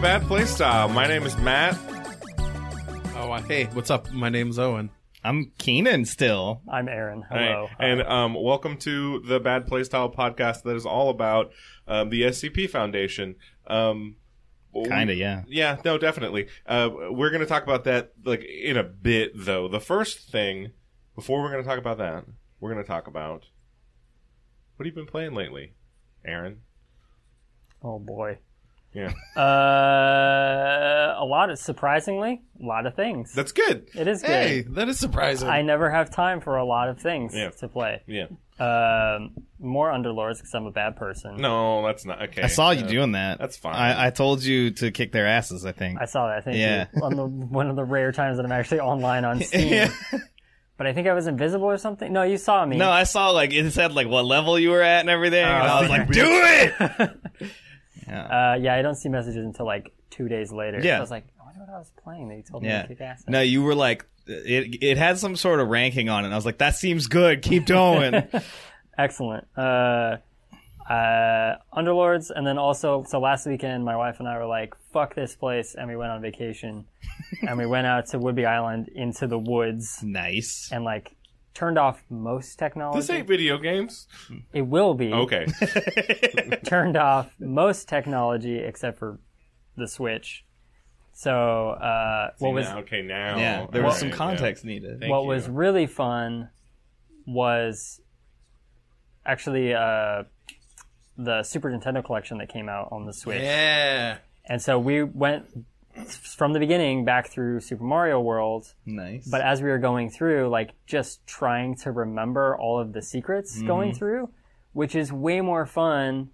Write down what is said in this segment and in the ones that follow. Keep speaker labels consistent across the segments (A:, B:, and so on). A: Bad Playstyle. My name is Matt.
B: Oh, I, hey, what's up? My name's Owen.
C: I'm Keenan still.
D: I'm Aaron. Hello.
A: Hi. And um, welcome to the Bad Playstyle podcast that is all about um, the SCP Foundation. Um, well, we-
C: Kinda, yeah.
A: Yeah, no, definitely. Uh, we're going to talk about that like in a bit, though. The first thing, before we're going to talk about that, we're going to talk about what have you been playing lately, Aaron?
D: Oh boy.
A: Yeah,
D: Uh, a lot of surprisingly, a lot of things.
A: that's good.
D: it is good.
B: Hey, that is surprising.
D: I never have time for a lot of things
A: Yeah.
D: to play.
A: Yeah,
D: Um, more Underlords because I'm a bad person.
A: no, that's not okay. Uh,
C: I saw you doing that.
A: that's fine.
C: I, I told you to kick their asses, I think.
D: I saw that. Thank
C: Yeah.
D: you. On the one of the rare times that I'm actually online on Steam.
C: Yeah.
D: But I think I was invisible or something. No, you saw me.
C: no, I saw like it said like what level you were at and everything. and
D: Oh.
C: I was like,
A: you
C: do it.
D: uh, yeah, I don't see messages until like two days later.
C: Yeah.
D: So I was like, I wonder what I was playing that you told me
C: Yeah.
D: to kick ass. at.
C: No, you were like it it had some sort of ranking on it. and I was like, that seems good. Keep going.
D: Excellent. Uh, uh, Underlords, and then also, so last weekend, my wife and I were like, "Fuck this place," and we went on vacation, and we went out to Woodby Island into the woods,
C: nice.
D: and like turned off most
A: This
D: technology.
A: ain't video games.
D: It will be
A: Okay.
D: turned off most technology except for the Switch. So uh, what was
A: Now- okay now?
C: Yeah, there was
A: Alright,
C: some
A: yeah.
C: context needed.
A: Thank
D: what
A: you.
D: was really fun was actually uh, the Super Nintendo collection that came out on the Switch.
B: yeah.
D: And so we went from the beginning back through Super Mario World,
C: Nice.
D: but as we were going through, like just trying to remember all of the secrets
A: Mm-hmm.
D: going through, which is way more fun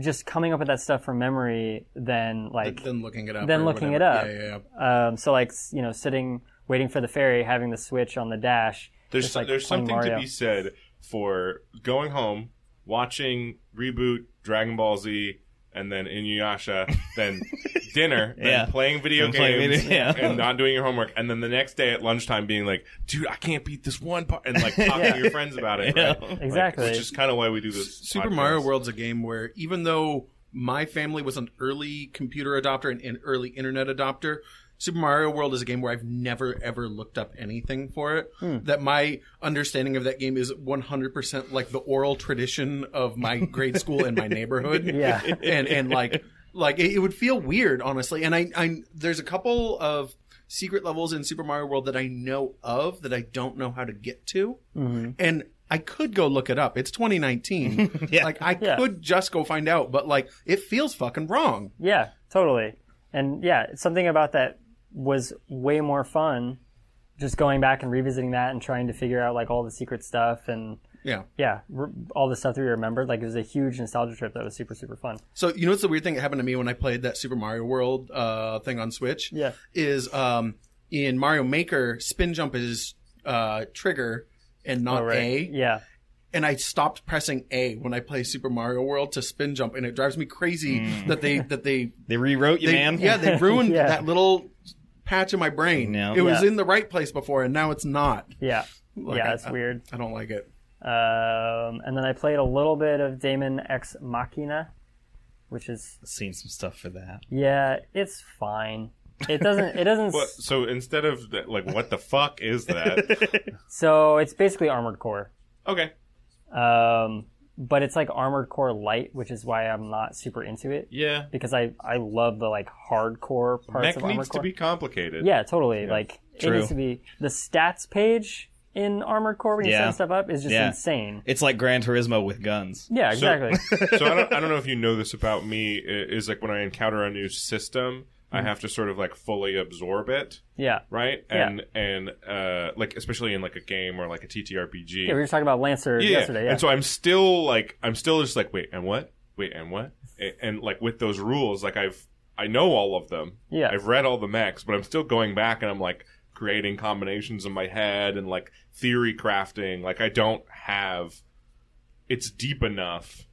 D: just coming up with that stuff from memory than like
B: Then looking it up.
D: Then
B: or
D: looking it
B: whatever.
D: up.
B: Yeah, yeah, yeah.
D: um, so like s- you know sitting waiting for the ferry having the switch on the dash
A: There's
D: just, like,
A: there's
D: playing
A: something to
D: Mario.
A: be said for going home, watching reboot Dragon Ball Z, and then Inuyasha, then dinner, then
C: Yeah.
A: playing video
C: Then
A: games,
C: playing video- yeah.
A: and not doing your homework, and then the next day at lunchtime being like, "Dude, I can't beat this one part," and like talking to your friends about it.
C: Yeah.
A: Right? Like,
D: Exactly.
A: which is kind of why we do this.
B: Super
A: podcast.
B: Mario World's a game where even though my family was an early computer adopter and an early internet adopter, Super Mario World is a game where I've never ever looked up anything for it.
D: Hmm.
B: That my understanding of that game is 100% like the oral tradition of my grade school and my neighborhood.
D: Yeah.
B: And and like like it, it would feel weird honestly. And I I there's a couple of secret levels in Super Mario World that I know of that I don't know how to get to. And I could go look it up. It's 2019.
C: Yeah.
B: Like I
D: Yeah.
B: could just go find out, but like it feels fucking wrong.
D: Yeah, totally. And yeah, something about that was way more fun just going back and revisiting that and trying to figure out like all the secret stuff and
B: Yeah.
D: yeah, re- all the stuff that we remembered. Like it was a huge nostalgia trip that was super super fun.
B: So you know what's the weird thing that happened to me when I played that Super Mario World uh, thing on Switch?
D: Yeah.
B: Is um in Mario Maker, spin jump is uh trigger and
D: Oh,
B: not A.
D: Yeah.
B: and I stopped pressing A when I play Super Mario World to spin jump, and it drives me crazy that they that they,
C: they rewrote you,
B: they
C: man.
B: yeah they ruined
D: Hmm. Yeah.
B: that little patch of my brain.
C: No.
B: It was
D: Yeah.
B: in the right place before, and now it's not.
D: Yeah.
B: Like,
D: yeah,
B: I-
D: that's weird.
B: I don't like it.
D: Um, and then I played a little bit of Daemon Ex Machina, which is
C: Seen some stuff for that.
D: yeah, it's fine. It doesn't it doesn't
A: But- so instead of the- like, what the fuck is that?
D: so it's basically Armored Core.
A: okay.
D: Um, but it's like Armored Core light, which is why I'm not super into it.
A: Yeah.
D: because I I love the like hardcore parts
A: Mech
D: of Armored
A: needs
D: Core.
A: to be complicated.
D: yeah, totally. Like
C: True.
D: it needs to be the stats page in Armored Core when you
C: Yeah.
D: send stuff up is just
C: Yeah.
D: insane.
C: It's like Gran Turismo with guns.
D: Yeah,
A: So-
D: exactly.
A: so I don't, I don't know if you know this about me i- is like when i encounter a new system i have to sort of like fully absorb it
D: yeah.
A: right
D: Mm-hmm. Yeah.
A: and and uh like especially in like a game or like a ttrpg
D: Yeah, we were talking about Lancer
A: Yeah.
D: yesterday. Yeah.
A: and so i'm still like i'm still just like wait and what wait and what and, and like with those rules like i've i know all of them
D: Yeah.
A: i've read all the mechs but i'm still going back and i'm like creating combinations in my head and like theory crafting like i don't have it's deep enough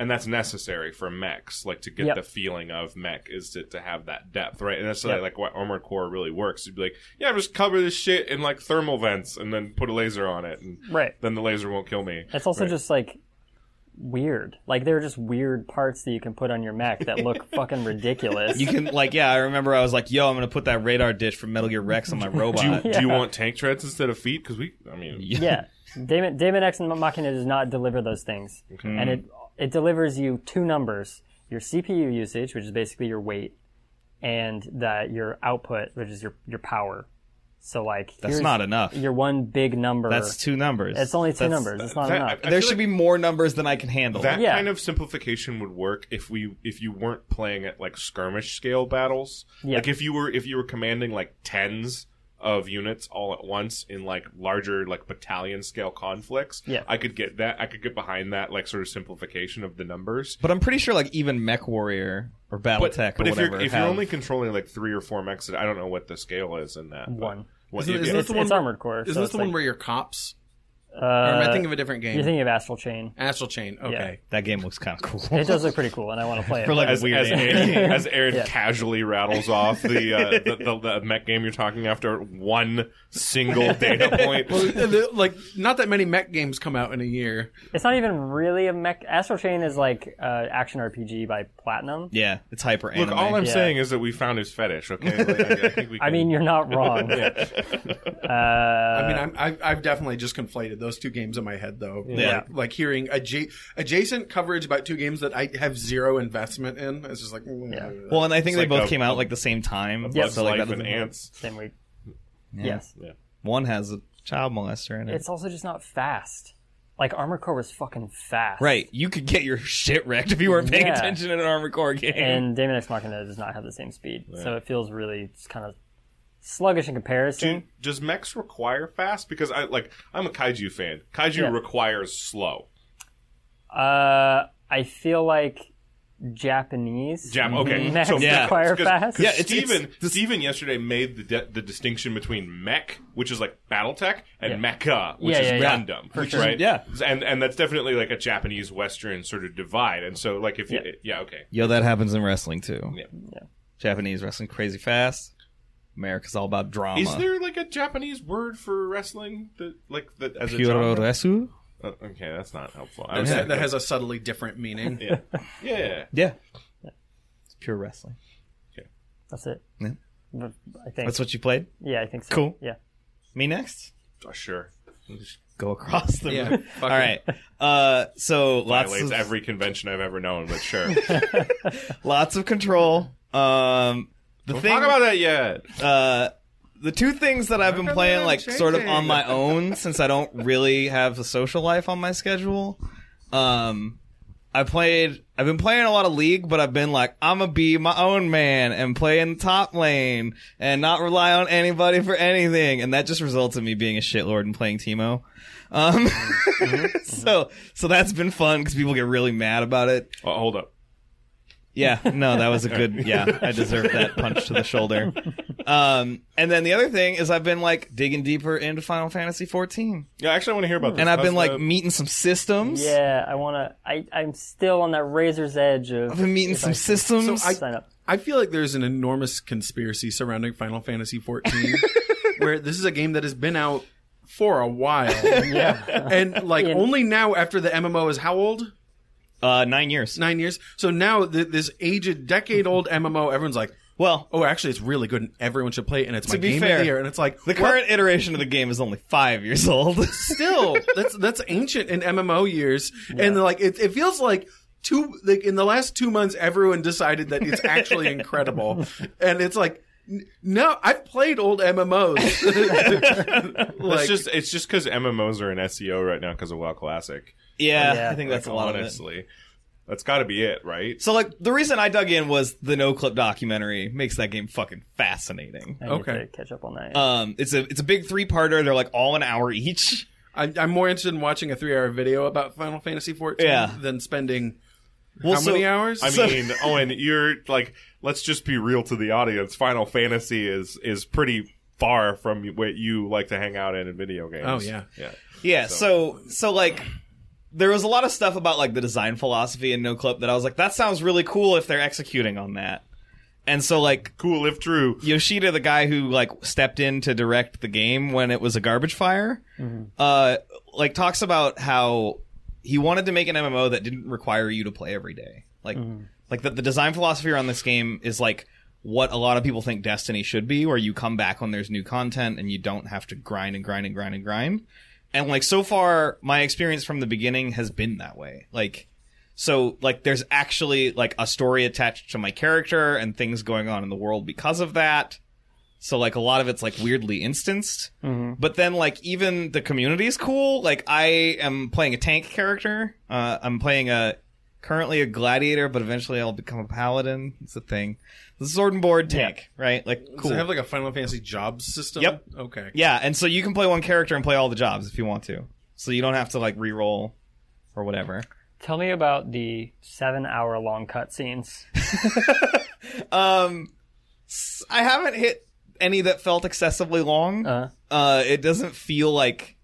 A: and that's necessary for mechs like to get
D: Yep.
A: the feeling of mech is to, to have that depth right and that's
D: Yep.
A: like what armored core really works you'd be like yeah just cover this shit in like thermal vents and then put a laser on it and
D: right.
A: then the laser won't kill me
D: It's also
A: Right.
D: just like weird. Like there are just weird parts that you can put on your mech that look fucking ridiculous.
C: You can like, yeah. I remember I was like, "Yo, I'm gonna put that radar dish from Metal Gear Rex on my robot."
A: Do you, do you want tank treads instead of feet? Because we, I mean,
D: yeah, Damon, Damon X and Machina does not deliver those things, and it it delivers you two numbers: your CPU usage, which is basically your weight, and that your output, which is your your power. So like
C: That's not enough.
D: Your one big number.
C: That's two numbers.
D: it's only two
C: That's-
D: numbers. It's not
A: that-
D: enough.
A: I- I
C: there
A: feel
C: should
A: like
C: be more numbers than I can handle.
A: that
D: Yeah.
A: kind of simplification would work if we if you weren't playing at like skirmish scale battles.
D: Yeah.
A: Like if you were if you were commanding like tens of units all at once in like larger like battalion scale conflicts.
D: Yeah.
A: I could get that. I could get behind that like sort of simplification of the numbers.
C: but I'm pretty sure like even Mech Warrior or BattleTech
A: but
C: or
A: if
C: whatever.
A: you're if
C: have-
A: you're only controlling like three or four mechs, I don't know what the scale is in that. but-
D: One.
A: What,
B: Isn't-
A: yeah,
B: isn't
A: yeah.
B: this
D: it's,
B: the one
D: it's
B: where-
D: Armored Core.
B: Is
D: so
B: this
D: it's
B: the one
D: like-
B: where you're cops?
D: Uh,
B: Or am I thinking of a different game?
D: You're thinking of Astral Chain.
B: Astral Chain. Okay.
C: that game looks kind of cool.
D: It does look pretty cool, and I want to play it.
C: For like
A: as,
C: a weird
A: as
C: name.
A: Aaron, as Aaron
D: Yeah.
A: casually rattles off the, uh, the, the the mech game you're talking after one single data point.
B: Well, the- like not that many mech games come out in a year.
D: it's not even really a mech. Astral Chain is like uh, action RPG by Platinum.
C: Yeah, it's hyper
A: Look,
C: anime.
A: all I'm
D: Yeah.
A: saying is that we found his fetish. Okay, Like, I, I think we
D: I
A: can-
D: mean, you're not wrong.
B: I
D: Uh,
B: mean, I'm, I've, I've definitely just conflated those two games in my head, though.
C: Yeah.
B: Like, like hearing adja- adjacent coverage about two games that I have zero investment in. It's just like, mm,
D: Yeah.
C: well, and I think
A: It's
C: they
A: like
C: both
A: a-
C: came out like the same time.
A: Blood's
C: so like
A: life
C: that
A: and
C: doesn't-
A: ants.
D: Same week. Yes.
C: One has a child molester in it.
D: It's also just not fast. Like Armored Core was fucking fast.
C: right, you could get your shit wrecked if you weren't paying
D: Yeah.
C: attention in an Armored Core game.
D: And Damon X Machina does not have the same speed, so it feels really just kind of sluggish in comparison.
A: Do- does mechs require fast? Because I like I'm a kaiju fan. Kaiju
D: Yeah.
A: requires slow.
D: Uh, I feel like Japanese.
A: Jam. Okay,
D: Mechs
C: Yeah.
D: Mm-hmm. require fast.
A: Yeah,
C: Yeah, it's-
A: Steven,
C: it's- this-
A: Steven yesterday made the de- the distinction between mech, which is like BattleTech, and mecha, which
D: Yeah,
A: is
D: yeah, yeah.
A: Gundam, which
D: sure.
A: right?
C: Yeah.
A: and and that's definitely like a Japanese Western sort of divide. And so, like, if you,
D: Yeah.
A: yeah, okay,
C: Yo, that happens in wrestling too.
A: Yeah.
D: Yeah.
C: Japanese wrestling crazy fast. America's all about drama.
A: is there like a Japanese word for wrestling that like that as a
C: Puro
A: genre?
C: Resu?
A: Uh, okay, that's not helpful. I was
B: that,
A: saying-
B: that has a subtly different meaning.
A: yeah, yeah.
C: Yeah. It's pure wrestling.
D: That's it.
C: Yeah.
D: But I think.
C: That's what you played?
D: yeah, I think so.
C: Cool.
D: Yeah.
C: Me next?
A: Oh, sure.
C: Go across the
B: Yeah,
C: room.
B: fuck
C: All
B: it.
C: right. Uh, so lots
A: Violates
C: of
A: every convention I've ever known, but sure.
C: lots of control. Um, the
A: Don't
C: thing
A: talk about that yet.
C: uh, the two things that I've been playing, like, sort of on my own, since I don't really have a social life on my schedule. Um, I played. I've been playing a lot of League, but I've been like, I'm gonna be my own man and play in the top lane and not rely on anybody for anything, and that just results in me being a shitlord and playing Teemo. Um, so so that's been fun because people get really mad about it.
A: Oh, hold up.
C: Yeah, no, that was a good. Yeah, I deserve that punch to the shoulder. Um, and then the other thing is, I've been like digging deeper into Final Fantasy 14,
A: Yeah, actually, I want to hear about this.
C: Mm. and I've
A: How's
C: been like
A: the-
C: meeting some systems.
D: Yeah, I wanna. I I'm still on that razor's edge of.
C: I've been meeting
D: if
C: some
D: I
C: systems.
B: So I-
D: sign up.
B: I feel like there's an enormous conspiracy surrounding Final Fantasy 14, where this is a game that has been out for a while.
D: Yeah.
B: And like
D: In-
B: only now after the MMO is how old?
C: uh, nine years.
B: Nine years. So now th- this aged, decade-old MMO, everyone's like,
C: Well,
B: "Oh, actually, it's really good, and everyone should play it." And it's my
C: be
B: game
C: fair,
B: of the year. And it's like
C: the
B: what?
C: current iteration of the game is only five years old.
D: Oh,
B: still that's that's ancient in MMO years, and like it, it feels like two like in the last two months everyone decided that it's actually incredible, and it's like n- no, I've played old MMOs. like,
A: it's just it's just because MMOs are in SEO right now because of WoW Classic.
C: yeah,
D: Yeah.
C: I think that's
A: Like,
C: a lot of it.
A: honestly. That's got to be it, right?
C: So like the reason I dug in was the no clip documentary makes that game fucking fascinating.
D: I need
B: Okay.
D: to catch up on that.
C: Um, it's a it's a big three parter. They're like all an hour each.
B: I'm, I'm more interested in watching a three-hour video about Final Fantasy 14
C: Yeah.
B: than spending
C: Well,
B: how
C: so-
B: many hours?
A: I
C: So-
A: mean, Owen, you're like, let's just be real to the audience. Final Fantasy is is pretty far from what you like to hang out in in video games.
B: Oh, yeah.
A: yeah.
C: Yeah, so so, like there was a lot of stuff about like the design philosophy in No Clip that I was like, that sounds really cool if they're executing on that. And so like
A: Cool if true.
C: Yoshida, the guy who like stepped in to direct the game when it was a garbage fire, uh, like talks about how he wanted to make an MMO that didn't require you to play every day. Like like the, the design philosophy around this game is like what a lot of people think Destiny should be, where you come back when there's new content and you don't have to grind and grind and grind and grind. And like so far, my experience from the beginning has been that way. Like so like there's actually like a story attached to my character and things going on in the world because of that. So like a lot of it's like weirdly instanced. But then like even the community is cool. Like I am playing a tank character. Uh, I'm playing a currently a gladiator, but eventually I'll become a paladin. It's a thing. The sword and board tank, right? Like
B: Does
C: cool.
B: it have like a Final Fantasy job system?
C: Yep.
B: Okay.
C: yeah, and so you can play one character and play all the jobs if you want to. So you don't have to like re-roll or whatever.
D: Tell me about the seven-hour-long cutscenes.
C: Um, s- I haven't hit any that felt excessively long.
D: Uh,
C: uh, it doesn't feel like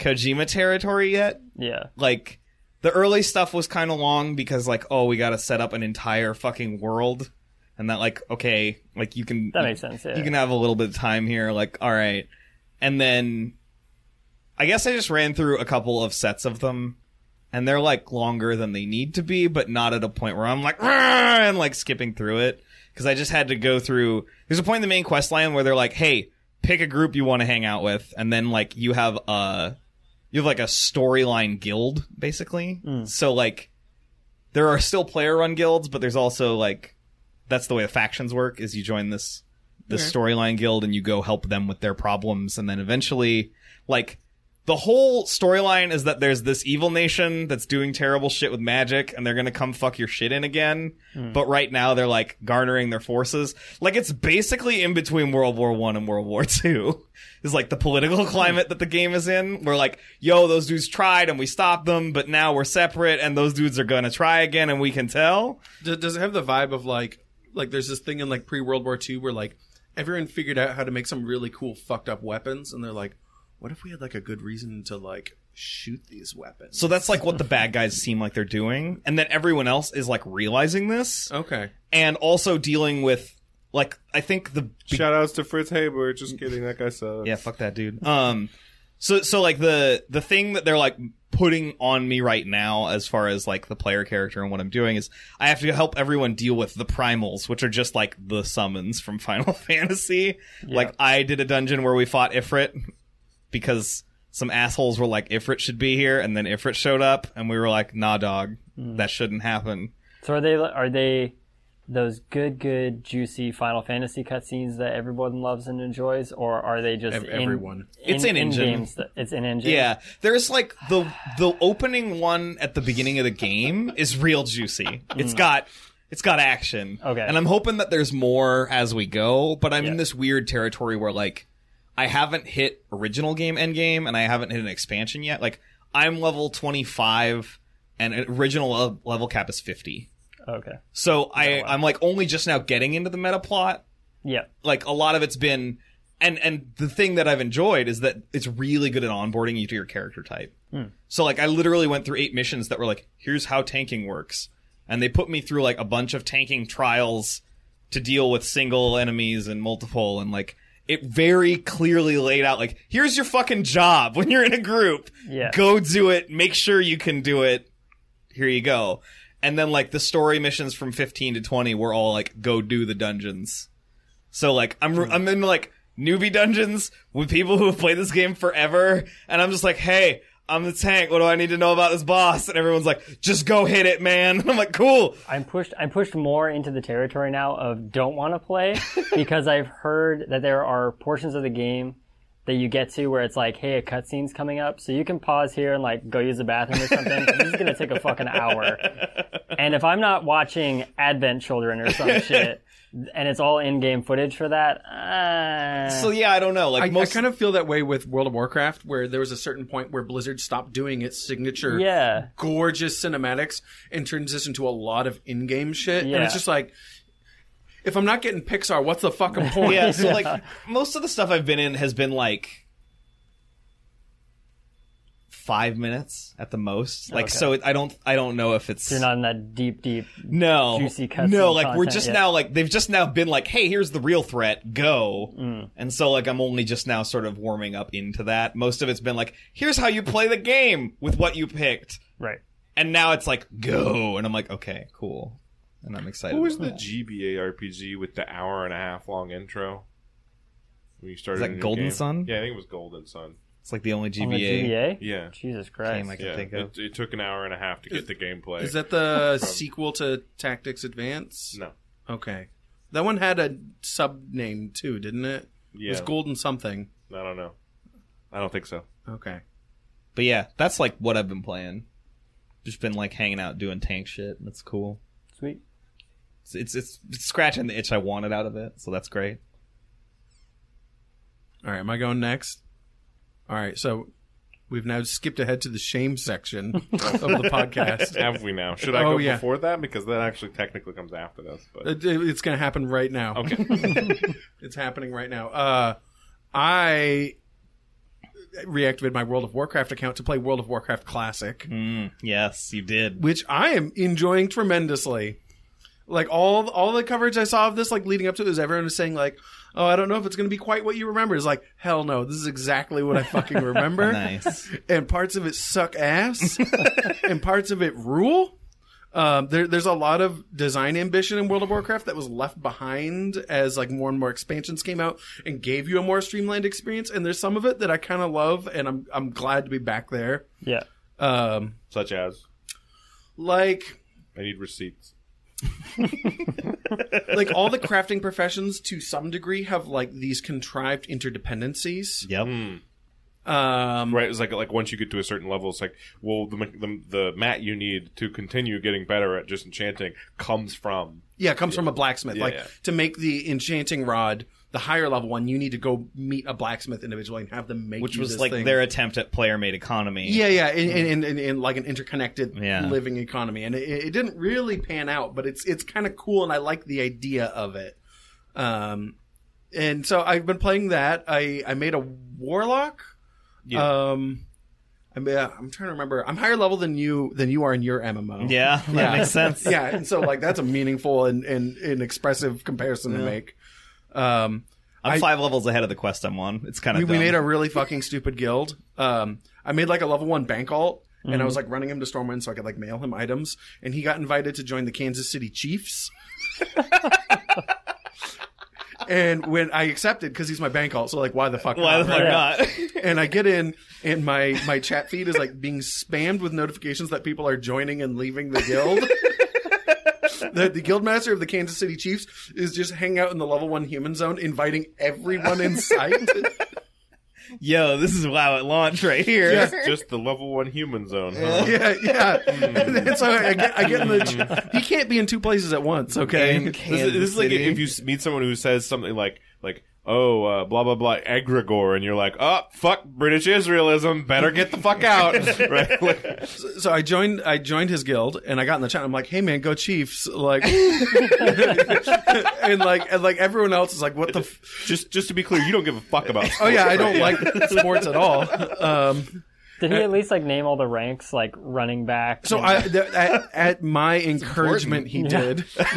C: Kojima territory yet.
D: yeah,
C: Like the early stuff was kind of long because like oh we got to set up an entire fucking world and that like okay like you can
D: that makes sense. Yeah.
C: you can have a little bit of time here like all right and then I guess I just ran through a couple of sets of them and they're like longer than they need to be but not at a point where I'm like "Rah!" and like skipping through it because I just had to go through there's a point in the main quest line where they're like hey pick a group you want to hang out with and then like you have a you have like a storyline guild basically so like there are still player run guilds but there's also like that's the way the factions work is you join this this storyline guild and you go help them with their problems and then eventually like the whole storyline is that there's this evil nation that's doing terrible shit with magic and they're gonna come fuck your shit in again but right now they're like garnering their forces like it's basically in between world war one and world war two is like the political climate that the game is in we're like yo those dudes tried and we stopped them but now we're separate and those dudes are gonna try again and we can tell
B: D- does it have the vibe of like like there's this thing in like pre World War II where like everyone figured out how to make some really cool fucked up weapons, and they're like, what if we had like a good reason to like shoot these weapons?
C: So that's like what the bad guys seem like they're doing. And then everyone else is like realizing this
B: okay.
C: and also dealing with like I think the
A: Shout outs to Fritz Haber. Just kidding. That guy sucks.
C: yeah, fuck that dude. Um so so like the the thing that they're like putting on me right now as far as like the player character and what I'm doing is I have to help everyone deal with the primals, which are just like the summons from Final Fantasy. Like I did a dungeon where we fought Ifrit because some assholes were like Ifrit should be here and then Ifrit showed up and we were like nah dog, that shouldn't happen.
D: So are they? Are they those good, good, juicy Final Fantasy cutscenes that everyone loves and enjoys, or are they just
B: Ev-
D: in-
B: everyone.
C: It's in engine.
D: games that- it's in engine.
C: Yeah, there's like the the opening one at the beginning of the game is real juicy. It's got it's got action.
D: Mm. Okay.
C: and I'm hoping that there's more as we go. But I'm in
D: Yeah.
C: this weird territory where like I haven't hit original game end game, and I haven't hit an expansion yet. Like I'm level 25, and original le- level cap is 50.
D: Okay.
C: So I I'm like only just now getting into the meta plot
D: Yeah.
C: like a lot of it's been and and the thing that I've enjoyed is that it's really good at onboarding you to your character type. So like I literally went through eight missions that were like, here's how tanking works. And they put me through like a bunch of tanking trials to deal with single enemies and multiple and like it very clearly laid out like here's your fucking job when you're in a group.
D: Yeah.
C: Go do it. Make sure you can do it. Here you go. And then like the story missions from 15 to 20 were all like go do the dungeons. So like I'm I'm in like newbie dungeons with people who have played this game forever, and I'm just like, hey, I'm the tank. What do I need to know about this boss? And everyone's like, just go hit it, man. I'm like, cool.
D: I'm pushed. I'm pushed more into the territory now of don't want to play because I've heard that there are portions of the game that you get to where it's like, hey, a cutscene's coming up, so you can pause here and like go use the bathroom or something. 'cause this is gonna take a fucking hour, and if I'm not watching Advent Children or some shit, and it's all in-game footage for that, uh,
C: So yeah, I don't know. Like
B: I,
C: most
B: I kind of feel that way with World of Warcraft, where there was a certain point where Blizzard stopped doing its signature
D: yeah,
B: gorgeous cinematics and transition to a lot of in-game shit. And
D: Yeah.
B: it's just like, if I'm not getting Pixar, what's the fucking point?
C: yeah, so like most of the stuff I've been in has been like five minutes at the most. Like
D: Okay.
C: so, it, I don't I don't know if it's
D: you're not in that deep, deep.
C: no
D: juicy cutscene
C: no like we're
D: content
C: just
D: yet.
C: now like they've just now been like hey here's the real threat go
D: Mm.
C: and so like i'm only just now sort of warming up into that most of it's been like here's how you play the game with what you picked
D: Right.
C: And now it's like go, and I'm like, okay, cool, and I'm excited.
A: What was
C: about
A: the GBA RPG with the hour and a half long intro? When you started
C: that
A: a new
C: Golden
A: game?
C: Sun?
A: Yeah, I think it was Golden Sun.
C: that. It's like the only
D: On the
C: GBA.
D: GBA?
A: Yeah,
D: Jesus Christ.
C: Came like- I can
A: yeah.
C: think
A: It,
C: of.
A: it took an hour and a half to get the gameplay.
B: Is that the sequel to Tactics Advance?
A: no?
B: Okay. That one had a sub name too, didn't it? It
A: Yeah,
B: was Golden something.
A: I don't know. I don't think so.
B: Okay.
C: But yeah, that's like what I've been playing. Just been like hanging out doing tank shit. and That's cool.
D: Sweet.
C: It's, it's it's it's scratching the itch I wanted out of it, so that's great.
B: All right, am I going next? All right, so we've now skipped ahead to the shame section of the podcast.
A: Have we now? Should I
B: Oh,
A: go
B: yeah.
A: before that because that actually technically comes after this? But
B: It- it- it's going to happen right now.
A: okay,
B: It's happening right now. Uh, I reactivated my World of Warcraft account to play World of Warcraft Classic.
C: Mm, yes, you did.
B: which I am enjoying tremendously. Like all all the coverage I saw of this, like leading up to it, was everyone was saying like, "Oh, I don't know if it's going to be quite what you remember." It's like, hell no, this is exactly what I fucking remember.
C: Nice.
B: And parts of it suck ass, and parts of it rule. Um, there, there's a lot of design ambition in World of Warcraft that was left behind as like more and more expansions came out and gave you a more streamlined experience. And there's some of it that I kind of love, and I'm I'm glad to be back there.
D: Yeah.
B: Um,
A: such as
B: like
A: I need receipts.
B: like all the crafting professions to some degree have like these contrived interdependencies.
C: yep.
B: Um,
A: Right, it's like like once you get to a certain level, it's like well, the the, the mat you need to continue getting better at just enchanting comes from
B: yeah, it comes from a blacksmith.
A: Yeah,
B: like
A: yeah.
B: to make the enchanting rod the higher level one, you need to go meet a blacksmith individually and have them make
C: Which
B: you
C: was
B: this
C: like
B: thing.
C: their attempt at player made economy.
B: yeah, yeah, and, and, and, and, and, like an interconnected
C: Mm. Yeah.
B: living economy, and it, it didn't really pan out, but it's it's kind of cool, and I like the idea of it. Um, and so I've been playing that. I I made a warlock.
A: Yeah.
B: Um, I mean, uh, I'm trying to remember. I'm higher level than you than you are in your MMO.
C: Yeah, that
B: Yeah.
C: makes sense.
B: yeah, and so like that's a meaningful and and, and expressive comparison to make. Um,
C: I'm
B: I-
C: five levels ahead of the quest I'm on. It's kind
B: we,
C: of
B: we made a really fucking stupid guild. Um, I made like a level one bank alt, and I
C: Mm-hmm.
B: was like running him to Stormwind so I could like mail him items, and he got invited to join the Kansas City Chiefs. and when I accepted, because he's my bank alt, so like why the fuck?
C: why the
B: not,
C: fuck
B: right?
C: not?
B: And I get in, and my my chat feed is like being spammed with notifications that people are joining and leaving the guild. The, the guild master of the Kansas City Chiefs is just hanging out in the level one human zone, inviting everyone in sight.
C: Yo, this is wow at launch right here.
A: just, just the level one human zone. Huh?
B: yeah, yeah.
C: Mm.
B: And so I get, I get in the. He can't be in two places at once. Okay.
C: In
A: This, is,
C: Kansas
A: this is like
C: City.
A: if you s- meet someone who says something like like oh uh, blah blah blah egregore, and you're like oh fuck British Israelism, better get the fuck out. right? Like,
B: So, so I joined. I joined his guild, and I got in the chat. I'm like, "Hey, man, go Chiefs!" Like, and like, and like everyone else is like, "What the? F-?
A: just just to be clear, you don't give a fuck about.
B: Oh yeah, I
A: sports,
B: don't
A: right?
B: like sports at all." Um,
D: Did he at least like name all the ranks, like running back?
B: so
D: and-
B: I, th- at, at my encouragement, he did.
C: Yeah,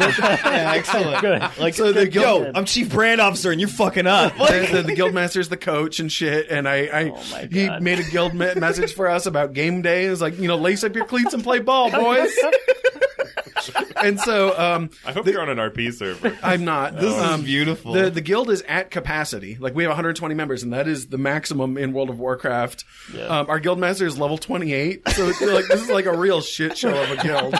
C: excellent.
D: Good.
C: Like,
B: So the guild-
C: yo, I'm chief brand officer, and you're fucking up. Like,
B: the, the, the guild master's the coach and shit. And I, I
D: Oh my
B: he
D: God.
B: made a guild me- message for us about game day. It was like, you know, lace up your cleats and play ball, boys. and so um,
A: I hope you're on an RP server.
B: I'm not. This um,
C: beautiful.
B: The, the guild is at capacity. Like we have 120 members, and that is the maximum in World of Warcraft.
D: Yeah.
B: Um, our guild master is level 28, so it's like this is like a real shit show of a guild.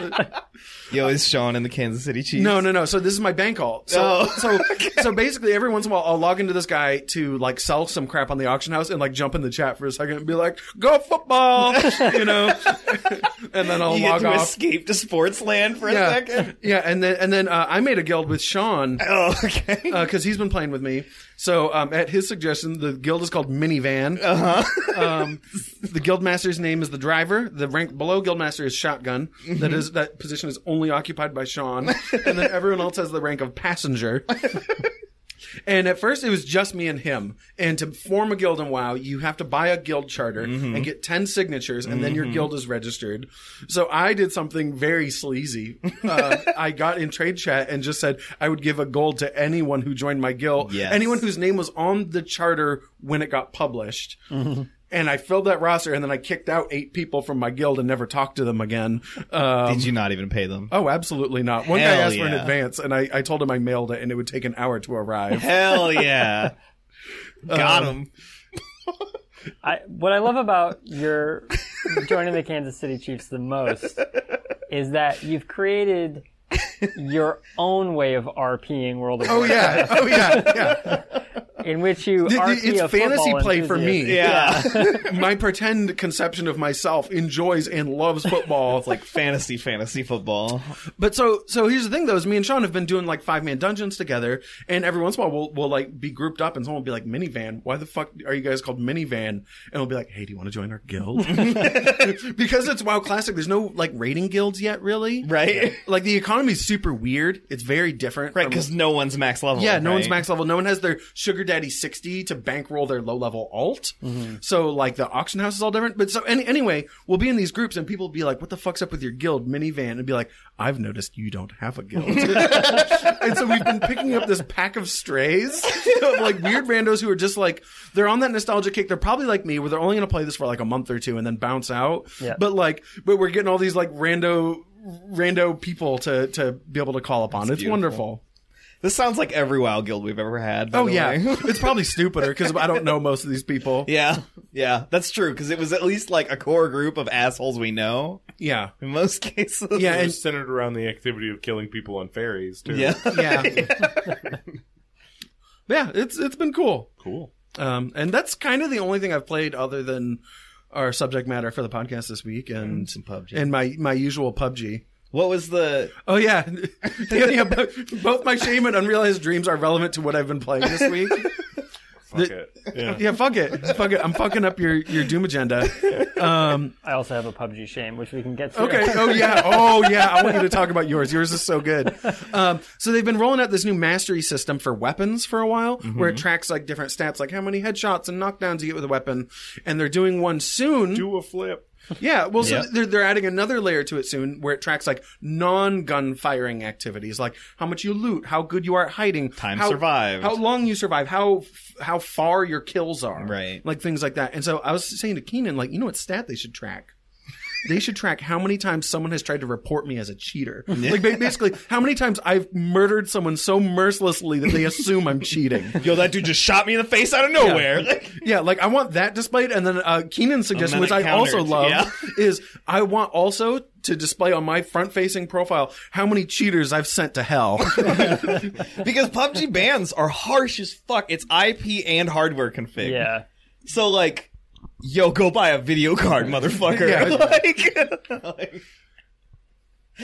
C: yo, is Sean in the Kansas City Chiefs?
B: No, no, no. So this is my bank alt. So,
C: Oh,
B: so, so basically, every once in a while, I'll log into this guy to like sell some crap on the auction house and like jump in the chat for a second and be like, "Go football," you know, and then I'll
C: You get
B: log
C: to
B: off.
C: escape to sports land for a
B: Yeah,
C: second.
B: yeah, and then and then uh, I made a guild with Sean
C: Oh, okay.
B: because he's been playing with me. So um, at his suggestion, the guild is called
C: Oh.
B: Minivan. um, the guildmaster's name is the driver. The rank below guildmaster is shotgun. That is that position is only occupied by Sean, and then everyone else has the rank of passenger. And at first, it was just me and him. And to form a guild in WoW, you have to buy a guild charter and get 10 signatures, and then your guild is registered. So I did something very sleazy. Uh, I got in trade chat and just said I would give a gold to anyone who joined my guild,
C: Yes.
B: anyone whose name was on the charter when it got published. and I filled that roster, and then I kicked out eight people from my guild and never talked to them again. Um,
C: Did you not even pay them?
B: Oh, absolutely not. One guy
C: Hell
B: asked for an
C: yeah.
B: advance, and I, I told him I mailed it, and it would take an hour to arrive.
C: Hell yeah. Got him.
D: I, what I love about your joining the Kansas City Chiefs the most is that you've created your own way of RPing World of
B: oh
D: Warcraft,
B: yeah, oh yeah, yeah.
D: in which you
B: It-
D: RP
B: it's
D: a
B: fantasy
D: football
B: play for
D: enthusiast.
B: me.
C: Yeah.
B: My pretend conception of myself enjoys and loves football.
C: It's like fantasy, fantasy football.
B: But so so here's the thing though is me and Sean have been doing like five man dungeons together, and every once in a while we'll we'll like be grouped up, and someone will be like minivan. Why the fuck are you guys called minivan? And we'll be like, hey, do you want to join our guild? because it's WoW Classic. There's no like raiding guilds yet, really.
C: Right?
B: Like the economy's super weird. It's very different.
C: Right,
B: from-
C: because no one's max level.
B: yeah, no one's
C: right?
B: max level. No one has their sugar daddy sixty to bankroll their low level alt.
C: Mm-hmm.
B: So like the auction house is all different. But so any, anyway, we'll be in these groups and people will be like, "What the fuck's up with your guild minivan?" And be like, "I've noticed you don't have a guild." and so we've been picking up this pack of strays of like weird randos who are just like they're on that nostalgia kick. They're probably like me, where they're only going to play this for like a month or two and then bounce out.
D: Yeah.
B: But like, but we're getting all these like rando rando people to to be able to call upon. it's
C: beautiful.
B: wonderful.
C: This sounds like every WoW guild we've ever had. by
B: Oh
C: the
B: yeah,
C: way.
B: it's probably stupider because I don't know most of these people. Yeah,
C: yeah, yeah. That's true because it was at least like a core group of assholes we know
B: yeah,
C: in most cases.
B: yeah,
A: It
B: and,
A: was centered around the activity of killing people on ferries, too.
C: yeah.
B: yeah. Yeah, It's it's been cool,
A: Cool.
B: um, and that's kind of the only thing I've played other than our subject matter for the podcast this week, and
C: Some PUBG.
B: and my my usual PUBG.
C: What was the?
B: Oh yeah, Danny, both, both my shame and unrealized dreams are relevant to what I've been playing this week.
A: Fuck it. Yeah.
B: yeah, fuck it, fuck it. I'm fucking up your your Doom agenda. Um,
D: I also have a PUBG shame, which we can get to.
B: Okay. Oh yeah. Oh yeah. I want you to talk about yours. Yours is so good. Um, so they've been rolling out this new mastery system for weapons for a while, where it tracks like different stats, like how many headshots and knockdowns you get with a weapon. And they're doing one soon.
A: Do a flip.
B: yeah. Well, so
C: Yeah.
B: they're they're adding another layer to it soon, where it tracks like non-gun firing activities, like how much you loot, how good you are at hiding,
C: Time
B: how,
C: survived.
B: how long you survive, how how far your kills are,
C: Right.
B: Like things like that. And so I was saying to Keenan, like, you know what stat they should track they should track how many times someone has tried to report me as a cheater. Like ba- basically, how many times I've murdered someone so mercilessly that they assume I'm cheating.
C: Yo, that dude just shot me in the face out of nowhere.
B: Yeah, like I want that displayed, and then uh, Keenan's suggestion,
C: And
B: which
C: then it
B: I also
C: countered,
B: love,
C: yeah.
B: is I want also to display on my front-facing profile how many cheaters I've sent to hell.
C: because PUBG bans are harsh as fuck. It's IP and hardware config.
D: Yeah.
C: So like, yo, go buy a video card, motherfucker. Like- like,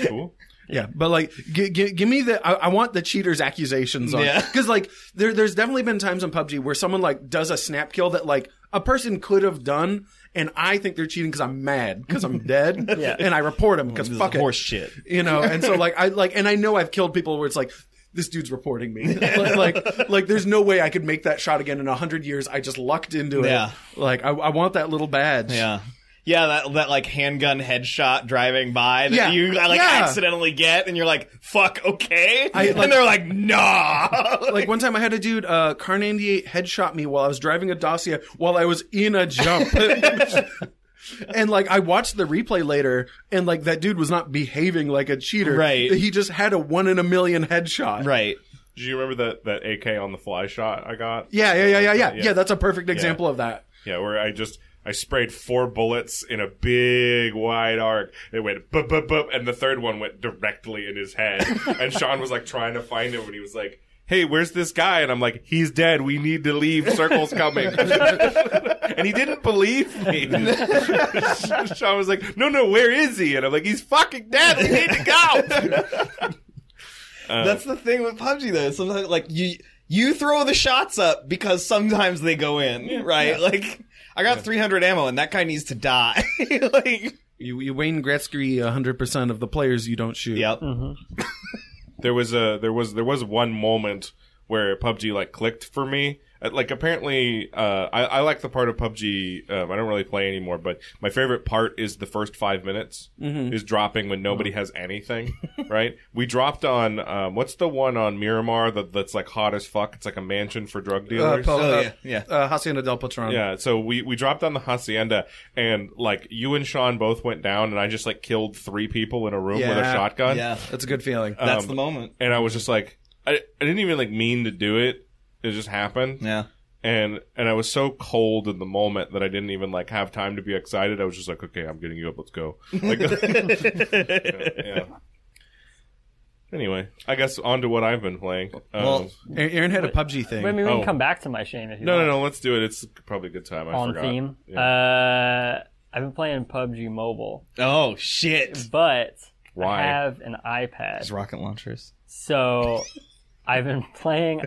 A: Cool.
B: Yeah, but like, g- g- give me the. I, I want the cheaters' accusations on
C: Yeah.
B: because like there, there's definitely been times in PUBG where someone like does a snap kill that like a person could have done, and I think they're cheating because I'm mad because I'm dead,
D: Yeah.
B: and I report him because
C: this is
B: fuck it,
C: horse shit.
B: you know. And so like I like, and I know I've killed people where it's like. This dude's reporting me. like, like, like, there's no way I could make that shot again in a hundred years. I just lucked into it.
C: Yeah.
B: Like, I, I want that little badge.
C: Yeah. Yeah, that, that like handgun headshot driving by that
B: Yeah.
C: you like
B: Yeah.
C: accidentally get, and you're like, "Fuck, okay,"
B: I, like-
C: and they're like, "Nah."
B: like one time I had a dude, uh, Car 98 headshot me while I was driving a Dacia while I was in a jump. and like I watched the replay later and like that dude was not behaving like a cheater.
C: Right.
B: He just had a one in a million headshot.
C: right.
A: Do you remember that, that AK on the fly shot I got?
B: Yeah, yeah, yeah, yeah, yeah.
A: Yeah.
B: Yeah, that's a perfect example of that.
A: Yeah, where I just I sprayed four bullets in a big wide arc. It went bup bup bup, and the third one went directly in his head. and Sean was like trying to find him, and he was like, "Hey, where's this guy?" And I'm like, "He's dead. We need to leave. Circle's coming." and he didn't believe me. Sean was like, "No, no, where is he?" And I'm like, "He's fucking dead. We need to go."
C: That's the thing with PUBG though. Sometimes like you you throw the shots up because sometimes they go in, right? Like I got 300 ammo and that guy needs to die. like
B: You, you Wayne Gretzky 100%
D: Mm-hmm.
B: of the players you don't shoot.
C: Yep.
A: there was a there was there was one moment where PUBG like clicked for me. Uh, Like apparently, uh, I, I like the part of PUBG. Um, I don't really play anymore, but my favorite part is the first five minutes
B: Mm-hmm.
A: is dropping when nobody
B: Oh.
A: has anything. right? We dropped on um, what's the one on Miramar that, that's like hot as fuck. It's like a mansion for drug
B: Uh,
A: dealers.
B: Pel-
C: Oh,
B: uh,
C: yeah, yeah.
B: Uh, Hacienda del Patron.
A: Yeah, so we we dropped on the hacienda, and like you and Sean both went down, and I just like killed three people in a room with a
B: Yeah.
A: shotgun.
C: Yeah,
B: That's a good feeling.
C: that's
A: Um,
C: the moment.
A: and I was just like, I, I didn't even like mean to do it. It just happened,
C: Yeah,
A: and and I was so cold in the moment that I didn't even like have time to be excited. I was just like, okay, I'm getting you up. Let's go. Like, yeah. Anyway, I guess on to what I've been playing. Um,
C: Well-
B: A- Aaron had a PUBG thing.
D: Wait, maybe we
A: Oh.
D: can come back to my shame if you
A: no, no,
D: want.
A: no. Let's do it. It's probably a good time. I
D: on
A: forgot.
D: theme.
A: Yeah.
D: Uh, I've been playing PUBG Mobile,
C: Oh shit!
D: but
A: Why?
D: I have an iPad,
C: rocket launchers.
D: so I've been playing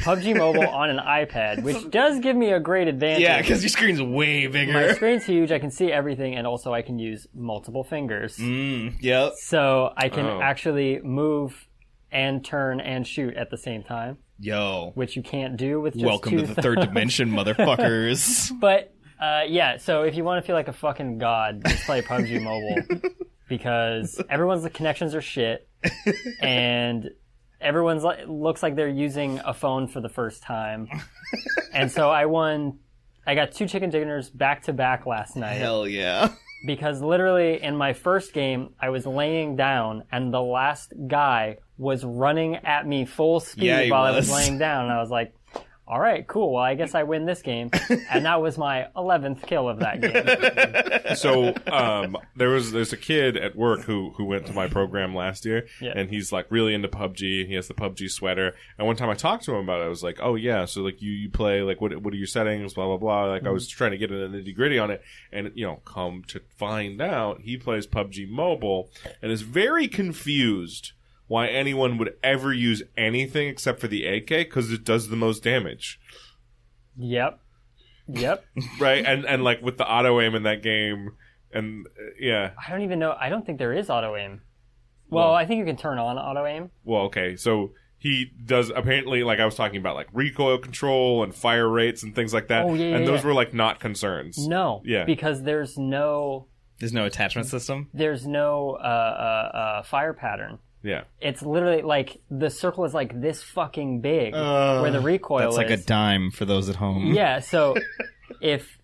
D: PUBG Mobile on an iPad, which does give me a great advantage.
C: Yeah, because your screen's way bigger.
D: my screen's huge. I can see everything, and also I can use multiple fingers,
C: Mm, yep.
D: so I can
A: Oh.
D: actually move and turn and shoot at the same time,
C: Yo.
D: which you can't do with just
C: Welcome
D: two
C: to the third dimension, motherfuckers.
D: But uh, yeah, so if you want to feel like a fucking god, just play PUBG Mobile because everyone's connections are shit, and everyone's li- looks like they're using a phone for the first time. And so I won. I got two chicken dinners back to back last night
C: Hell yeah.
D: because literally in my first game I was laying down and the last guy was running at me full speed
C: Yeah, he
D: while I was
C: was.
D: laying down and I was like all right cool well I guess I win this game and that was my 11th kill of that game
A: so um, there was there's a kid at work who who went to my program last year,
D: Yeah.
A: and he's like really into PUBG. He has the PUBG sweater. And one time I talked to him about it. I was like, "Oh yeah, so like you you play like what what are your settings? Blah blah blah." Like I was trying to get into the nitty gritty on it, and you know, come to find out, he plays PUBG Mobile and is very confused. Why anyone would ever use anything except for the AK because it does the most damage
D: yep yep
A: right? And and like with the auto aim in that game, and uh, yeah,
D: I don't even know I don't think there is auto aim well, I think you can turn on auto aim
A: well, okay, so he does apparently like I was talking about like recoil control and fire rates and things like that,
D: Oh, yeah, yeah,
A: and those
D: yeah.
A: were like not concerns.
D: no
A: Yeah.
D: because there's no
C: There's no attachment system.
D: there's no uh, uh, uh, fire pattern
A: Yeah,
D: It's literally like the circle is like this fucking big where the recoil
C: Oh, That's like a
D: is.
C: dime for those at home.
D: yeah, so if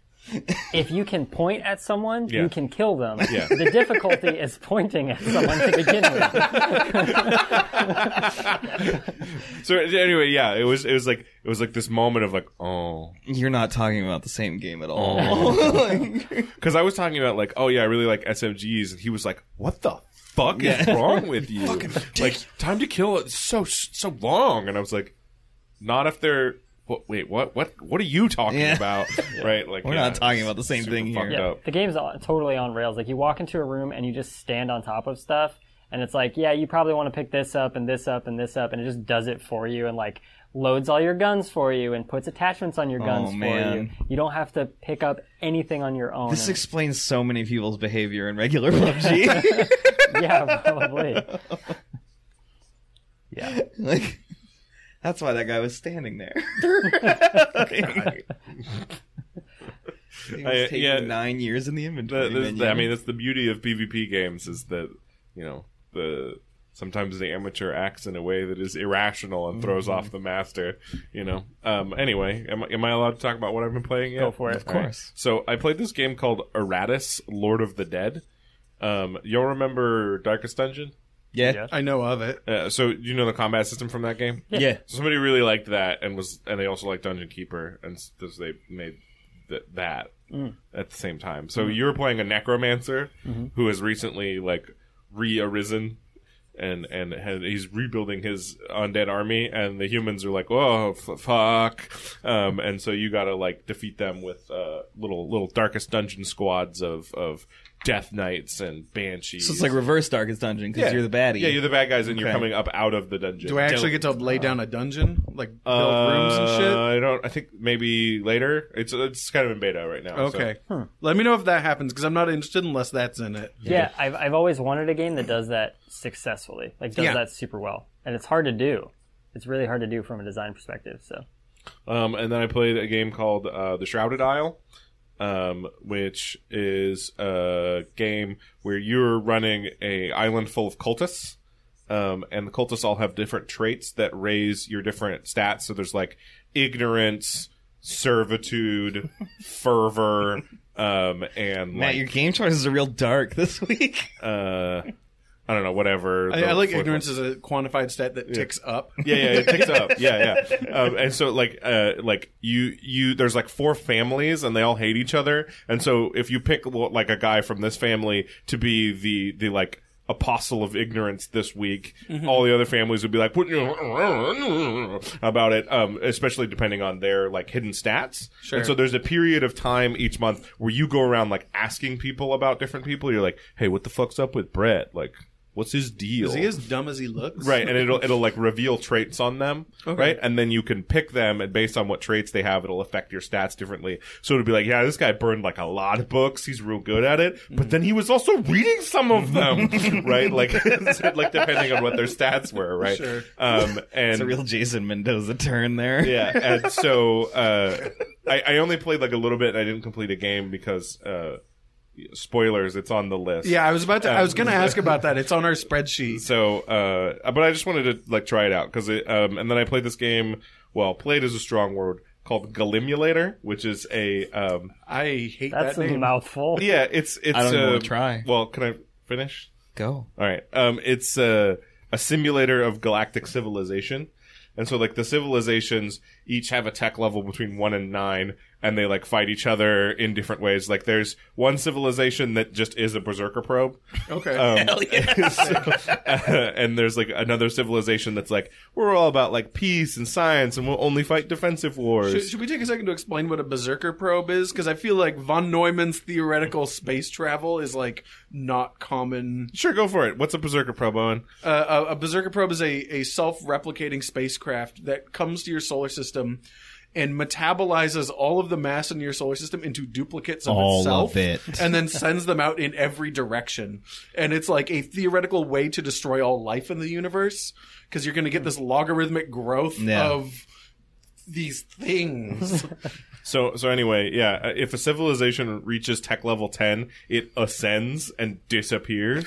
D: if you can point at someone,
A: Yeah.
D: you can kill them.
A: Yeah.
D: The difficulty is pointing at someone to begin with.
A: so anyway, yeah, it was it was like it was like this moment of like oh,
C: You're not talking about the same game at all.
A: because I was talking about like oh yeah, I really like SMGs, and he was like, what the. Fuck is wrong with you? like time to kill is so so long, and I was like, not if they're. What, wait, what? What? What are you talking
C: Yeah.
A: about? Right? Like
C: We're
A: yeah,
C: not talking about the same
A: super
C: thing here.
A: fucked
D: Yeah,
A: up.
D: the game's on, totally on rails. Like you walk into a room and you just stand on top of stuff, and it's like, yeah, you probably want to pick this up and this up and this up, and it just does it for you and like loads all your guns for you and puts attachments on your guns for you.
C: man.
D: You don't have to pick up anything on your own.
C: This
D: And-
C: explains so many people's behavior in regular PUBG.
D: yeah, probably. Yeah.
C: like, that's why that guy was standing there. He was
A: I-
C: taking
A: yeah.
C: nine years in the inventory.
A: The- this-
C: menu.
A: I mean, that's the beauty of PvP games is that you know the sometimes the amateur acts in a way that is irrational and throws
D: Mm-hmm.
A: off the master. You know. Um, anyway, am, I- am I allowed to talk about what I've been playing? Yet?
D: Go for it. Of
A: All right.
C: course.
A: So I played this game called Eratus, Lord of the Dead. Um, you'll remember Darkest Dungeon.
C: yeah,
D: Yeah.
B: I know of it.
A: Uh, so you know the combat system from that game.
C: yeah.
A: Somebody really liked that, and was, and they also liked Dungeon Keeper, and s- so they made th- that
C: Mm.
A: at the same time.
C: Mm-hmm.
A: So you were playing a necromancer who has recently like re-arisen, and and had, he's rebuilding his undead army, and the humans are like, "Whoa, f- fuck!" Um, and so you gotta like defeat them with uh, little little darkest dungeon squads of of death knights and banshees.
C: So it's like reverse Darkest Dungeon because you're the baddie.
A: Yeah, you're the bad guys, and you're
C: Okay.
A: coming up out of the dungeon.
B: Do I actually get to lay down a dungeon, like build rooms and
A: Uh,
B: shit?
A: I don't. I think maybe later. It's it's kind of in beta right now. so-
B: Okay, let me know if that happens because I'm not interested unless that's in it.
D: Yeah, I've, I've always wanted a game that does that successfully, like does
B: Yeah.
D: that super well, and it's hard to do. it's really hard to do from a design perspective. So
A: Um, and then I played a game called uh, The Shrouded Isle, um, which is a game where you're running a island full of cultists, um, and the cultists all have different traits that raise your different stats. So there's like ignorance, servitude, fervor, um, and
C: Matt, your
A: like
C: game choices are real dark this week.
A: uh, I don't know, whatever.
B: I,
A: the
B: I like
A: fourth one-
B: ignorance as a quantified stat that ticks up.
A: yeah, yeah, it ticks up. Yeah, yeah. Um, and so like uh like you you there's like four families and they all hate each other. And so if you pick well, like a guy from this family to be the the like apostle of ignorance this week,
B: Mm-hmm.
A: all the other families would be like "What- about it. Um, especially depending on their like hidden stats.
B: Sure.
A: And so there's a period of time each month where you go around like asking people about different people. You're like, hey, what the fuck's up with Brett? Like. What's his deal?
B: 'Cause he is dumb as he looks.
A: right and it'll it'll like reveal traits on them right and then you can pick them and based on what traits they have it'll affect your stats differently so it'll be like yeah this guy burned like a lot of books he's real good at it
C: Mm-hmm.
A: but then he was also reading some of them right like so, like depending on what their stats were right
B: Sure.
A: um and
C: It's a real Jason Mendoza turn there.
A: yeah, and so uh, I, I only played like a little bit. and I didn't complete a game because uh, spoilers. It's on the list.
B: Yeah, I was about to. I
A: Um,
B: was going to ask about that. It's on our spreadsheet.
A: So, uh, but I just wanted to like try it out because it. Um, and then I played this game. Well, played is a strong word called Galimulator, which is a. Um,
B: I hate
D: that's
B: that
D: a
B: name.
D: mouthful.
A: yeah, it's it's.
C: I don't even
A: uh,
C: wanna try.
A: Well, can I finish?
C: Go.
A: All right. Um, it's a a simulator of galactic civilization, and so like the civilizations each have a tech level between one and nine, and they like fight each other in different ways. Like there's one civilization that just is a berserker probe.
B: Okay.
A: Um, so, uh, and there's like another civilization that's like we're all about like peace and science, and we'll only fight defensive wars.
B: Should, should we take a second to explain what a berserker probe is? Because I feel like von Neumann's theoretical space travel is like not common.
A: Sure, go for it. What's a berserker probe, Owen?
B: Uh, a, a berserker probe is a, a self-replicating spacecraft that comes to your solar system and metabolizes all of the mass in your solar system into duplicates of
C: All
B: itself
C: of it.
B: and then sends them out in every direction and it's like a theoretical way to destroy all life in the universe because you're going to get this logarithmic growth
C: Yeah.
B: of these things
A: So, so anyway, yeah. uh, If a civilization reaches tech level ten, it ascends and disappears.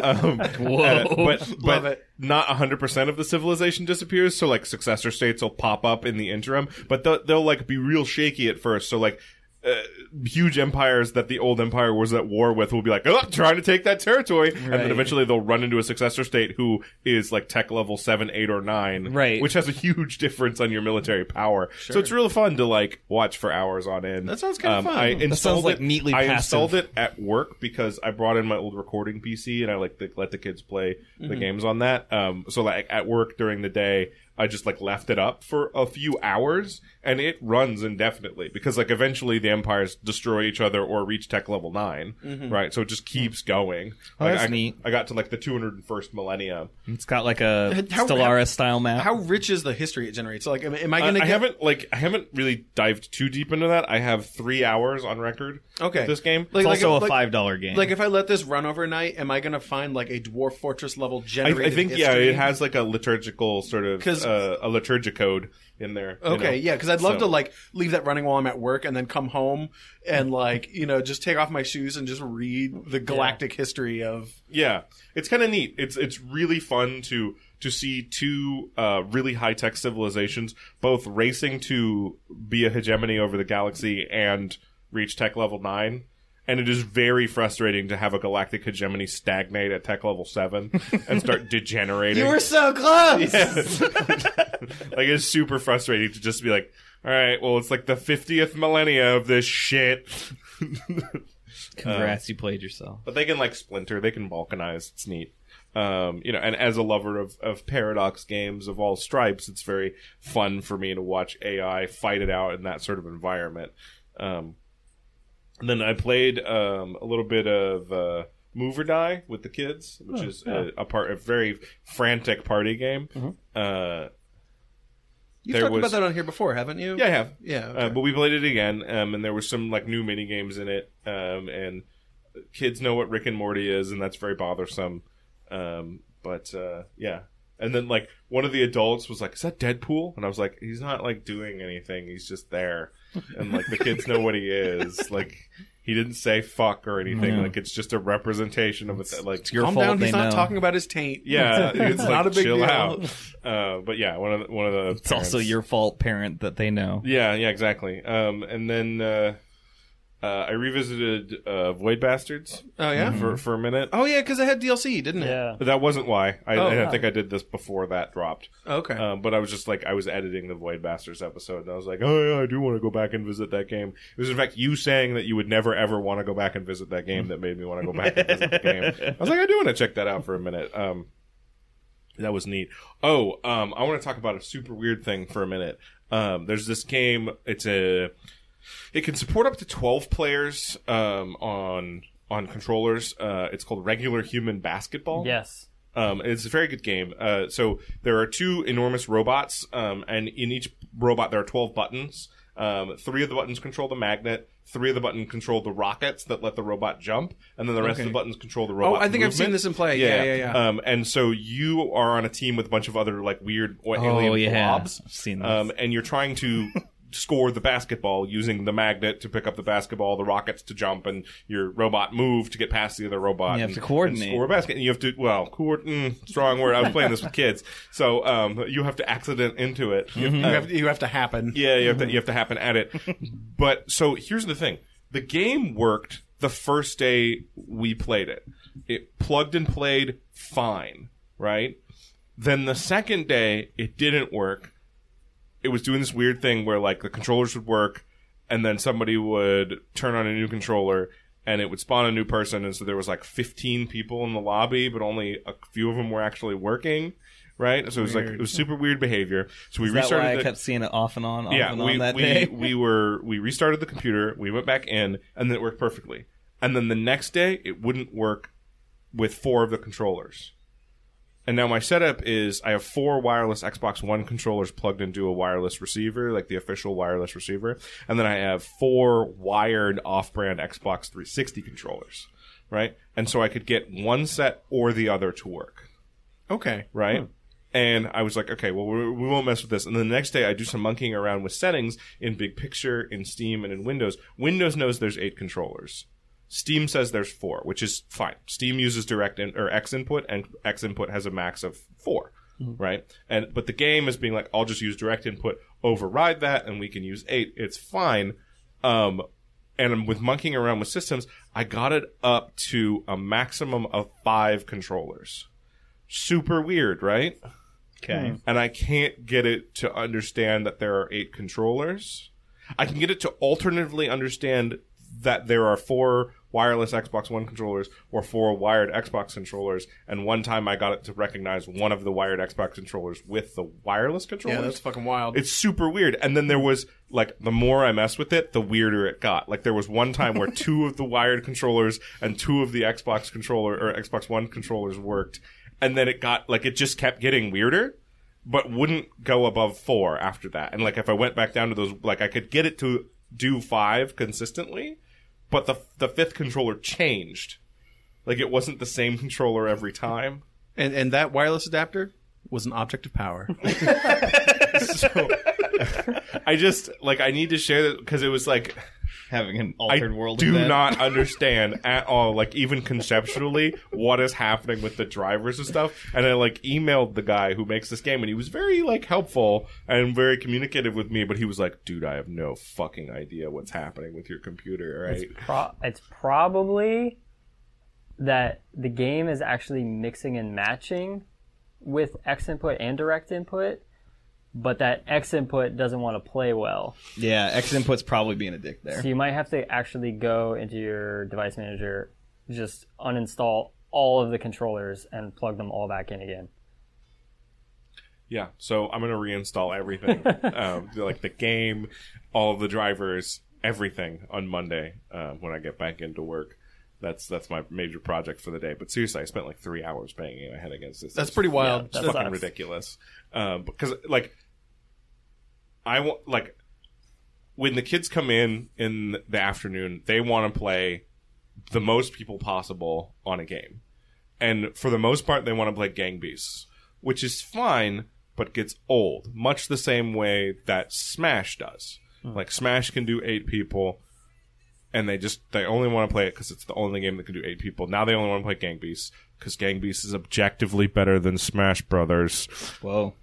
A: um, Whoa! but but
B: Love it.
A: not hundred percent of the civilization disappears. So, like successor states will pop up in the interim, but they'll, they'll like be real shaky at first. So, like. Uh, huge empires that the old empire was at war with will be like, oh, trying to take that territory, and then
C: Right.
A: eventually they'll run into a successor state who is like tech level seven, eight, or nine,
C: Right.
A: Which has a huge difference on your military power. So it's real fun to like watch for hours on end. Um,
B: That sounds kinda fun.
A: I
B: That
A: installed
C: sounds, like,
A: it,
C: neatly
A: I
C: passive.
A: installed it at work because I brought in my old recording PC and I like to let the kids play
C: Mm-hmm.
A: the games on that. Um, so like at work during the day, I just like left it up for a few hours and it runs indefinitely because like eventually the empires destroy each other or reach tech level 9 right? So it just keeps going.
C: Mm-hmm. Oh,
A: Like,
C: that's
A: I,
C: neat.
A: I got to like the 201st millennium.
C: It's got like a
B: How-
C: Stellaris style map.
B: how rich is the history it generates like am, am i
A: Uh, I,
B: going to
A: I
B: get
A: haven't like I haven't really dived too deep into that. I have three hours on record.
B: Okay.
A: with this game.
B: Like-
C: it's also a
B: like-
C: five dollar game.
B: Like if I let this run overnight, am I going to find like a dwarf fortress level
A: I,
B: generated?
A: I think yeah, it has like a liturgical sort of
B: 'Cause-
A: uh, a liturgicode in there. you
B: Okay,
A: know?
B: yeah, because I'd love
A: So-
B: to like leave that running while I'm at work and then come home and like you know just take off my shoes and just read the galactic history of.
A: Yeah, it's kind of neat. It's it's really fun to to see two uh, really high tech civilizations both racing to be a hegemony over the galaxy and reach tech level nine. And it is very frustrating to have a galactic hegemony stagnate at tech level seven and start degenerating.
C: so close.
A: like it's super frustrating to just be like, all right, well, it's like the fiftieth millennia of this shit.
C: Uh, Congrats, you played yourself.
A: But they can like splinter, they can balkanize. It's neat. Um, you know, and as a lover of, of paradox games of all stripes, it's very fun for me to watch AI fight it out in that sort of environment. Um, and then I played um, a little bit of uh, Move or Die with the kids, which is a, a part a very frantic party game. Uh,
B: You've
A: There
B: talked
A: was-
B: about that on here before, haven't you?
A: yeah, I have.
B: yeah.
A: Uh, but we played it again, um, and there were some like new mini games in it, um, and kids know what Rick and Morty is, and that's very bothersome. Um, but uh, yeah, And then like one of the adults was like, "Is that Deadpool?" And I was like, "He's not like doing anything. He's just there." And like the kids know what he is. Like he didn't say fuck or anything.
C: No.
A: Like it's just a representation of it. Like
C: Your
B: Calm
C: fault
B: down.
C: they
B: He's not
C: know.
B: talking about his taint.
A: yeah, it's like,
B: not a big
A: chill
B: deal.
A: out. Uh, but yeah, one of the, one of the
C: It's also your fault, parent, that they know.
A: Yeah, yeah, exactly. Um, and then uh, uh, I revisited uh, Void Bastards
B: Oh yeah.
A: for for a minute.
B: Oh yeah, because it had DLC, didn't it?
D: Yeah.
A: But that wasn't why. I,
B: Oh.
A: and I think I did this before that dropped.
B: Okay.
A: Um, but I was just like, I was editing the Void Bastards episode, and I was like, oh yeah, I do want to go back and visit that game. It was in fact you saying that you would never ever want to go back and visit that game that made me want to go back and visit the game. I was like, I do want to check that out for a minute. Um, that was neat. Oh, um, I want to talk about a super weird thing for a minute. Um, there's this game. It's a it can support up to 12 players um, on on controllers. Uh, it's called Regular Human Basketball.
D: Yes.
A: Um, and it's a very good game. Uh, so there are two enormous robots, um, and in each robot there are twelve buttons. Um, three of the buttons control the magnet. Three of the buttons control the rockets that let the robot jump, and then the rest of
B: Okay.
A: the buttons control the
B: oh,
A: robot.
B: I think I've seen this in play. Yeah, yeah, yeah.
A: Um, and so you are on a team with a bunch of other like weird alien
C: Oh yeah,
A: blobs,
C: I've seen this.
A: um, and you're trying to score the basketball using the magnet to pick up the basketball, the rockets to jump, and your robot move to get past the other robot.
C: You have to
A: and-
C: coordinate.
A: And score a basket. And you have to, well, coor- mm, strong word. I was playing this with kids. So um, you have to accident into it.
C: Mm-hmm.
B: you, have, you have to happen.
A: Yeah, you have to you have to happen at it. but so here's the thing: the game worked the first day we played it. It plugged and played fine, right? Then the second day, it didn't work. It was doing this weird thing where like the controllers would work, and then somebody would turn on a new controller. And it would spawn a new person, and so there was like 15 people in the lobby, but only a few of them were actually working, right? So it was like it was super weird behavior. So we
C: Is that
A: restarted.
C: why I
A: the-
C: kept seeing it off and on, off
A: yeah,
C: and
A: we,
C: on that
A: we,
C: day?
A: we were we restarted the computer, we went back in, and then it worked perfectly. And then the next day it wouldn't work with four of the controllers. And now my setup is I have four wireless Xbox One controllers plugged into a wireless receiver, like the official wireless receiver, and then I have four wired off-brand Xbox 360 controllers, right? And so I could get one set or the other to work
B: Okay.
A: right? And I was like, okay, well, we we won't mess with this. And the next day, I do some monkeying around with settings in Big Picture, in Steam, and in Windows. Windows knows there's eight controllers. Steam says there's four, which is fine. Steam uses direct in, or X input, and X input has a max of 4 right? And but the game is being like, I'll just use direct input, override that, and we can use eight. It's fine. Um, and with monkeying around with systems, I got it up to a maximum of five controllers super weird, right? Okay. And I can't get it to understand that there are eight controllers. I can get it to alternatively understand that there are four wireless Xbox One controllers or four wired Xbox controllers. And one time I got it to recognize one of the wired Xbox controllers with the wireless controllers.
B: Yeah, that's fucking wild.
A: It's super weird. And then there was like the more I messed with it, the weirder it got. Like there was one time where two of the wired controllers and two of the Xbox controller or Xbox One controllers worked, and then it got like it just kept getting weirder, but wouldn't go above four after that. And like if I went back down to those, like I could get it to do five consistently, but the the fifth controller changed. Like it wasn't the same controller every time.
B: and and that wireless adapter was an object of power.
A: So I just like I need to share that because it was like
C: Having an
A: I
C: altered world.
A: do
C: event.
A: not understand at all, like even conceptually, what is happening with the drivers and stuff. And I like emailed the guy who makes this game, and he was very like helpful and very communicative with me. But he was like, "Dude, I have no fucking idea what's happening with your computer." Right?
D: Pro- it's probably that the game is actually mixing and matching with X input and direct input, but that X input doesn't want to play well.
C: Yeah, X input's probably being a dick there.
D: So you might have to actually go into your device manager, just uninstall all of the controllers and plug them all back in again.
A: yeah. So I'm gonna reinstall everything, um, like the game, all the drivers, everything on Monday uh, when I get back into work. That's that's my major project for the day. But seriously, I spent like three hours banging my head against this.
B: That's pretty wild.
D: Yeah,
A: It's
D: That
A: fucking
D: sucks.
A: ridiculous. Um, because like, I want like when the kids come in in the afternoon, they want to play the most people possible on a game, and for the most part, they want to play Gang Beasts, which is fine, but gets old, much the same way that Smash does. Like Smash can do eight people, and they just they only want to play it because it's the only game that can do eight people. Now they only want to play Gang Beasts because Gang Beasts is objectively better than Smash Brothers.
C: Whoa.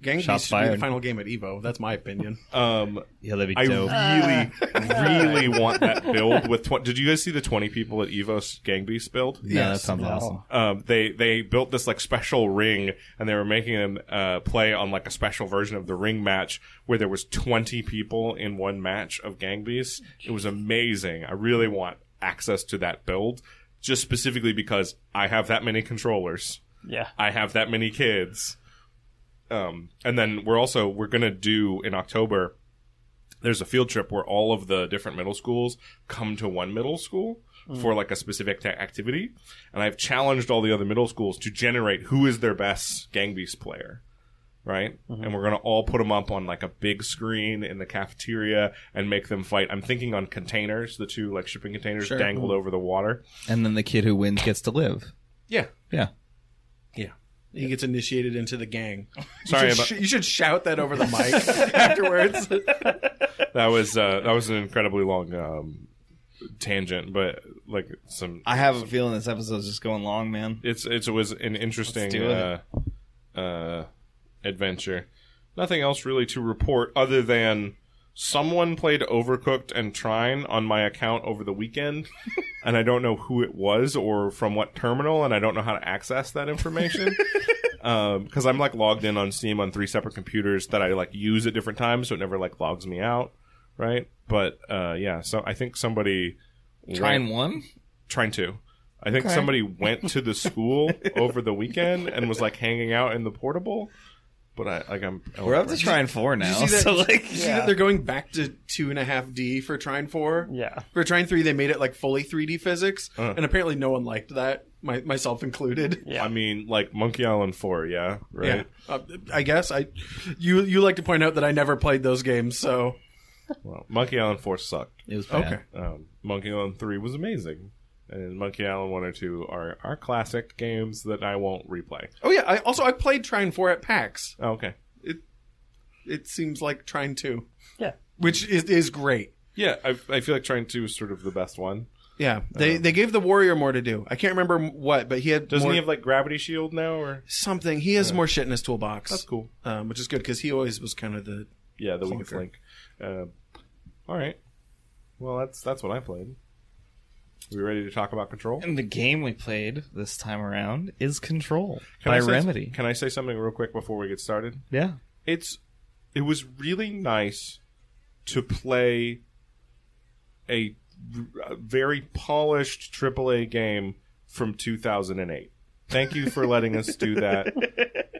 B: Gang
C: Shots
B: Beasts should be the
C: fired.
B: final game at Evo. That's my opinion.
A: Um,
C: Yeah, that'd be
A: I
C: dope.
A: really, really want that build with. Tw- Did you guys see the twenty people at Evo's Gang Beasts build?
C: no, that sounds awesome.
A: um, they they built this like special ring and they were making them uh, play on like a special version of the ring match where there was 20 people in one match of gang beasts it was amazing i really want access to that build just specifically because i have that many controllers
D: Yeah.
A: i have that many kids um, and then we're also we're gonna do in october there's a field trip where all of the different middle schools come to one middle school for like a specific ta- activity and i've challenged all the other middle schools to generate who is their best gang beast player right
B: Mm-hmm.
A: and we're going to all put them up on like a big screen in the cafeteria and make them fight i'm thinking on containers the two like shipping containers
B: Sure. Mm-hmm.
A: dangled over the water
C: And then the kid who wins gets to live.
A: yeah
C: Yeah.
A: yeah
B: He gets initiated into the gang.
A: Sorry
B: you should,
A: about-
B: sh- you should shout that over the mic afterwards.
A: that was uh that was an incredibly long um tangent but like some
C: I have a feeling this episode's just going long, man.
A: it's, it's it was an interesting
C: do
A: uh,
C: it.
A: uh, adventure. Nothing else really to report other than someone played Overcooked and Trine on my account over the weekend, and I don't know who it was or from what terminal, and I don't know how to access that information. Because I'm like logged in on Steam on three separate computers that I like use at different times, so it never like logs me out, right? But uh, yeah, so I think somebody went-
C: Trying one?
A: trying to. I think somebody went to the school over the weekend and was like hanging out in the portable. But I like I'm
C: We're up to trying four now.
B: see that-
C: So like
B: You see that they're going back to two and a half D for Trine Four.
D: Yeah.
B: For Trine Three, they made it like fully 3D physics,
A: Uh.
B: and apparently no one liked that, my, myself included.
D: Yeah.
A: I mean, like Monkey Island Four, yeah, right.
B: Yeah. Uh, I guess I. You you like to point out that I never played those games, so
A: Well, Monkey Island Four sucked.
C: it was bad.
B: okay.
A: Um, Monkey Island Three was amazing, and Monkey Island One or Two are are classic games that I won't replay.
B: Oh yeah. I also I played Trine Four at PAX.
A: Oh, okay.
B: It seems like Trine Two,
D: Yeah.
B: which is is great.
A: Yeah, I, I feel like trying two is sort of the best one.
B: Yeah, they they gave the warrior more to do. I can't remember what, but he had
A: Uh-huh. Doesn't
B: more-
A: he have like uh, Gravity Shield now, or
B: something. He has more shit in his toolbox.
A: that's cool?
B: um, which is good because he always was kind of the
A: Yeah, the weakest
B: Clunker.
A: link. Uh, all right. Well, that's that's what I played. We ready to talk about Control?
C: And the game we played this time around is Control
A: Can
C: by
A: I say-
C: Remedy.
A: Can I say something real quick before we get started?
C: Yeah.
A: It's it was really nice to play a, r- a very polished AAA game from 2008. Thank you for letting us do that,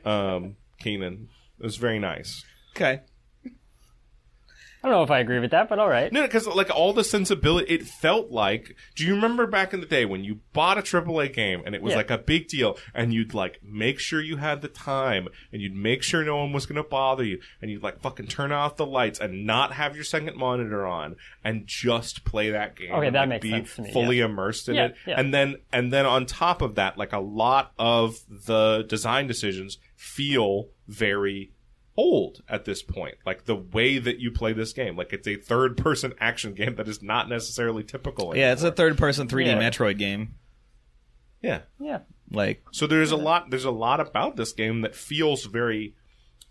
A: um, Keenan. It was very nice.
C: Okay.
D: I don't know if I agree with that, but all right.
A: No, because like all the sensibility, it felt like. Do you remember back in the day when you bought a AAA game and it was
D: Yeah.
A: like a big deal, and you'd like make sure you had the time, and you'd make sure no one was gonna bother you, and you'd like fucking turn off the lights and not have your second monitor on, and just play that game.
D: Okay,
A: and,
D: that
A: like,
D: makes
A: be
D: sense to me,
A: Fully immersed in
D: Yeah,
A: it,
D: yeah.
A: and then and then on top of that, like a lot of the design decisions feel very old at this point. Like the way that you play this game, like it's a third person action game that is not necessarily typical.
C: Yeah, it's a
A: anymore.
C: third person 3D
D: Yeah.
C: Metroid game.
A: yeah.
D: Yeah.
C: Like
A: So there's a lot. There's a lot about this game that feels very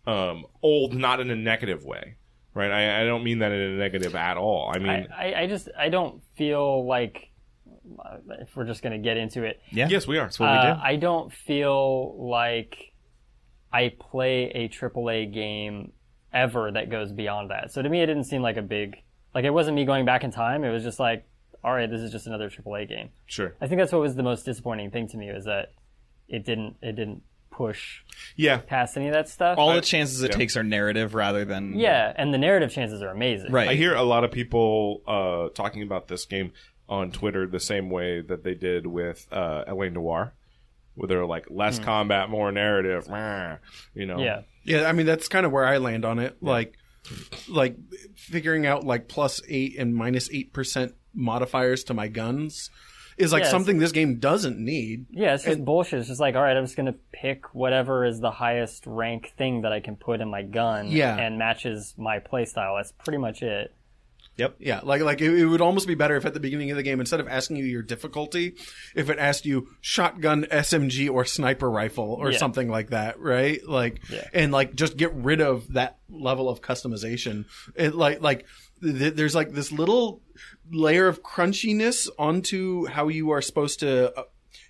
A: um, old, not in a negative way, right? I, I don't mean that in a negative at all. I mean,
D: I, I, I just I don't feel like uh, if we're just gonna get into it,
C: yeah.
A: yes, we are.
C: what we
D: uh,
C: did.
D: I don't feel like I play a AAA game ever that goes beyond that. So to me, it didn't seem like a big like it wasn't me going back in time. It was just like, all right, this is just another AAA game.
A: sure.
D: I think that's what was the most disappointing thing to me was that it didn't it didn't push
A: Yeah.
D: past any of that stuff.
C: All the chances it
A: yeah.
C: takes are narrative rather than
D: yeah, and the narrative chances are amazing.
C: Right.
A: I hear a lot of people uh, talking about this game on Twitter the same way that they did with uh, Elaine Noir, where they're like less combat, more narrative. meh, You know,
D: Yeah.
B: Yeah, I mean that's kind of where I land on it. Like, like figuring out like plus eight and minus eight percent modifiers to my guns is like
D: Yes.
B: something this game doesn't need.
D: Yeah, it's just bullshit. It's just like, all right, I'm just gonna pick whatever is the highest rank thing that I can put in my gun,
B: Yeah.
D: and matches my playstyle. That's pretty much it.
B: Yeah, like like it, it would almost be better if at the beginning of the game instead of asking you your difficulty, if it asked you shotgun, SMG, or sniper rifle or
D: Yeah.
B: something like that, right? Like
D: Yeah.
B: and like just get rid of that level of customization. It like like th- there's like this little layer of crunchiness onto how you are supposed to uh,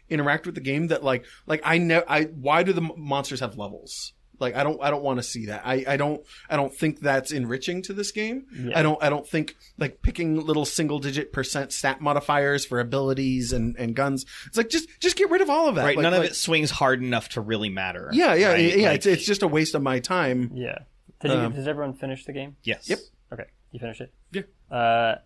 B: interact with the game that like like I know I why do the m- monsters have levels? Like I don't I don't want to see that. I I don't I don't think that's enriching to this game. I don't I don't think like picking little single digit percent stat modifiers for abilities and and guns. It's like just just get rid of all of that.
C: right?
B: Like-
C: None of
B: like-
C: it swings hard enough to really matter.
B: Yeah, yeah,
C: right?
B: yeah.
C: Like,
B: it's it's just a waste of my time.
D: Yeah. Did,
C: um,
D: you, did everyone finish the game?
C: yes.
B: Yep.
D: Okay, you finished it.
B: Yeah.
D: Uh,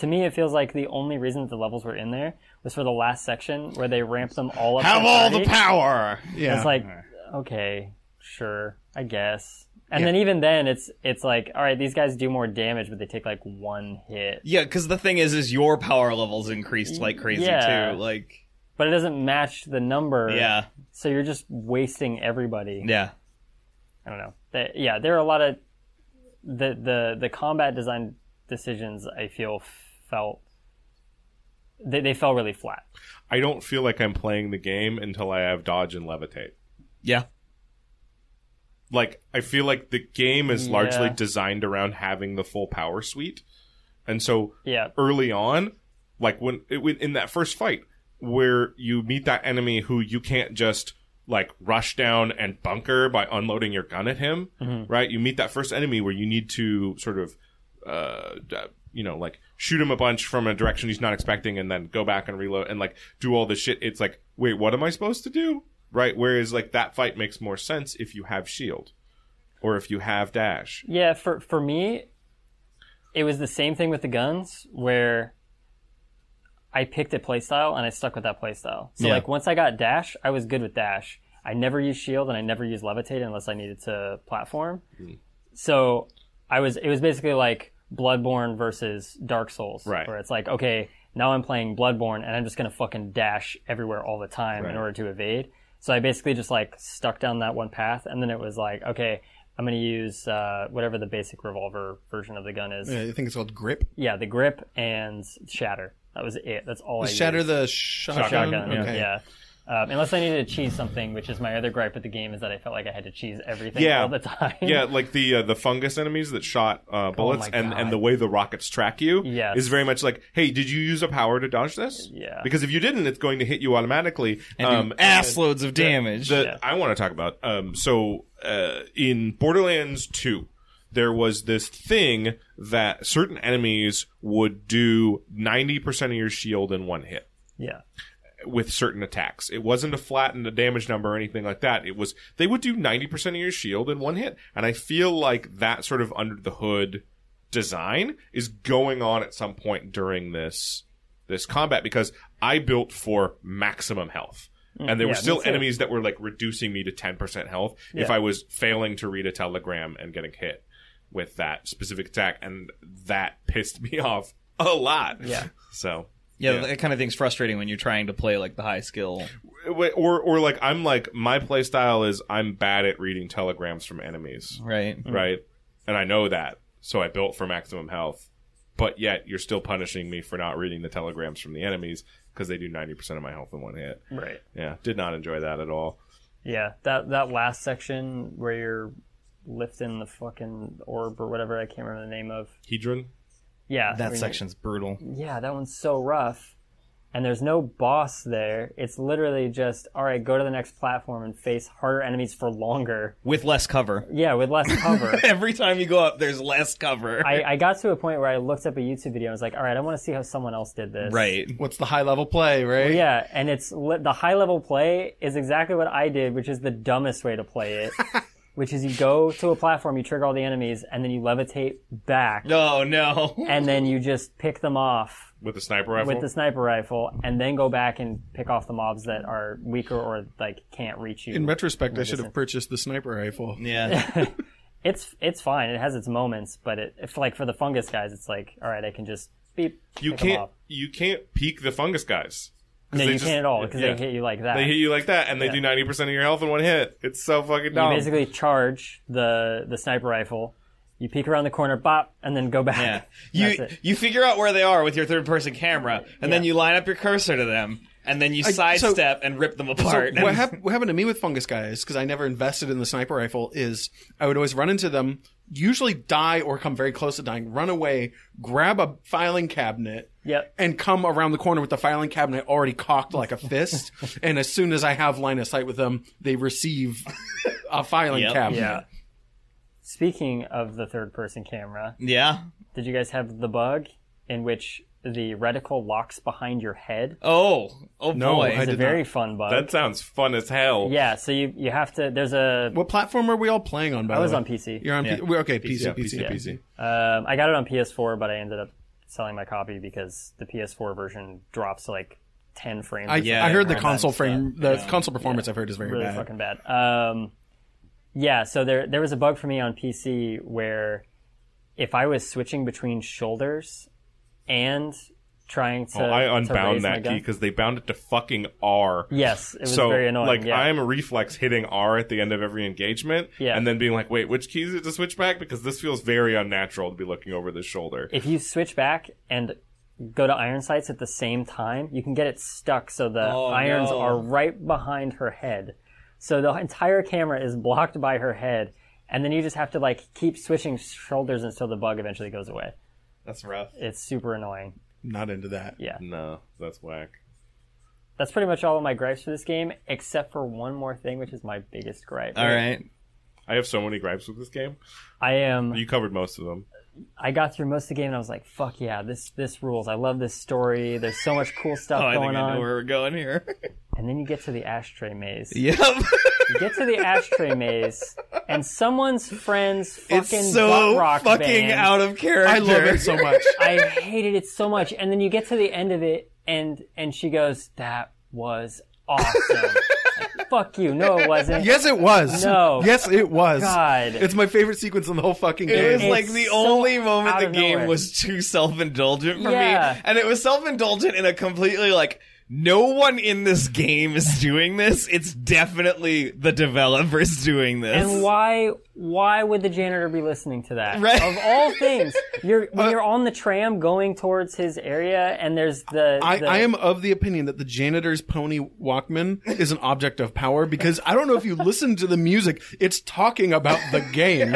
D: to me, it feels like the only reason that the levels were in there was for the last section where they ramp them all up.
C: Have
D: to
C: all the
D: 30.
C: power.
B: Yeah.
D: It's like, okay, sure, I guess. And then even then, it's it's like, all right, these guys do more damage, but they take like one hit.
C: Yeah, because the thing is, is your power levels increased like crazy
D: Yeah.
C: too. Like,
D: But it doesn't match the number.
C: yeah,
D: So you're just wasting everybody.
C: yeah,
D: I don't know. That- yeah, there are a lot of the the the combat design decisions. I feel felt they they fell really flat.
A: I don't feel like I'm playing the game until I have dodge and levitate.
C: yeah.
A: Like I feel like the game is largely
D: Yeah.
A: designed around having the full power suite, and so
D: Yeah,
A: early on, like when it, when- in that first fight where you meet that enemy who you can't just like rush down and bunker by unloading your gun at him, right? You meet that first enemy where you need to sort of, uh, d- you know, like shoot him a bunch from a direction he's not expecting, and then go back and reload and like do all this shit. It's like, wait, what am I supposed to do? Right? Whereas like that fight makes more sense if you have shield, or if you have dash.
D: yeah. For for me, it was the same thing with the guns where. I picked a playstyle and I stuck with that playstyle. So
C: Yeah.
D: like once I got dash, I was good with dash. I never used shield and I never used levitate unless I needed to platform. So I was it was basically like Bloodborne versus Dark Souls,
A: Right.
D: Where it's like, okay, now I'm playing Bloodborne and I'm just gonna fucking dash everywhere all the time
A: Right.
D: in order to evade. So I basically just like stuck down that one path, and then it was like, okay, I'm gonna use uh, whatever the basic revolver version of the gun is. Yeah,
B: I think it's called grip.
D: the grip and shatter. That was it. That's all I used
B: Shatter the shotgun.
D: shotgun.
B: Okay.
D: Yeah. Um, unless I needed to cheese something, which is my other gripe with the game, is that I felt like I had to cheese everything
A: Yeah.
D: all the time.
A: Yeah, like the uh, the fungus enemies that shot uh, bullets,
D: my
A: and,
D: God.
A: and the way the rockets track you
D: Yes.
A: is very much like, hey, did you use a power to dodge this?
D: Yeah.
A: Because if you didn't, it's going to hit you automatically. Um,
C: And do ass loads of damage.
A: The, I want to talk about. Um, so uh, in Borderlands Two, there was this thing that certain enemies would do ninety percent of your shield in one hit
D: Yeah.
A: with certain attacks. It wasn't a flat and a damage number or anything like that. It was they would do 90% of your shield in one hit. And I feel like that sort of under the hood design is going on at some point during this this combat because I built for maximum health. And there were
D: Mm, yeah,
A: still
D: me too.
A: enemies that were like reducing me to 10% health if
D: Yeah.
A: I was failing to read a telegram and getting hit with that specific attack and that pissed me off a lot.
D: Yeah.
A: So
C: yeah, that kind of thing's frustrating when you're trying to play like the high skill.
A: Wait, or or like I'm like my play style is I'm bad at reading telegrams from enemies,
C: Right.
D: Hmm.
A: right? And I know that, so I built for maximum health. But yet you're still punishing me for not reading the telegrams from the enemies because they do 90% of my health in one hit.
D: Right.
A: Yeah, did not enjoy that at all.
D: Yeah, that that last section where you're lifting the fucking orb or whatever I can't remember the name of.
A: Hedron?
D: Yeah,
C: That
D: when you-
C: section's brutal.
D: Yeah, that one's so rough. And there's no boss there. It's literally just all right. Go to the next platform and face harder enemies for longer.
C: With less cover.
D: Yeah, with less cover.
C: Every time you go up, there's less cover.
D: I, I got to a point where I looked up a YouTube video. and was like, all right, I want to see how someone else did this.
C: right.
B: What's the high level play, right?
D: Yeah, and it's li- the high level play is exactly what I did, which is the dumbest way to play it, which is you go to a platform, you trigger all the enemies, and then you levitate back,
C: Oh no.
D: and then you just pick them off
A: With the sniper rifle?
D: with the sniper rifle, and then go back and pick off the mobs that are weaker or like can't reach you.
B: In retrospect, I should have purchased the sniper rifle.
C: Yeah.
D: it's it's fine. It has its moments, but it if like for the fungus guys, it's like all right, I can just beep.
A: You
D: pick 'em
A: can't
D: up.
A: you can't peek the fungus guys. 'Cause
D: No,
A: they
D: you
A: just-
D: can't at all because
A: yeah.
D: they hit you like that.
A: They hit you like that, and they
D: Yeah.
A: do ninety percent of your health in one hit. It's so fucking
D: you
A: dumb.
D: basically charge the the sniper rifle. You peek around the corner, bop, and then go back.
C: Yeah.
D: That's
C: You
D: it.
C: you figure out where they are with your third person camera, and then
D: Yeah.
C: you line up your cursor to them, and then you
B: so-
C: sidestep and rip them apart.
B: So what, hap- what happened to me with fungus guys, because I never invested in the sniper rifle, is I would always run into them, usually die or come very close to dying, run away, grab a filing cabinet,
D: Yep.
B: and come around the corner with the filing cabinet already cocked like a fist. and as soon as I have line of sight with them, they receive a filing
C: Yep.
B: cabinet.
D: Yeah. Speaking of the third person camera,
C: yeah.
D: did you guys have the bug in which the reticle locks behind your head?
C: Oh. Oh
B: No,
C: boy.
B: I
D: It's a
B: did
D: very fun bug.
A: that sounds fun as hell.
D: yeah, so you you have to there's a
B: What platform are we all playing on? By
D: I was
B: the
D: on
B: way?
D: PC.
B: You're on
C: Yeah.
B: P- we're- okay. PC,
A: Yeah,
B: PC,
A: PC, PC.
D: Um, I got it on PS4, but I ended up selling my copy because the PS4 version drops like 10 frames.
B: I,
D: or something.
C: Yeah,
B: I heard the
C: yeah.
B: console frame, the console performance. I've heard is very
D: really
B: bad.
D: fucking bad. Um, yeah, so there there was a bug for me on PC where if I was switching between shoulders and trying to,
A: Oh, I
D: to raise
A: unbound
D: my
A: that
D: gun-
A: key because they bound it to fucking R.
D: Yes, it was
A: so
D: very annoying.
A: like
D: yeah.
A: I am a reflex hitting R at the end of every engagement,
D: Yeah.
A: and then being like, "Wait, which key is it to switch back?" Because this feels very unnatural to be looking over this shoulder.
D: if you switch back and go to iron sights at the same time, you can get it stuck so the
C: Oh,
D: irons
C: no.
D: are right behind her head. So the entire camera is blocked by her head, and then you just have to like keep switching shoulders until the bug eventually goes away.
C: That's rough.
D: It's super annoying.
B: Not into that.
D: Yeah.
A: No, that's whack.
D: That's pretty much all of my gripes for this game, except for one more thing, which is my biggest gripe.
C: All right.
A: I have so many gripes with this game.
D: I am
A: You covered most of them.
D: I got through most of the game and I was like, fuck yeah, this this rules. I love this story. There's so much cool stuff
C: Oh, I
D: going
C: think I know
D: on.
C: where we're going here.
D: And then you get to the ashtray maze.
C: yep.
D: You get to the ashtray maze and someone's friend's fucking
C: It's
D: butt
C: so
D: rock
C: fucking
D: band.
C: out of character.
B: I love it so much.
D: I hated it so much. And then you get to the end of it, and and she goes, "That was awesome." Like, Fuck you. No, it wasn't.
B: Yes, it was.
D: No.
B: Yes, it was.
D: God.
B: It's my favorite sequence in the whole fucking
C: It
B: game.
C: was like
D: It's
C: the
D: so
C: only moment
D: out
C: the
D: of
C: game
D: nowhere.
C: was too self indulgent for
D: Yeah.
C: me. And it was self indulgent in a completely like, no one in this game is doing this. It's definitely the developers doing this.
D: And why why would the janitor be listening to that?
C: Right. Uh,
D: Of all things, you're when you're on the tram going towards his area, and there's the,
B: I,
D: the-
B: I am of the opinion that the janitor's pony Walkman is an object of power because I don't know if you listen to the music, it's talking about the game.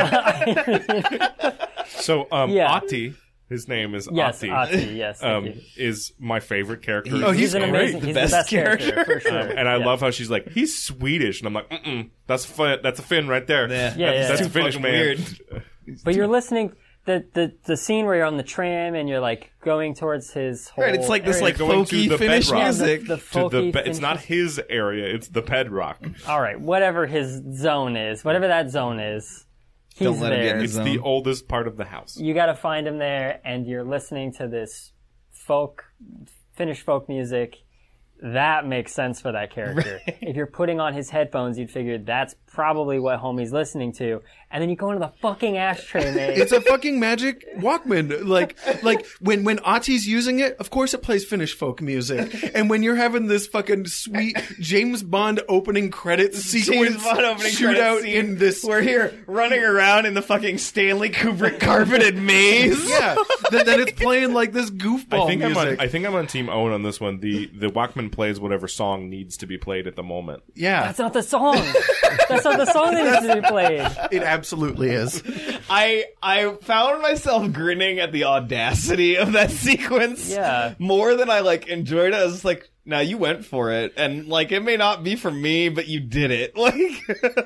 A: So, um,
D: Yeah.
A: Ati, his name is
D: yes,
A: Ati,
D: Ati, yes,
A: um,
D: thank you.
A: is my favorite character.
B: oh, he's
D: He's an
B: great.
D: amazing,
C: the
D: he's
C: best
D: the best character,
C: character. Um,
D: for sure.
A: and I love how she's like, he's Swedish, and I'm like, mm-mm, that's Finn, that's a Finn right there.
C: Yeah.
D: Yeah, yeah.
A: that's
D: Too
A: a Finnish
C: fucking
A: man.
C: weird.
D: But you're listening the, the the scene where you're on the tram and you're like going towards his whole
C: Right, it's like this
D: area.
C: like
A: Going to
C: folky
A: the
C: Finnish
A: bedrock.
D: Yeah, the-
C: music.
D: The,
A: To the
D: folky
A: be- it's
D: Finnish-
A: not his area; it's the bedrock.
D: all right. Whatever his zone is, whatever that zone is, he's
C: Don't let him
D: there.
C: get in his
A: It's
C: zone.
A: the oldest part of the house.
D: you got to find him there, and you're listening to this folk Finnish folk music. That makes sense for that character. If you're putting on his headphones, you'd figure that's probably what homie's listening to, and then you go into the fucking ashtray maze.
B: It's a fucking magic Walkman. Like, like when when Ati's using it, of course it plays Finnish folk music. And when you're having this fucking sweet James Bond opening credits sequence,
C: James Bond opening
B: shootout
C: credits scene.
B: in this,
C: We're here running around in the fucking Stanley Kubrick carpeted maze.
B: yeah, then, then it's playing like this goofball
A: I think
B: music.
A: I'm on. I think I'm on team Owen on this one. The the Walkman plays whatever song needs to be played at the moment.
B: yeah,
D: that's not the song. That's not the song that needs to be played.
B: it absolutely is.
C: I I found myself grinning at the audacity of that sequence.
D: Yeah.
C: More than I like enjoyed it. I was just like, now you went for it. And like it may not be for me, but you did it.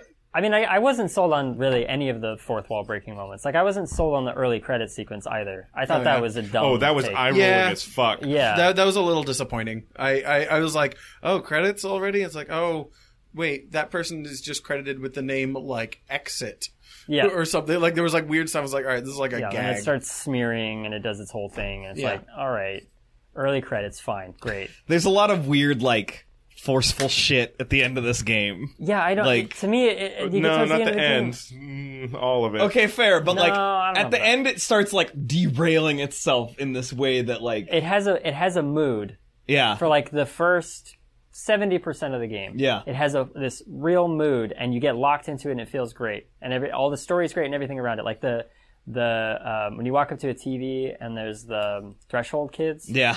C: Like
D: I mean, I, I wasn't sold on really any of the fourth wall breaking moments. Like, I wasn't sold on the early credit sequence either. I thought that
B: yeah.
D: was a dumb.
A: Oh, that was
D: take.
A: eye rolling
B: Yeah.
A: as fuck.
D: Yeah,
B: that, that was a little disappointing. I, I, I was like, oh, credits already? It's like, oh, wait, that person is just credited with the name, like, Exit
D: yeah.
B: or something. Like, there was, like, weird stuff. I was like, all right, this is like a
D: yeah and it
B: gag.
D: starts smearing and it does its whole thing. And it's
B: Yeah.
D: like, all right, early credits, fine, great.
C: there's a lot of weird like forceful shit at the end of this game.
D: Yeah, I don't.
C: Like-
D: to me, it, it, you get
A: no,
D: towards
A: not the
D: end. of the game-
A: end. Mm, all of it.
C: Okay, fair, but
D: No,
C: like
D: I don't know
C: at the
D: about
C: end, it starts like derailing itself in this way that like
D: It has a it has a mood
C: yeah,
D: for like the first seventy percent of the game.
C: Yeah.
D: it has a this real mood, and you get locked into it, and it feels great, and every all the story's great, and everything around it, like the the um, when you walk up to a TV and there's the um, threshold kids.
C: yeah,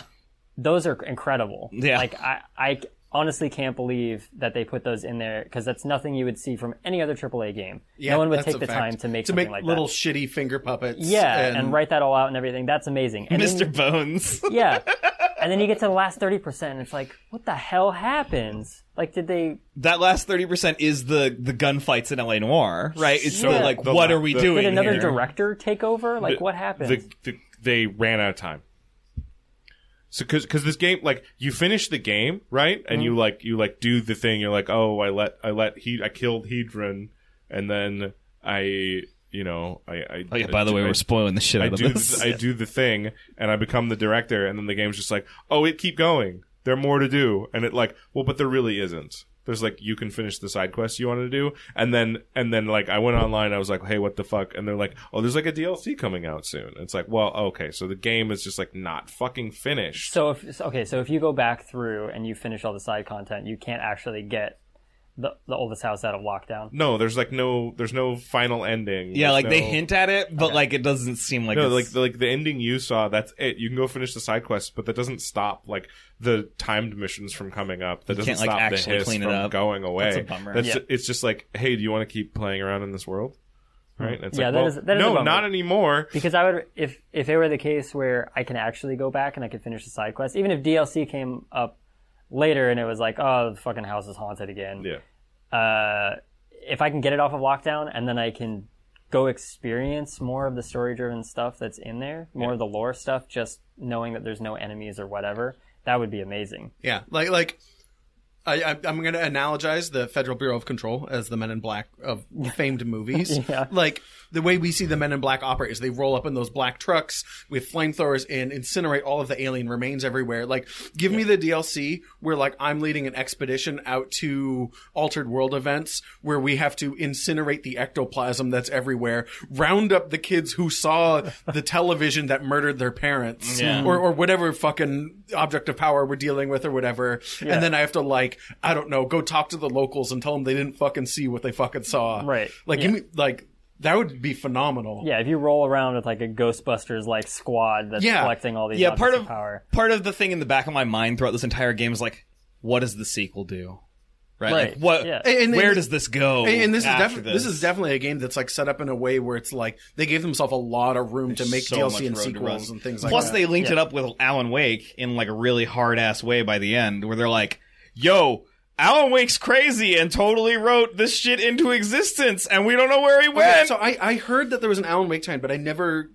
D: those are incredible.
C: Yeah.
D: Like I, I honestly can't believe that they put those in there because that's nothing you would see from any other AAA game. no one would
B: that's
D: take
B: a
D: the
B: fact.
D: time to make
B: to
D: something
B: make
D: like
B: little
D: that.
B: shitty finger puppets.
D: yeah, and, write that all out and everything. That's amazing. And
C: Mr.
D: Then,
C: Bones.
D: yeah, and then you get to the last thirty percent, and it's like, what the hell happens? Like, did they?
C: that last thirty percent is the the gunfights in L.A. Noir, right? It's
D: So
C: sort of like
A: the-
C: what are we
A: the- Did
C: doing?
D: Did another
C: here?
D: director take over? Like, what happened?
A: The, the, they ran out of time. So, cause, 'cause this game, like, you finish the game, right? And
C: Mm-hmm.
A: you like, you like do the thing. You're like, oh, I let, I let he, I killed Hedron, and then I, you know, I, I.
C: Oh yeah, by the way,
A: I-
C: we're spoiling the shit
A: I
C: out of
A: do,
C: this.
A: I do the thing, and I become the director, and then the game's just like, oh, it keep going. There are more to do, and it like, well, but there really isn't. There's like, you can finish the side quest you want to do, and then and then like, I went online, I was like, hey, what the fuck? And they're like, oh, there's like a DLC coming out soon. It's like, well, okay, so the game is just like not fucking finished.
D: So if so- okay, so if you go back through and you finish all the side content, you can't actually get the the oldest house out of lockdown.
A: No, there's like no, there's no final ending.
C: yeah,
A: There's
C: like they
A: no-
C: hint at it, but like it doesn't seem like
A: No,
C: it's-
A: like the, like the ending you saw, that's it. You can go finish the side quests, but that doesn't stop like the timed missions from coming up. That
C: You
A: doesn't
C: can't, like,
A: stop the
C: actually
A: hiss
C: clean it
A: from
C: up.
A: going away.
C: That's a bummer.
A: That's-
D: Yeah.
A: It's just like, hey, do you want to keep playing around in this world? Right? And it's
D: Hmm. Yeah,
A: like,
D: that
A: well,
D: is- that is a
A: no,
D: bummer.
A: not anymore.
D: Because I would, if if it were the case where I can actually go back and I could finish the side quest, even if DLC came up later and it was like, oh, the fucking house is haunted again.
A: Yeah,
D: Uh, if I can get it off of lockdown and then I can go experience more of the story-driven stuff that's in there, more of the lore stuff, just knowing that there's no enemies or whatever, that would be amazing.
B: Yeah, like like I, I, I'm going to analogize the Federal Bureau of Control as the Men in Black of famed movies.
D: Yeah.
B: Like the way we see the Men in Black operate is they roll up in those black trucks with flamethrowers and incinerate all of the alien remains everywhere. Like, give me the DLC where like I'm leading an expedition out to Altered World events where we have to incinerate the ectoplasm that's everywhere, round up the kids who saw the television that murdered their parents,
C: Yeah. Mm-hmm.
B: or or whatever fucking object of power we're dealing with or whatever. And then I have to like, I don't know, go talk to the locals and tell them they didn't fucking see what they fucking saw.
D: Right.
B: Like, give me, like, that would be phenomenal.
D: Yeah, if you roll around with like a Ghostbusters like squad that's
B: Yeah.
D: collecting all these
C: yeah,
D: objects
C: part
D: of
C: of
D: power.
C: part of the thing in the back of my mind throughout this entire game is like, what does the sequel do? Right? Like,
D: Right,
C: what?
D: yeah.
B: And- and-
C: where does this go?
B: And, and this is
C: after
B: definitely this. is definitely a game that's like set up in a way where it's like they gave themselves a lot of room to make
C: so much
B: DLC and
C: road to
B: sequels
C: run.
B: and things like
C: Plus,
B: that.
C: they linked it up with Alan Wake in like a really hard ass way by the end, where they're like, "Yo." Alan Wake's crazy and totally wrote this shit into existence, and we don't know where he went.
B: so I, I heard that there was an Alan Wake time, but I never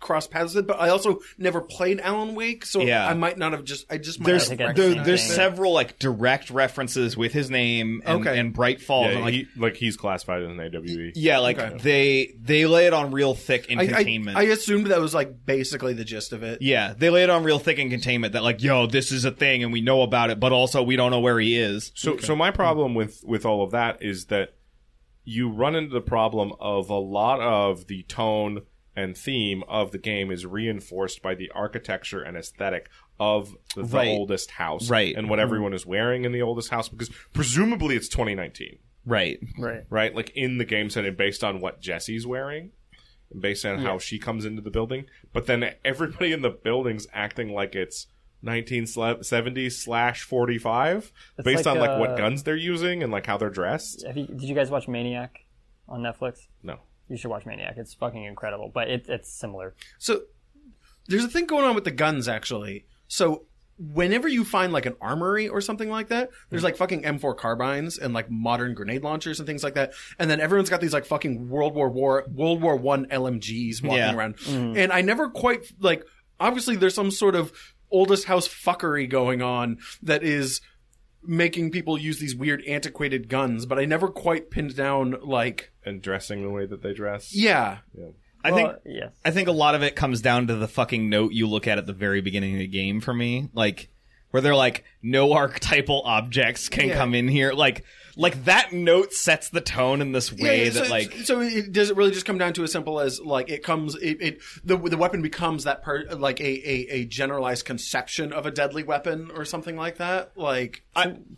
B: crossed paths with it. But I also never played Alan Wake, so
C: Yeah.
B: I might not have just I just might
C: there's
B: have
D: think I've
C: there-
D: seen
C: there's
D: that.
C: several like direct references with his name and,
B: Okay.
C: and Bright Falls.
A: yeah
C: and,
A: like,
C: like,
A: he, like he's classified as an E. AWE.
C: yeah, like
B: Okay.
C: they they lay it on real thick in
B: I, I,
C: containment.
B: I assumed that was like basically the gist of it.
C: yeah, they lay it on real thick in containment that like, yo, this is a thing and we know about it, but also we don't know where he is.
A: So so my problem with with all of that is that you run into the problem of a lot of the tone and theme of the game is reinforced by the architecture and aesthetic of the, the
C: Right.
A: oldest house
C: Right. Mm-hmm.
A: and what everyone is wearing in the oldest house because presumably it's 2019
C: Right.
D: Right.
A: right like in the game setting based on what jesse's wearing and based on how she comes into the building but then everybody in the building's acting like it's 1970 slash 45
D: It's
A: based
D: like,
A: on like what
D: uh,
A: guns they're using and like how they're dressed
D: Have you, did you guys watch Maniac on Netflix?
A: no
D: You should watch Maniac. It's fucking incredible, but it, it's similar.
B: So there's a thing going on with the guns actually. So whenever you find like an armory or something like that, there's like fucking M4 carbines and like modern grenade launchers and things like that. And then everyone's got these like fucking World War War World War 1 LMGs walking
C: Yeah.
B: around. And I never quite like obviously there's some sort of oldest house fuckery going on that is making people use these weird antiquated guns, but I never quite pinned down like
A: and dressing the way that they dress
B: yeah,
C: I
D: Well,
C: think
D: yes.
C: I think a lot of it comes down to the fucking note you look at at the very beginning of the game for me. Like where they're like, no archetypal objects can
B: Yeah.
C: come in here. Like, like that note sets the tone in this way
B: yeah,
C: that
B: so,
C: like
B: so it, does it really just come down to as simple as like it comes it, it the the weapon becomes that per, like a, a a generalized conception of a deadly weapon or something like that like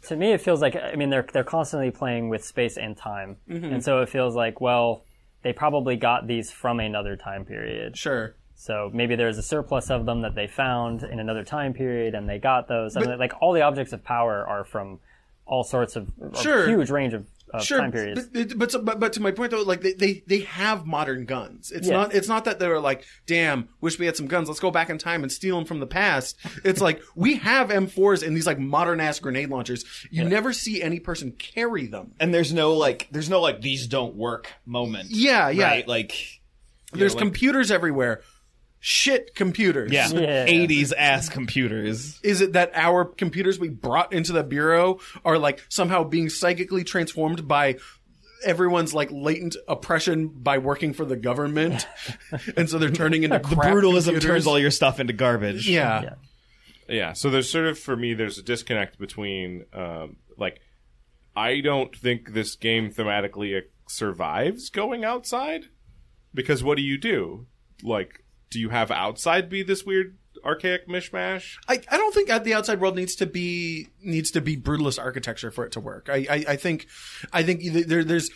D: to me it feels like i mean they're they're constantly playing with space and time
B: Mm-hmm.
D: and so it feels like well they probably got these from another time period
B: sure
D: so maybe there's a surplus of them that they found in another time period and they got those I mean, like all the objects of power are from all sorts of a
B: Sure.
D: huge range of, of
B: sure
D: time periods
B: but- But, but, so- but but to my point though like they, they they have modern guns it's
D: Yeah.
B: not it's not that they're like damn wish we had some guns let's go back in time and steal them from the past it's like we have m4s and these like modern ass grenade launchers you never see any person carry them
C: and there's no like there's no like these don't work moment.
B: Yeah, yeah.
C: Right? Like
B: there's
C: like-
B: computers everywhere shit computers
C: yeah,
D: Yeah.
C: 80s ass computers.
B: is it that our computers we brought into the bureau are like somehow being psychically transformed by everyone's like latent oppression by working for the government and so they're turning into
C: The
B: crap
C: brutalism
B: computers?
C: turns all e- your stuff into garbage.
B: yeah.
D: Yeah.
A: Yeah, so there's sort of for me there's a disconnect between um, like I don't think this game thematically uh, survives going outside because what do you do? Like, do you have outside be this weird archaic mishmash?
B: I, I don't think the outside world needs to be needs to be brutalist architecture for it to work. I I, I think I think th- there there's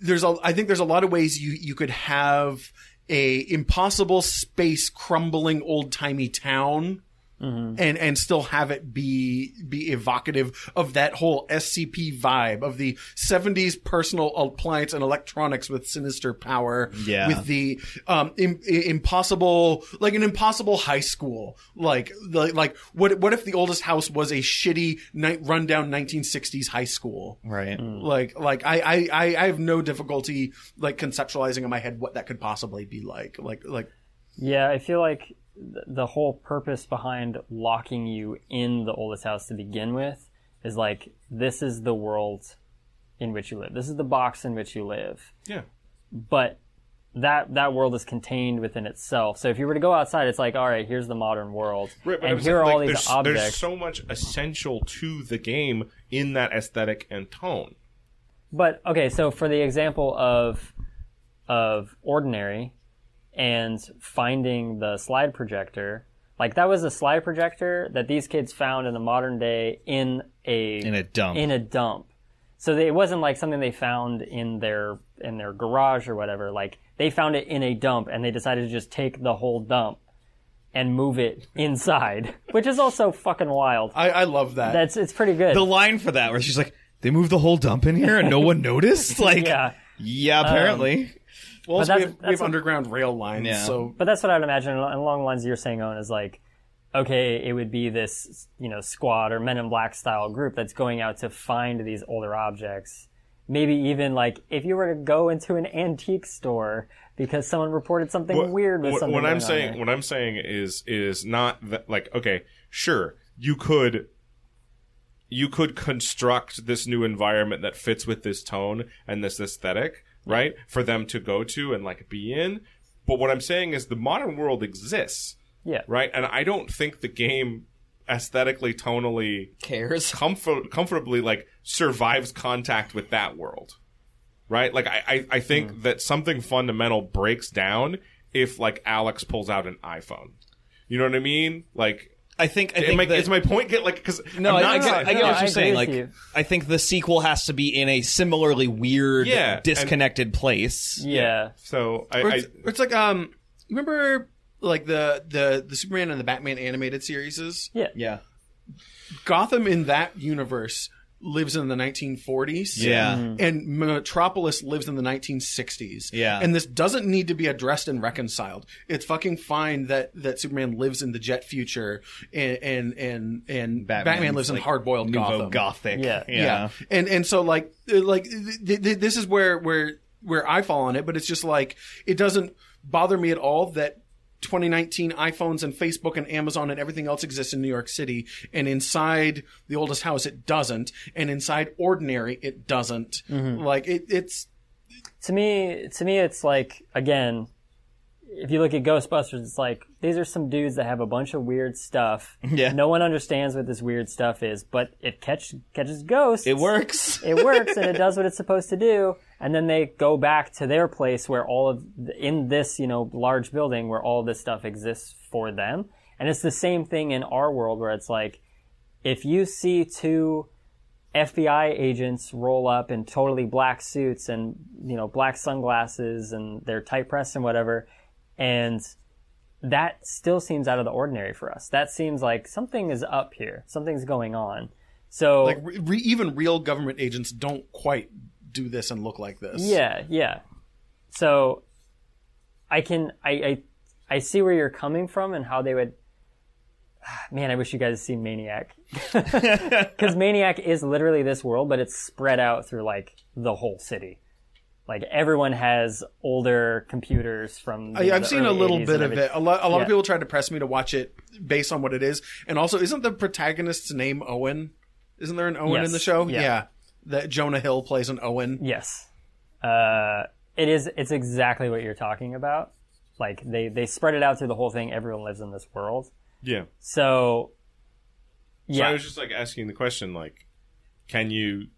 B: there's a I think there's a lot of ways you you could have a impossible space crumbling old timey town. And and still have it be be evocative of that whole SCP vibe of the '70s personal appliance and electronics with sinister power,
C: Yeah.
B: with the um im- i- impossible like an impossible high school like like like what what if the oldest house was a shitty night rundown 1960s high school
C: Right.
B: like like I, I i i have no difficulty like conceptualizing in my head what that could possibly be like like like
D: Yeah, I feel like th- the whole purpose behind locking you in the oldest house to begin with is like this is the world in which you live. This is the box in which you live.
A: Yeah.
D: But that that world is contained within itself. So if you were to go outside, it's like, all right, here's the modern world, and here are all these
A: there's,
D: objects.
A: there's so much essential to the game in that aesthetic and tone.
D: But okay, so for the example of of ordinary and finding the slide projector, like that was a slide projector that these kids found in the modern day in a
C: In a dump.
D: in a dump. So they, it wasn't like something they found in their in their garage or whatever. Like they found it in a dump and they decided to just take the whole dump and move it inside, which is also fucking wild.
B: i i love that
D: That's it's pretty good.
C: the line for that where she's like, "They moved the whole dump in here and no one noticed." Like, yeah,
D: yeah.
C: apparently.
B: well also
D: that's-
B: we have, we
D: that's
B: have
D: a-
B: underground rail lines
C: Yeah.
B: so
D: But that's what I would imagine al- along the lines you're saying, Owen, is like, okay, it would be this, you know, squad or Men in Black style group that's going out to find these older objects. Maybe even like if you were to go into an antique store because someone reported something weird with
A: what,
D: something.
A: what
D: going
A: I'm
D: on
A: saying,
D: there.
A: what I'm saying is, is not that like okay, sure, you could, you could construct this new environment that fits with this tone and this aesthetic, right, for them to go to and like be in. But what I'm saying is, the modern world exists,
D: yeah,
A: right, and I don't think the game aesthetically, tonally,
C: Cares.
A: comfort comfortably like survives contact with that world right like i i, I think
C: Hmm.
A: that something fundamental breaks down if like alex pulls out an iphone you know what i mean like
C: I think I
A: it
C: think
A: my,
C: that-
A: is my point get like because
C: no, I, I get, I get
D: no,
C: what
D: I
C: you're
D: agree
C: saying.
D: with
C: Like,
D: you.
C: I think the sequel has to be in a similarly weird,
A: Yeah, and-
C: disconnected place.
D: yeah.
A: so I,
B: or
A: I
B: it's, or it's like um you remember like the the the superman and the batman animated series
D: Yeah.
C: Yeah,
B: gotham in that universe lives in the 1940s
C: yeah. Mm-hmm.
B: and Metropolis lives in the 1960s.
C: Yeah.
B: and this doesn't need to be addressed and reconciled. It's fucking fine that that Superman lives in the jet future, and and and, and Batman, lives in
C: like,
B: hard boiled
C: nouveau
B: Gotham.
C: gothic.
D: Yeah.
C: yeah.
B: and and so like uh, like th- th- this is where where where I fall on it, but it's just like it doesn't bother me at all that. 2019 iPhones and Facebook and Amazon and everything else exists in New York City. And inside the oldest house, it doesn't. And inside ordinary, it doesn't. Like it, it's
D: To me, to me, it's like again, if you look at Ghostbusters, it's like these are some dudes that have a bunch of weird stuff.
C: Yeah.
D: No one understands what this weird stuff is, but it catch, catches ghosts.
C: It works.
D: it works and it does what it's supposed to do and then they go back to their place where all of in this you know large building where all this stuff exists for them and it's the same thing in our world where it's like if you see two FBI agents roll up in totally black suits and you know black sunglasses and they're tight pressed and whatever and that still seems out of the ordinary for us that seems like something is up here something's going on so
B: Like re- re- even real government agents don't quite do this and look like this.
D: Yeah, yeah. So I can I, I I see where you're coming from and how they would Man, I wish you guys had seen Maniac. Cuz Maniac is literally this world but it's spread out through like the whole city. Like everyone has older computers from
B: I, I've seen a little bit of it. A lot, a lot
D: Yeah.
B: of people tried to press me to watch it based on what it is, and also, isn't the protagonist's name Owen? Isn't there an Owen
D: Yes.
B: in the show?
D: Yeah.
B: that Jonah Hill plays an Owen.
D: Yes. Uh, it is it's exactly what you're talking about. Like they they spread it out through the whole thing. Everyone lives in this world.
A: Yeah. So
D: So yeah.
A: I was just like asking the question, like, can you?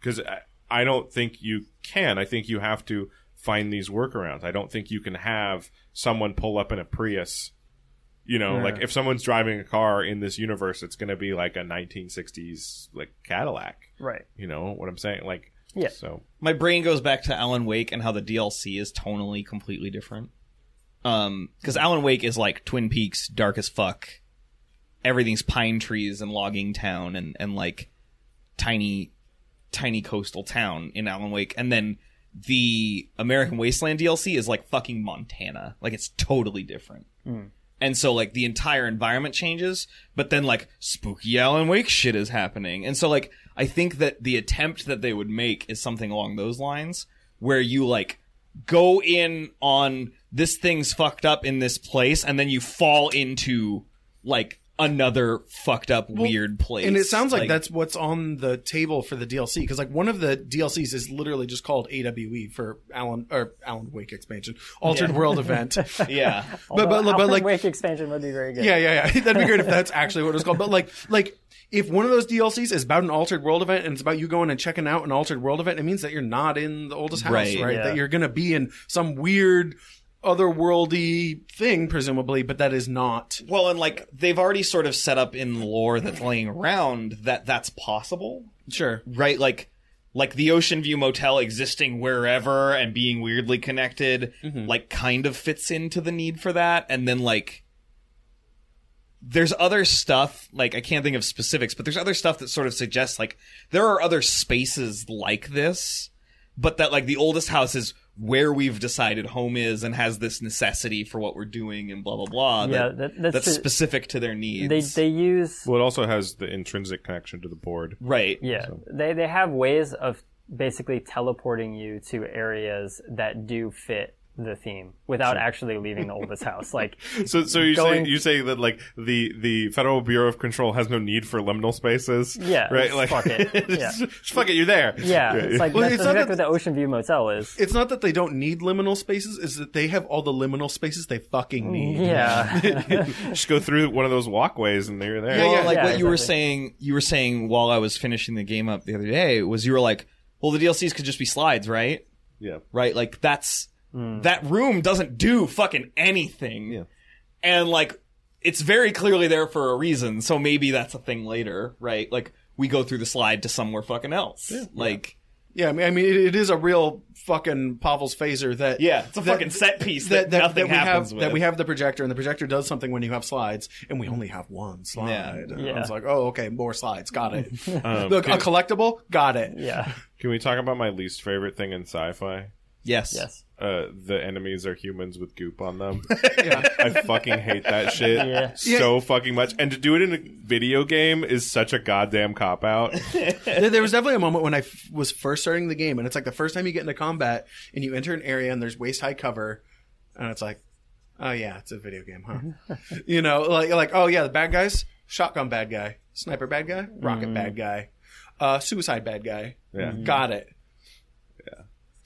A: Because I, I don't think you can. I think you have to find these workarounds. I don't think you can have someone pull up in a Prius. You know, like if someone's driving a car in this universe, it's going to be like a 1960s like Cadillac.
D: right.
A: You know what I'm saying? Like,
D: Yeah.
A: So
C: my brain goes back to Alan Wake and how the DLC is tonally completely different. Um, because Alan Wake is like Twin Peaks, dark as fuck. Everything's pine trees and logging town and and like tiny, tiny coastal town in Alan Wake. And then the American Wasteland DLC is like fucking Montana. Like it's totally different.
B: Hmm.
C: And so like the entire environment changes, but then like spooky Alan Wake shit is happening. And so like I think that the attempt that they would make is something along those lines where you like go in on this thing's fucked up in this place and then you fall into like another fucked up weird place.
B: And it sounds like, that's what's on the table for the DLC because like one of the DLCs is literally just called AWE for Alan or Alan Wake expansion, Altered World Event.
C: yeah.
B: but but, but like
D: Wake expansion would be very good.
B: Yeah, yeah, yeah. That'd be great if that's actually what it was called. But like, like if one of those DLCs is about an altered world event and it's about you going and checking out an altered world event, it means that you're not in the oldest house,
C: Right.
B: right?
D: Yeah.
B: That you're gonna be in some weird otherworldy thing, presumably, but that is not.
C: Well, and like they've already sort of set up in lore that's laying around that that's possible.
B: Sure.
C: right like like the ocean view motel existing wherever and being weirdly connected
D: Mm-hmm.
C: like kind of fits into the need for that and then like there's other stuff like i can't think of specifics but there's other stuff that sort of suggests like there are other spaces like this but that like the oldest house is where we've decided home is and has this necessity for what we're doing and blah blah blah
D: Yeah,
C: that,
D: that- that's
C: that's,
D: true.
C: specific to their needs
D: They they use
A: well, it also has the intrinsic connection to the board.
C: right
D: yeah. They they have ways of basically teleporting you to areas that do fit the theme without actually leaving the oldest house. Like
A: So, so you
D: Going-
A: say you say that like the the Federal Bureau of Control has no need for liminal spaces.
D: Yeah,
A: Right.
D: just
A: Like
D: fuck it. Yeah.
A: just fuck it. You're there.
D: yeah, it's like
B: Well,
D: that's
B: it's not
D: exactly what the
B: that-
D: Ocean View Motel is.
B: It's not that they don't need liminal spaces; it's that they have all the liminal spaces they fucking need.
D: Yeah,
A: just go through one of those walkways and you're there.
C: Well,
B: yeah.
C: like
D: Yeah,
C: what you were
D: exactly.
C: saying, you were saying while I was finishing the game up the other day was you were like, well, the DLCs could just be slides, right?
A: yeah.
C: Right? Like that's that room doesn't do fucking anything,
A: Yeah.
C: and like it's very clearly there for a reason. So maybe that's a thing later, right? Like we go through the slide to somewhere fucking else. Like
B: Yeah, I mean, I mean, it, it is a real fucking Pavel's phaser that.
C: yeah, it's a
B: that-
C: fucking set piece that, nothing
B: we
C: happens
B: have,
C: with.
B: That we have the projector, and the projector does something when you have slides, and we only have one slide.
C: Yeah. Um,
B: And
D: Yeah.
B: It's like, oh, okay, more slides. Got it. Look, a collectible. Got it.
D: yeah,
A: Can we talk about my least favorite thing in sci-fi?
C: yes.
D: yes,
A: Uh, the enemies are humans with goop on them. I fucking hate that shit
D: Yeah.
A: so fucking much. And to do it in a video game is such a goddamn cop out.
B: There- There was definitely a moment when I f- was first starting the game, and it's like the first time you get into combat, and you enter an area, and there's waist high cover, and it's like, oh yeah, it's a video game, huh? you know, like like oh yeah, the bad guys, shotgun bad guy, sniper bad guy,
C: Mm.
B: rocket bad guy, uh, suicide bad guy.
A: Yeah.
B: Got it.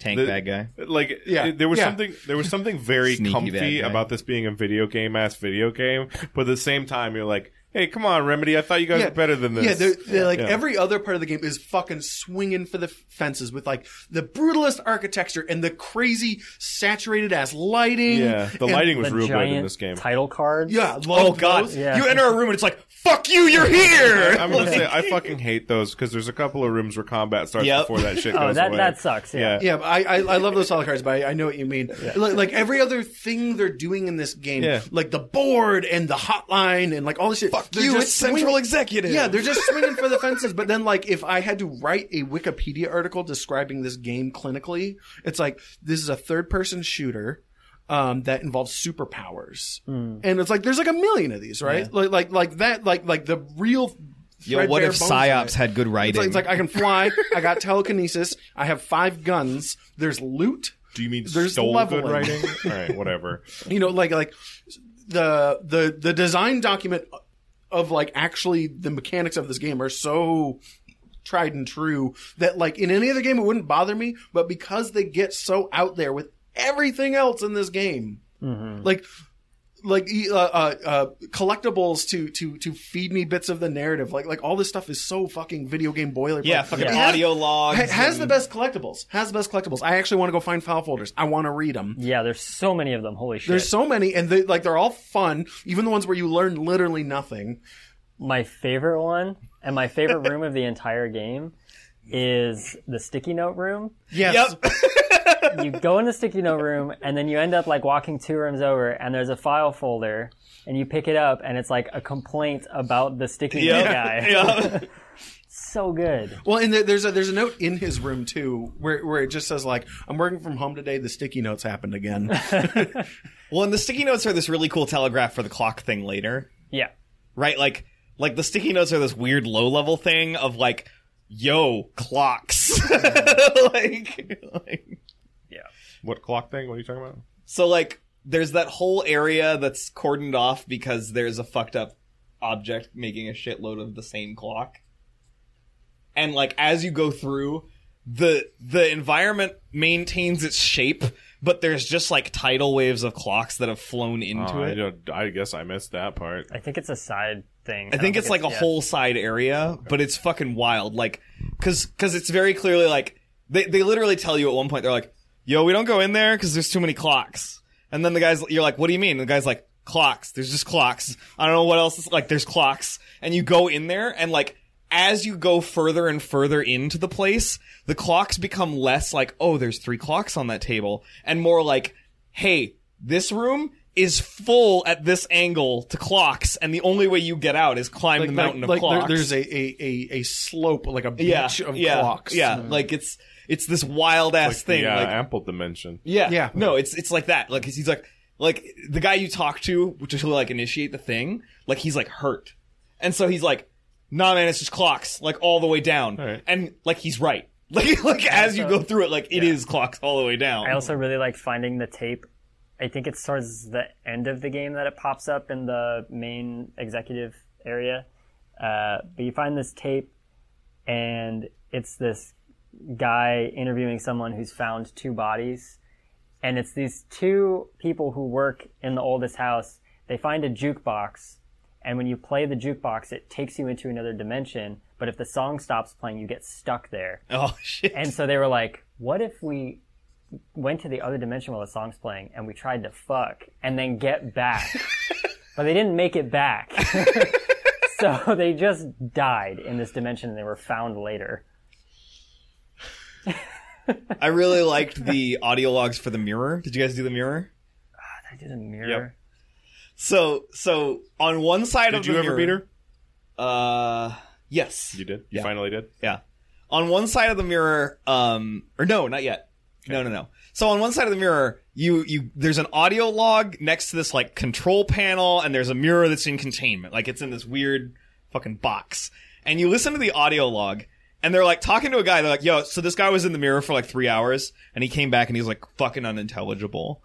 C: tank
A: The-
C: bad guy.
A: Like
B: Yeah,
A: it- there was
B: yeah.
A: something there was something very
C: Sneaky
A: comfy
C: bad guy.
A: about this being a video game ass video game, but at the same time you're like, hey, come on, Remedy, I thought you guys were better than this.
B: Yeah, they're, they're like
A: Yeah.
B: every other part of the game is fucking swinging for the f- fences with like the brutalist architecture and the crazy saturated ass lighting.
A: Yeah, the
B: and-
A: lighting was
D: The
A: real good
D: giant
A: in this game.
D: title cards.
B: Yeah, love
C: Oh god,
B: those.
D: Yeah.
C: you enter a room and it's like, fuck you, you're here.
A: I'm gonna say I fucking hate those because there's a couple of rooms where combat starts
C: Yep.
A: before that shit
D: Oh,
A: goes
D: that
A: away.
D: that sucks. Yeah.
A: yeah.
B: Yeah, but I, I I love those solid cards, but I, I know what you mean. Like, like every other thing they're doing in this game,
A: Yeah.
B: like the board and the hotline and like all this shit. Fuck
C: they're just central executive.
B: Yeah, they're just swinging for the fences. But then, like, if I had to write a Wikipedia article describing this game clinically, it's like this is a third-person shooter. Um, that involves superpowers,
C: Hmm.
B: and it's like there's like a million of these, right? Like, like, like that, like, like the real.
C: Yo, what
B: threadbare
C: if
B: bones of it.
C: psyops had good
B: It's
C: writing?
B: like, oh, it's like I can fly. I got telekinesis. I have five guns. There's loot.
A: Do you mean
B: There's
A: stole
B: leveling.
A: good writing? All right, whatever.
B: You know, like like the the the design document of like actually the mechanics of this game are so tried and true that like in any other game it wouldn't bother me, but because they get so out there with everything else in this game,
C: Mm-hmm.
B: like like e- uh, uh, uh, collectibles to to to feed me bits of the narrative, like like all this stuff is so fucking video game boilerplate.
C: yeah, fucking
B: It has-
C: audio logs.
B: Ha- has
C: and-
B: the best collectibles. Has the best collectibles. I actually want to go find file folders. I want to read them.
D: Yeah, there's so many of them. Holy shit!
B: There's so many, and they like they're all fun. Even the ones where you learn literally nothing.
D: my favorite one and my favorite room of the entire game is the sticky note room.
B: Yes.
C: Yep.
D: You go in the sticky note room and then you end up like walking two rooms over and there's a file folder and you pick it up and it's like a complaint about the sticky
C: Yeah.
D: note guy.
C: Yeah.
D: So good.
B: Well, and there- there's a there's a note in his room too, where where it just says like, "I'm working from home today. The sticky notes happened again."
C: Well, and the sticky notes are this really cool telegraph for the clock thing later,
D: Yeah.
C: right? Like, like the sticky notes are this weird low level thing of like, yo, clocks. like, like,
A: What clock thing? What are you talking about?
C: so like, there's that whole area that's cordoned off because there's a fucked up object making a shitload of the same clock. And like, as you go through, the the environment maintains its shape, but there's just like tidal waves of clocks that have flown into
A: Uh, I
C: it.
A: don't- I guess I missed that part.
D: I think it's a side thing.
C: I think it's like a whole side area, but it's fucking wild. Like, cause, cause it's very clearly like they, they literally tell you at one point they're like, "Yo, we don't go in there because there's too many clocks." And then the guys, you're like, "What do you mean?" And the guy's like, "Clocks. There's just clocks. I don't know what else. Is, like, there's clocks." And you go in there, and like as you go further and further into the place, the clocks become less like, "Oh, there's three clocks on that table," and more like, "Hey, this room." Is full at this angle to clocks, and the only way you get out is climb the mountain
B: like,
C: of
B: like there-
C: clocks
B: there's a, a a a slope, like a
C: yeah,
B: beach of
C: yeah,
B: clocks.
C: Yeah, like it's it's this wild ass
A: Like
C: thing.
A: the, uh,
C: like,
A: ample dimension.
C: yeah,
B: Yeah.
C: No, it's it's like that. Like 'cause he's like like the guy you talk to to like initiate the thing. Like he's like hurt, and so he's like, nah, man, it's just clocks like all the way down,
A: right.
C: and like he's right. Like like as you go through it, like it is clocks all the way down.
D: I also really like finding the tape. I think it's towards the end of the game that it pops up in the main executive area. Uh, but you find this tape, and it's this guy interviewing someone who's found two bodies. And it's these two people who work in the oldest house. They find a jukebox, and when you play the jukebox, it takes you into another dimension. But if the song stops playing, you get stuck there.
C: oh shit!
D: And so they were like, what if we went to the other dimension while the song's playing and we tried to fuck and then get back? but they didn't make it back. so they just died in this dimension and they were found later.
C: I really liked the audio logs for the mirror. Did you guys do the mirror?
D: I did a mirror.
C: So so on one side of
A: Did
C: the
A: you ever
C: mirror,
A: beat her?
C: Uh, yes.
A: You did. You
C: Yeah.
A: finally did.
C: Yeah. On one side of the mirror, um, or no, not yet. No, no, no. So on one side of the mirror, you you there's an audio log next to this like control panel, and there's a mirror that's in containment, like it's in this weird fucking box. And you listen to the audio log, and they're like talking to a guy. They're like, "Yo, so this guy was in the mirror for like three hours, and he came back, and he's like fucking unintelligible."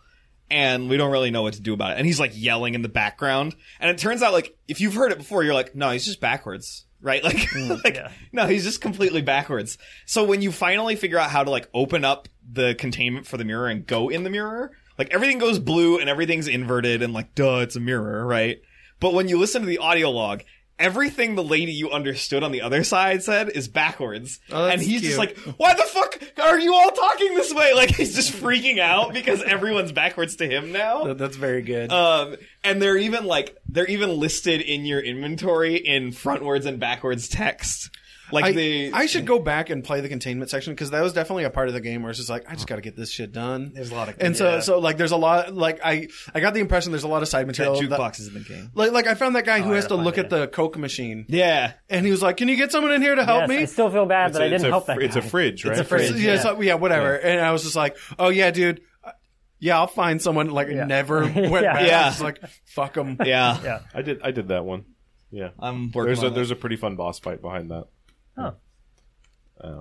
C: and we don't really know what to do about it. And he's like yelling in the background. And it turns out, like, if you've heard it before, you're like, no, he's just backwards. right? Like,
B: Hmm,
C: like
D: yeah.
C: no, he's just completely backwards. So when you finally figure out how to like open up the containment for the mirror and go in the mirror, like everything goes blue and everything's inverted and like duh, it's a mirror, right? But when you listen to the audio log, everything the lady you understood on the other side said is backwards.
B: Oh, that's
C: and he's just
B: cute.
C: like, why the fuck are you all talking this way? Like he's just freaking out because everyone's backwards to him now.
B: That- That's very good.
C: Um, and they're even like they're even listed in your inventory in frontwards and backwards text. Like
B: I,
C: they,
B: I should go back and play the containment section because that was definitely a part of the game where it's just like I just got to get this shit done.
C: There's a lot of-
B: and so
C: yeah.
B: so like there's a lot like I I got the impression there's a lot of side
C: that
B: material Oh, that-
C: jukebox Oh, is in the game.
B: like like I found that guy who
D: I
B: has to
D: gotta
B: look
D: find
B: at
D: it.
B: the Coke machine
C: Yeah,
B: and he was like, "Can you get someone in here to help
D: yes,
B: me?"
D: I still feel bad that I I
A: it's
D: didn't
A: a,
D: help that.
A: fr- It's a
D: guy.
A: fridge, right?
D: a fridge.
B: So, yeah,
D: yeah.
B: so- yeah, whatever. And I was just like, "Oh yeah, dude." Uh, Yeah, I'll find someone. Like,
D: Yeah.
B: never went
D: Yeah.
B: back. I was
C: Yeah.
B: just like, fuck them.
C: yeah.
D: Yeah.
A: I did. I did that one. Yeah,
C: I'm working
A: there's
C: on
A: a
C: that.
A: there's a pretty fun boss fight behind that.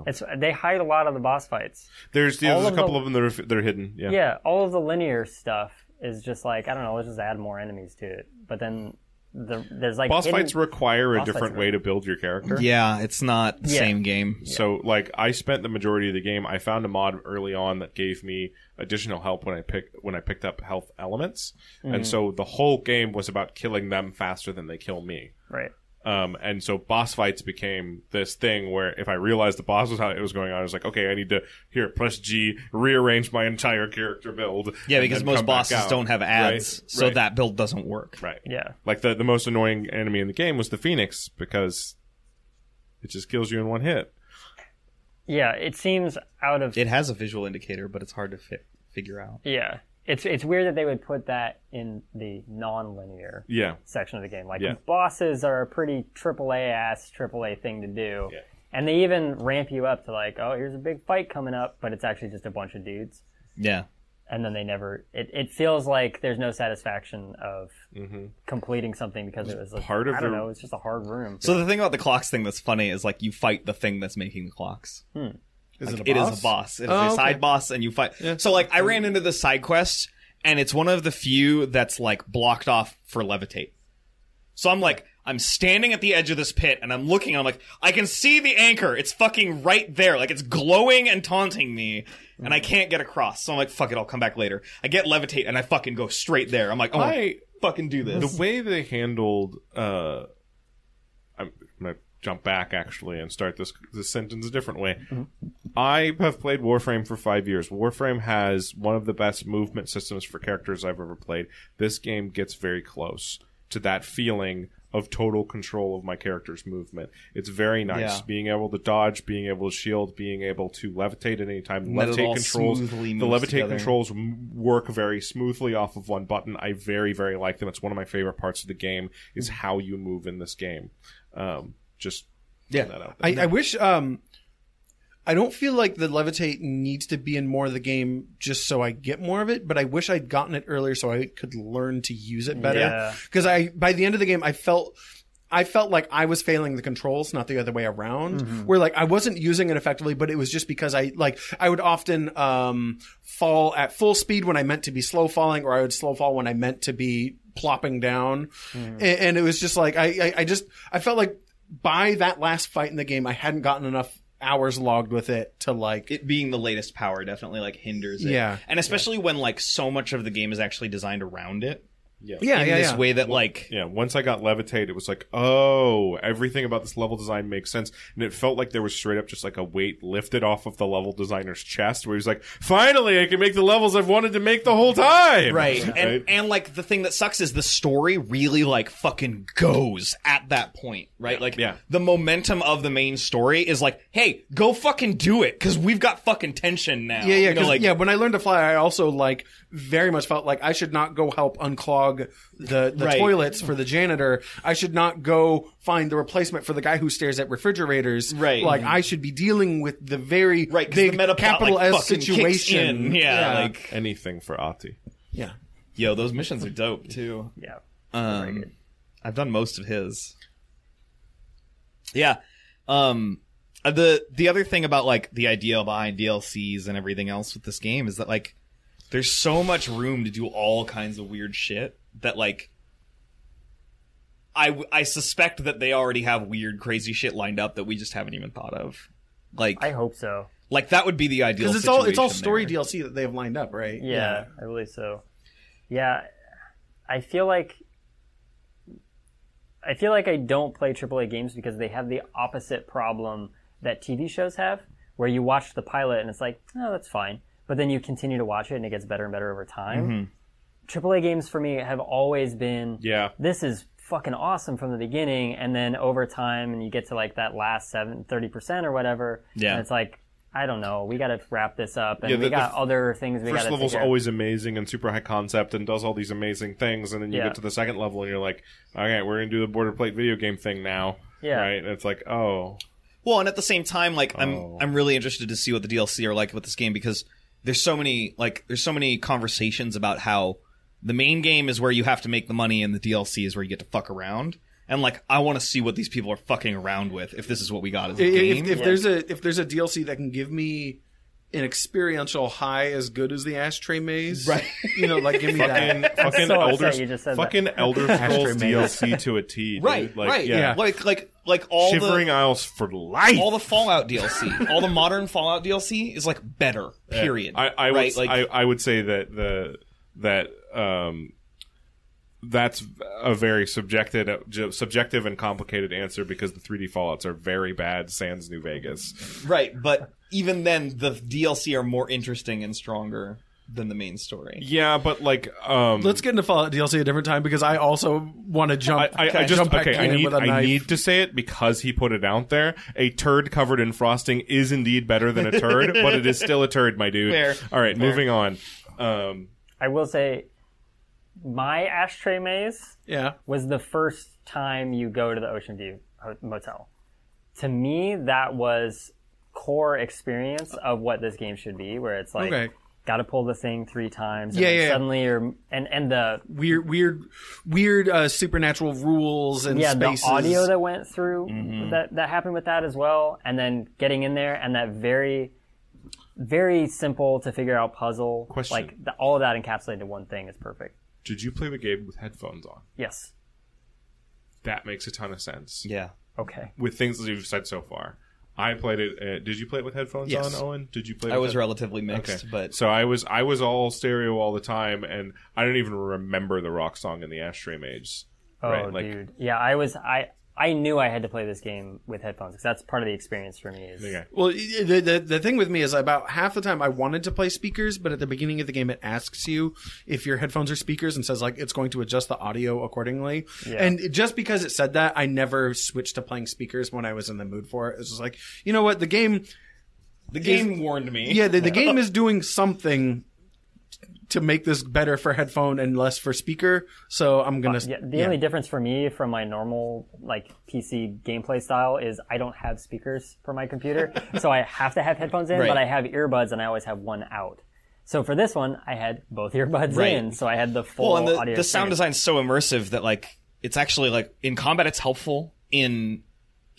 D: It's they hide a lot of the boss fights.
A: There's there's
D: All
A: a
D: of
A: couple
D: the-
A: of them that are that are hidden. Yeah.
D: Yeah, all of the linear stuff is just like I don't know. Let's just add more enemies to it. But then the, there's like
A: Boss
D: hidden-
A: fights require a
D: Boss fights
A: different
D: are-
A: way to build your character.
C: yeah, it's not the
D: Yeah.
C: same game.
A: So like I spent the majority of the game. I found a mod early on that gave me additional help when I pick when I picked up health elements,
D: Mm.
A: and so the whole game was about killing them faster than they kill me.
D: right.
A: Um, and so boss fights became this thing where if I realized the boss was how it was going on, I was like, okay, I need to here press G, rearrange my entire character build.
C: Yeah,
A: and
C: because
A: then
C: most
A: come back
C: bosses
A: out.
C: don't have ads,
A: Right,
C: so
A: right,
C: that build doesn't work.
A: right,
D: Yeah.
A: like the the most annoying enemy in the game was the Phoenix because it just kills you in one hit.
D: Yeah. It seems out of
C: It has a visual indicator, but it's hard to fi- figure out.
D: yeah. It's it's weird that they would put that in the non-linear
A: Yeah,
D: section of the game. Like
A: Yeah.
D: bosses are a pretty AAA ass AAA thing to do,
A: Yeah.
D: and they even ramp you up to like, oh, here's a big fight coming up, but it's actually just a bunch of dudes.
C: Yeah,
D: and then they never it, it feels like there's no satisfaction of completing something because it was like,
A: Mm-hmm. part of
D: I don't
A: the-
D: know it's just a hard room
C: So the thing about the clocks thing that's funny is like you fight the thing that's making the clocks.
B: Is
C: Like, it is a boss. It is
B: Oh,
C: a
B: okay.
C: side boss, and you fight. So like I ran into the side quest, and it's one of the few that's like blocked off for levitate. So I'm like, I'm standing at the edge of this pit, and I'm looking. I'm like, I can see the anchor. It's fucking right there. Like it's glowing and taunting me, and I can't get across. So I'm like, fuck it, I'll come back later. I get levitate, and I fucking go straight there. I'm like, oh,
A: I-
C: fucking do this.
A: the way they handled uh i'm gonna jump back actually and start this this sentence a different way i have played warframe for five years warframe has one of the best movement systems for characters i've ever played this game gets very close to that feeling of total control of my character's movement it's very nice
C: Yeah.
A: being able to dodge being able to shield being able to levitate at any time
C: Let it all
A: levitate controls the
C: smoothly moves
A: levitate
C: together.
A: controls controls m- work very smoothly off of one button. I very very like them. It's one of my favorite parts of the game is
C: Mm-hmm.
A: how you move in this game. Um, just
C: Yeah.
A: putting that out there.
B: I, I wish um I don't feel like the levitate needs to be in more of the game just so I get more of it, but I wish I'd gotten it earlier so I could learn to use it better.
D: Yeah.
B: Because I by the end of the game I felt I felt like I was failing the controls, not the other way around. Where like I wasn't using it effectively, but it was just because I like I would often um fall at full speed when I meant to be slow falling, or I would slow fall when I meant to be plopping down. A- And, it was just like I, I I just I felt like by that last fight in the game, I hadn't gotten enough hours logged with it to like.
C: it being the latest power definitely like hinders it.
B: Yeah.
C: And especially when like so much of the game is actually designed around it.
B: yeah,
C: in this way that like
A: yeah, once I got levitate, it was like, oh, everything about this level design makes sense, and it felt like there was straight up just like a weight lifted off of the level designer's chest, where he's like, finally, I can make the levels I've wanted to make the whole time.
C: Right. And and like the thing that sucks is the story really like fucking goes at that point, right? Like
A: Yeah.
C: the momentum of the main story is like, hey, go fucking do it, cause we've got fucking tension now.
B: Yeah, yeah,
C: You know,
B: 'cause,
C: like,
B: yeah. When I learned to fly, I also like very much felt like I should not go help unclog the, the
C: Right.
B: toilets for the janitor. I should not go find the replacement for the guy who stares at refrigerators.
C: Right.
B: Like I should be dealing with the very
C: Right, 'cause
B: big
C: the meta plot,
B: capital
C: like,
B: S
C: fucking kicks
B: situation.
C: in. Yeah, like
A: Anything for Ati.
B: yeah.
C: yo, those missions are dope too.
D: yeah
C: Um, I've done most of his. Yeah. Um uh, the the other thing about like the idea behind DLCs and everything else with this game is that like there's so much room to do all kinds of weird shit that like I, w- I suspect that they already have weird, crazy shit lined up that we just haven't even thought of. Like,
D: I hope so.
C: like that would be the ideal.
B: because it's all it's all
C: situation
B: story
C: there.
B: DLC that they have lined up, right?
D: Yeah, I believe so. Yeah, I feel like I feel like I don't play AAA games because they have the opposite problem that TV shows have, where you watch the pilot and it's like, no, that's fine, but then you continue to watch it and it gets better and better over time. AAA games for me have always been
A: Yeah.
D: this is fucking awesome from the beginning and then over time and you get to like that last 7 30% or whatever
C: Yeah.
D: and it's like i don't know we got to wrap this up and
A: Yeah,
D: we
A: the- the
D: got
A: f-
D: other things we got
A: First
D: to
A: level's always amazing and super high concept and does all these amazing things, and then you
D: Yeah.
A: get to the second level and you're like, all right, we're gonna do the border plate video game thing now,
D: Yeah.
A: right? And it's like, oh,
C: Well, and at the same time, like
A: Oh.
C: I'm I'm really interested to see what the DLC are like with this game because there's so many like there's so many conversations about how the main game is where you have to make the money and the DLC is where you get to fuck around. And like I want to see what these people are fucking around with if this is what we got as a
B: I- i-
C: game.
B: If, if there's a if there's a DLC that can give me an experiential high as good as the ashtray maze,
C: Right.
B: You know, like give me
A: fucking
B: that.
A: fucking
D: so upset
A: Elder
D: you just said that.
A: fucking Elder Scrolls
B: Ashtray maze.
A: DLC to a T, dude.
C: right,
A: Like,
C: right,
A: yeah.
B: yeah.
C: Like like like all
A: Shivering
C: the
A: Isles for life.
C: all the Fallout DLC, all the modern Fallout DLC is like better. Period.
A: I, I
C: right,
A: would like, I, I would say that the that um that's a very subjected ju- subjective and complicated answer because the 3D Fallouts are very bad. Sans New Vegas.
C: right, but even then the DLC are more interesting and stronger than the main story.
A: Yeah, but like um
B: Let's get into Fallout DLC a different time because I also want to jump.
A: I, I, I just
B: jump back
A: okay. I
B: in
A: need
B: with a
A: I
B: knife.
A: need to say it because he put it out there. A turd covered in frosting is indeed better than a turd, but it is still a turd, my dude.
C: Fair.
A: All right, moving on. Um,
D: i will say my ashtray maze
B: yeah,
D: was the first time you go to the ocean view Ho- motel to me that was core experience of what this game should be where it's like
B: Okay.
D: gotta pull the thing three times and
B: Yeah,
D: then
B: yeah, yeah.
D: suddenly you're and and the
B: weird, weird, weird uh, supernatural rules and
D: yeah,
B: spaces.
D: the audio that went through
A: Mm-hmm.
D: that that happened with that as well, and then getting in there and that very, very simple to figure out puzzle.
A: Question.
D: Like the, all of that encapsulated in one thing is perfect.
A: did you play the game with headphones on?
D: Yes.
A: That makes a ton of sense.
C: Yeah.
D: Okay.
A: With things that you've said so far, I played it. Uh, did you play it with headphones
B: Yes.
A: on, Owen? Did you play?
C: I
A: with
C: was
A: head-
C: relatively mixed,
A: Okay.
C: but
A: So I was I was all stereo all the time, and I don't even remember the rock song in the Ashtray Mage.
D: Oh,
A: Right, like-
D: dude. Yeah, I was. I I knew I had to play this game with headphones because that's part of the experience for me. Is
A: Okay.
B: Well, i- the, the the thing with me is about half the time I wanted to play speakers, but at the beginning of the game it asks you if your headphones are speakers and says like it's going to adjust the audio accordingly. And it- just because it said that, I never switched to playing speakers when I was in the mood for it. It was just like, you know what, the game,
C: the game warned me.
B: yeah, the, the game is doing something to make this better for headphone and less for speaker. So I'm gonna
D: Yeah, the only difference for me from my normal like PC gameplay style is I don't have speakers for my computer, so I have to have headphones in,
C: Right.
D: but I have earbuds and I always have one out. So for this one, I had both earbuds
C: Right.
D: in, so I had the full
C: Well, and the,
D: audio.
C: the sound
D: experience.
C: design's so immersive that like it's actually like in combat it's helpful in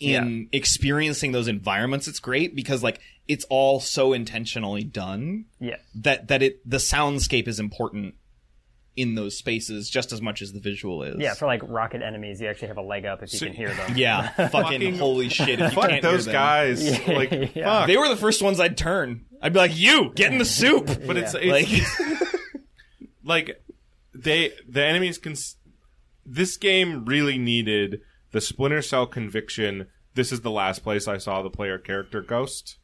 C: in experiencing those environments it's great because like it's all so intentionally done
D: Yeah,
C: that that it the soundscape is important in those spaces just as much as the visual is.
D: yeah. For like rocket enemies, you actually have a leg up if you
A: So-
D: can hear them.
C: yeah, fucking holy shit! If you
A: Fuck
C: can't
A: those
C: hear them.
A: guys! Like
D: Yeah.
A: fuck.
C: They were the first ones I'd turn. I'd be like, "You get in the soup."
A: But it's, it's
C: like,
A: like they the enemies can s- this game really needed the splinter cell conviction this is the last place i saw the player character ghost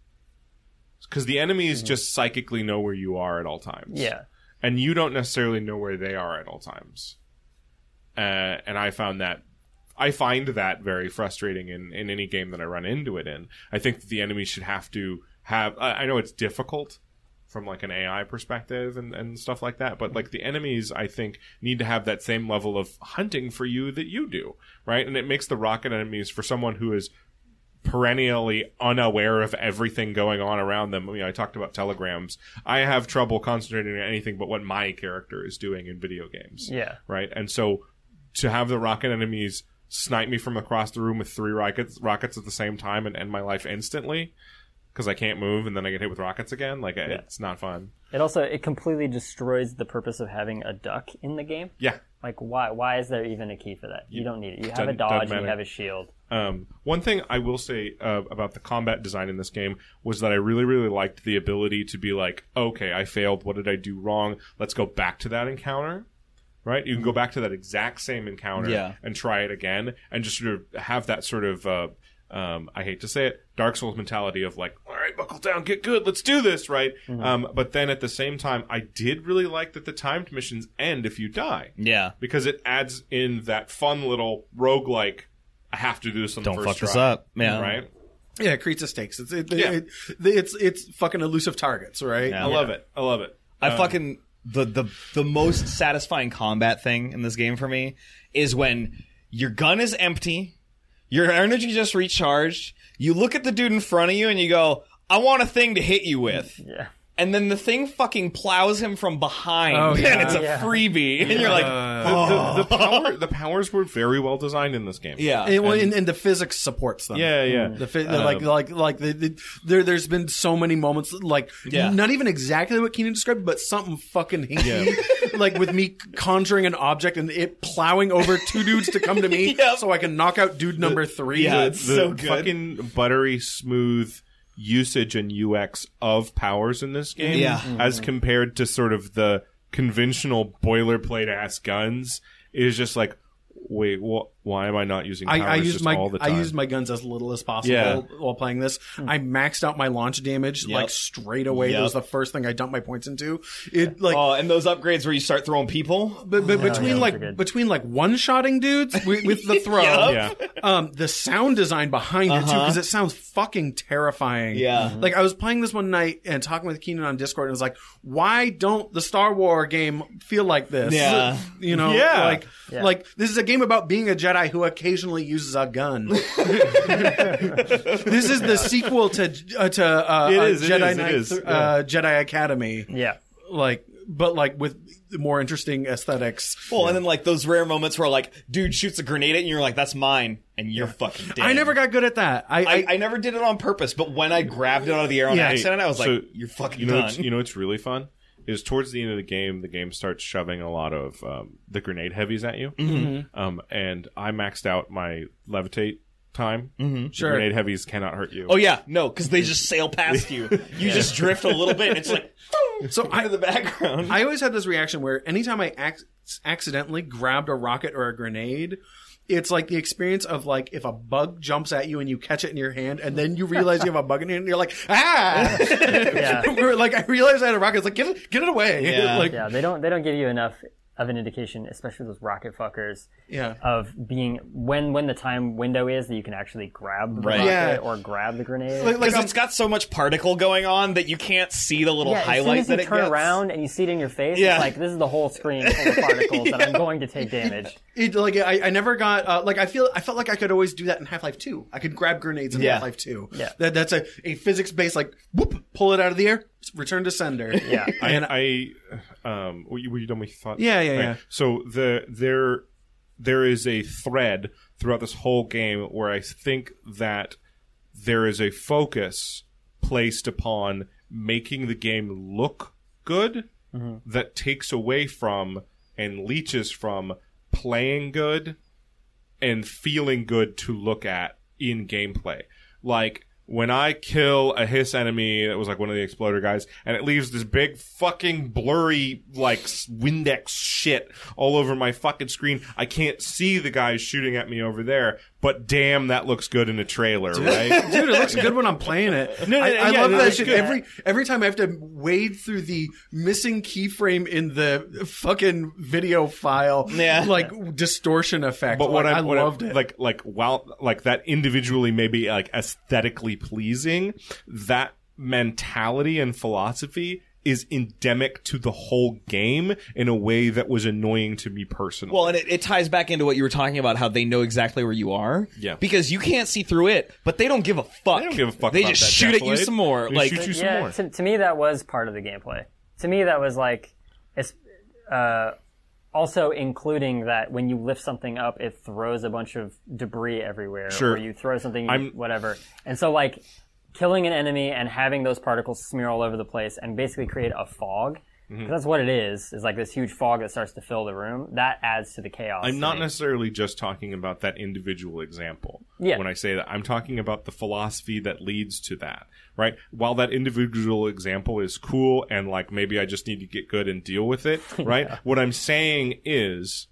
A: because the enemies just psychically know where you are at all times
D: yeah.
A: and you don't necessarily know where they are at all times uh, and i found that i find that very frustrating in, in any game that i run into it in i think that the enemies should have to have i, I know it's difficult from like an AI perspective and, and stuff like that. But like the enemies, I think need to have that same level of hunting for you that you do, right? And it makes the rocket enemies for someone who is perennially unaware of everything going on around them. You know, I talked about telegrams. I have trouble concentrating on anything but what my character is doing in video games.
D: Yeah.
A: Right. And so to have the rocket enemies snipe me from across the room with three rockets rockets at the same time and end my life instantly because I can't move and then I get hit with rockets again. Like I- it's not fun.
D: It also it completely destroys the purpose of having a duck in the game.
A: Yeah.
D: Like why why is there even a key for that? You don't need it. You have a
A: doesn't- doesn't
D: dodge and
A: matter.
D: you have a shield.
A: Um, one thing I will say uh, about the combat design in this game was that I really, really liked the ability to be like, okay, I failed. What did I do wrong? Let's go back to that encounter. Right? You can go back to that exact same encounter
C: Yeah.
A: and try it again and just sort of have that sort of, uh, um, I hate to say it, Dark Souls mentality of like, all right, buckle down, get good, let's do this, right? Um, but then at the same time, I did really like that the timed missions end if you die
C: Yeah.
A: because it adds in that fun little roguelike I have to do this on
C: Don't
A: the first
C: fuck
A: try.
C: this up. Yeah.
A: Right?
B: Yeah, it creates a stakes. It's it,
A: Yeah.
B: it, it's it's fucking elusive targets, right?
A: I love it. I love it.
B: Um,
C: I fucking the the the most satisfying combat thing in this game for me is when your gun is empty, your energy just recharged. You look at the dude in front of you and you go, "I want a thing to hit you with."
D: Yeah.
C: And then the thing fucking plows him from behind,
B: Oh,
C: and
B: yeah.
C: it's a
D: Yeah.
C: freebie. And you're like,
A: Uh, The, the, the, power, the powers were very well designed in this game.
C: "Yeah,
B: And, well, and, and the physics supports them.
A: Yeah, yeah.
B: The fi- the, like, like, like the, the, there. There's been so many moments, like,
C: Yeah.
B: not even exactly what Keenan described, but something fucking hinky, like with me conjuring an object and it plowing over two dudes to come to me,
C: Yep.
B: so I can knock out dude number three.
C: yeah,
A: The
C: it's so good."
A: fucking buttery smooth usage and UX of powers in this game
C: Yeah.
A: as compared to sort of the conventional boilerplate ass guns is just like wait wh- why am I not using
B: I,
A: powers
B: I used
A: just
B: my
A: all the
B: I
A: time
B: used my guns as little as possible
A: Yeah.
B: while playing this. I maxed out my launch damage like straight away.
C: Yep.
B: That was the first thing I dumped my points into. It like
C: Oh, and those upgrades where you start throwing people.
B: But, but
D: yeah,
B: between
D: those are
B: like
D: good.
B: between like one shotting dudes with, with the throw,
A: yeah
B: um, the sound design behind it too,
A: Uh-huh.
B: because it sounds fucking terrifying.
C: Yeah.
D: Mm-hmm.
C: Mhm.
B: Like I was playing this one night and talking with Keenan on Discord, and I was like, "Why don't the Star Wars game feel like this?
C: Yeah.
B: you know,
A: Yeah.
B: like
D: Yeah.
B: like this is a game about being a Jedi who occasionally uses a gun. this is the sequel to uh, to uh,
A: It
B: uh,
A: is, it
B: Jedi
A: is, it
B: Knight,
A: is.
B: uh, Jedi Academy
D: Yeah.
B: like but like with more interesting aesthetics.
C: Well, and then like those rare moments where like dude shoots a grenade at you, and you're like, "That's mine," and you're fucking dead.
B: I never got good at that. I, I,
C: I, I never did it on purpose, but when I grabbed it out of the air on
B: Yeah.
C: accident, I was like,
A: So,
C: "You're fucking
A: you know
C: done."
A: What's, you know what's really fun is towards the end of the game, the game starts shoving a lot of um, the grenade heavies at you,
B: Mm-hmm.
A: um, and I maxed out my levitate time. Mm-hmm.
B: Sure.
A: grenade heavies cannot hurt you.
C: oh yeah, no, because they just sail past you. You just drift a little bit, and it's like
B: so
C: out of
B: I
C: the background.
B: I always had this reaction where anytime I ac- accidentally grabbed a rocket or a grenade. It's like the experience of like if a bug jumps at you and you catch it in your hand and then you realize you have a bug in your hand and you're like ah We're like I realized I had a rocket it's like get it get it away
C: Yeah.
B: like yeah,
D: Yeah, they don't they don't give you enough of an indication, especially those rocket fuckers, of being when when the time window is that you can actually grab the
C: Right.
D: rocket
B: Yeah.
D: or grab the grenade.
B: like, like
C: Because it's got so much particle going on that you can't see the little
D: yeah, as soon
C: highlight
D: as you
C: that it
D: turn
C: gets.
D: around and you see it in your face,
C: Yeah.
D: it's like this is the whole screen full of particles and I'm going to take damage.
B: It, like I, I never got uh, like I feel I felt like I could always do that in Half Life Two. I could grab grenades in
C: Yeah.
B: Half Life Two.
D: Yeah.
B: that, that's a, a physics based like whoop, pull it out of the air, return to sender.
D: Yeah.
A: I,
B: and
A: I um, were you, were you done with your thought?
B: Yeah, yeah,
A: Okay.
B: yeah.
A: So the there there is a thread throughout this whole game where I think that there is a focus placed upon making the game look good that takes away from and leeches from playing good and feeling good to look at in gameplay. Like when I kill a hiss enemy that was like one of the exploder guys, and it leaves this big fucking blurry like s- Windex shit all over my fucking screen. I can't see the guys shooting at me over there, but damn, that looks good in a trailer, right?
B: Dude, it looks good when I'm playing it. No,
A: no,
B: I, I
A: yeah,
B: love
A: no,
B: that
A: it's
B: shit.
A: good.
B: Every every time I have to wade through the missing keyframe in the fucking video file,
C: Yeah.
B: like distortion effect.
A: But what
B: Like,
A: I,
B: I,
A: what I-
B: loved it.
A: like like while like that individually maybe like aesthetically pleasing, that mentality and philosophy is endemic to the whole game in a way that was annoying to me personally.
C: Well, and it, it ties back into what you were talking about, how they know exactly where you are.
A: Yeah.
C: Because you can't see through it, but they don't give a fuck.
A: They don't give a fuck
C: They
A: about
C: just
A: that
C: shoot at you
A: Deathblade.
C: some more.
A: They
C: like
A: shoot you some
D: yeah,
A: more.
D: To, to me that was part of the gameplay. To me that was like, it's uh, also including that when you lift something up, it throws a bunch of debris everywhere,
A: Sure.
D: or you throw something,
A: I'm-
D: whatever. And so like killing an enemy and having those particles smear all over the place and basically create a fog.
A: Mm-hmm.
D: 'Cause That's what it is. Is like this huge fog that starts to fill the room. That adds to the chaos.
A: I'm
D: to
A: not
D: me.
A: necessarily just talking about that individual example.
D: Yeah.
A: When I say that, I'm talking about the philosophy that leads to that, right? While that individual example is cool and like maybe I just need to get good and deal with it, right? What I'm saying is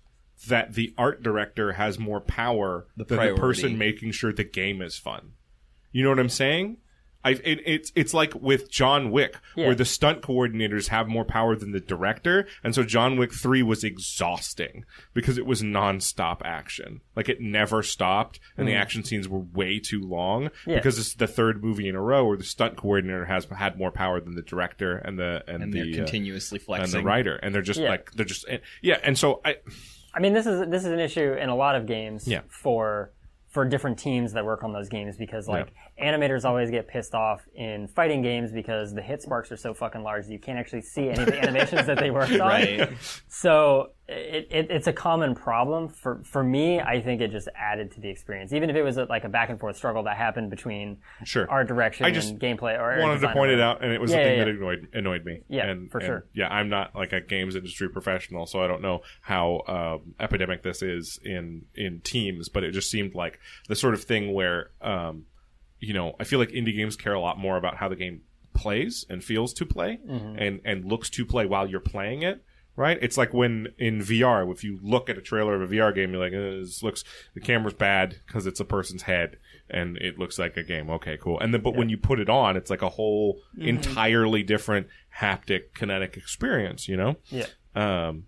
A: that the art director has more power than the
C: priority.
A: person making sure the game is fun. You know what I'm saying? I, it, it's it's like with John Wick,
D: Yeah.
A: where the stunt coordinators have more power than the director, and so John Wick Three was exhausting because it was nonstop action. Like it never stopped, and the action scenes were way too long
D: Hmm. Yeah.
A: because it's the third movie in a row where the stunt coordinator has had more power than the director and the and,
C: and
A: the
C: they're
A: uh,
C: continuously
A: and
C: flexing.
A: the writer, and they're just
D: Yeah.
A: like they're just and, yeah, and so I
D: I mean, this is this is an issue in a lot of games
A: Yeah.
D: for for different teams that work on those games because like animators always get pissed off in fighting games because the hit sparks are so fucking large that you can't actually see any of the animations that they worked on.
C: Right.
D: So it, it, it's a common problem for for me. I think it just added to the experience, even if it was a, like a back and forth struggle that happened between
A: Sure.
D: art direction
A: I just
D: and gameplay. Or or
A: wanted to
D: design
A: point
D: or
A: it
D: whatever.
A: out, and it was
D: Yeah,
A: the thing
D: yeah,
A: that
D: yeah.
A: annoyed, annoyed me.
D: Yeah,
A: and,
D: for
A: and,
D: sure.
A: Yeah, I'm not like a games industry professional, so I don't know how um, epidemic this is in in teams, but it just seemed like the sort of thing where, um, you know, I feel like indie games care a lot more about how the game plays and feels to play, and and looks to play while you're playing it. Right, it's like when in VR, if you look at a trailer of a VR game, you're like, "Uh, "This looks the camera's bad because it's a person's head, and it looks like a game." Okay, cool. And then, but when you put it on, it's like a whole entirely different haptic kinetic experience. You know?
D: Yeah.
A: Um,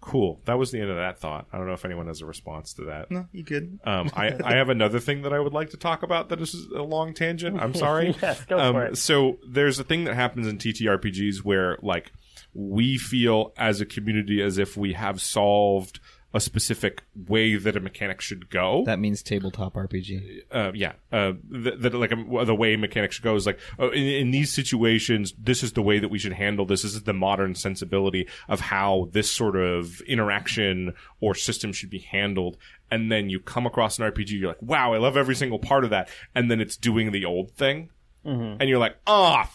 A: cool. That was the end of that thought. I don't know if anyone has a response to that.
C: No, you good?
A: Um, I, I have another thing that I would like to talk about that is a long tangent. I'm sorry. Um,
D: Yes, go for it.
A: So there's a thing that happens in TTRPGs where like we feel as a community as if we have solved a specific way that a mechanic should go
C: That means tabletop RPG.
A: uh, yeah, uh, the, the, like um, the way mechanics go is like oh, in, in these situations, this is the way that we should handle this. This is the modern sensibility of how this sort of interaction or system should be handled. And then you come across an RPG, you're like, wow, I love every single part of that. And then it's doing the old thing, and you're like, ah,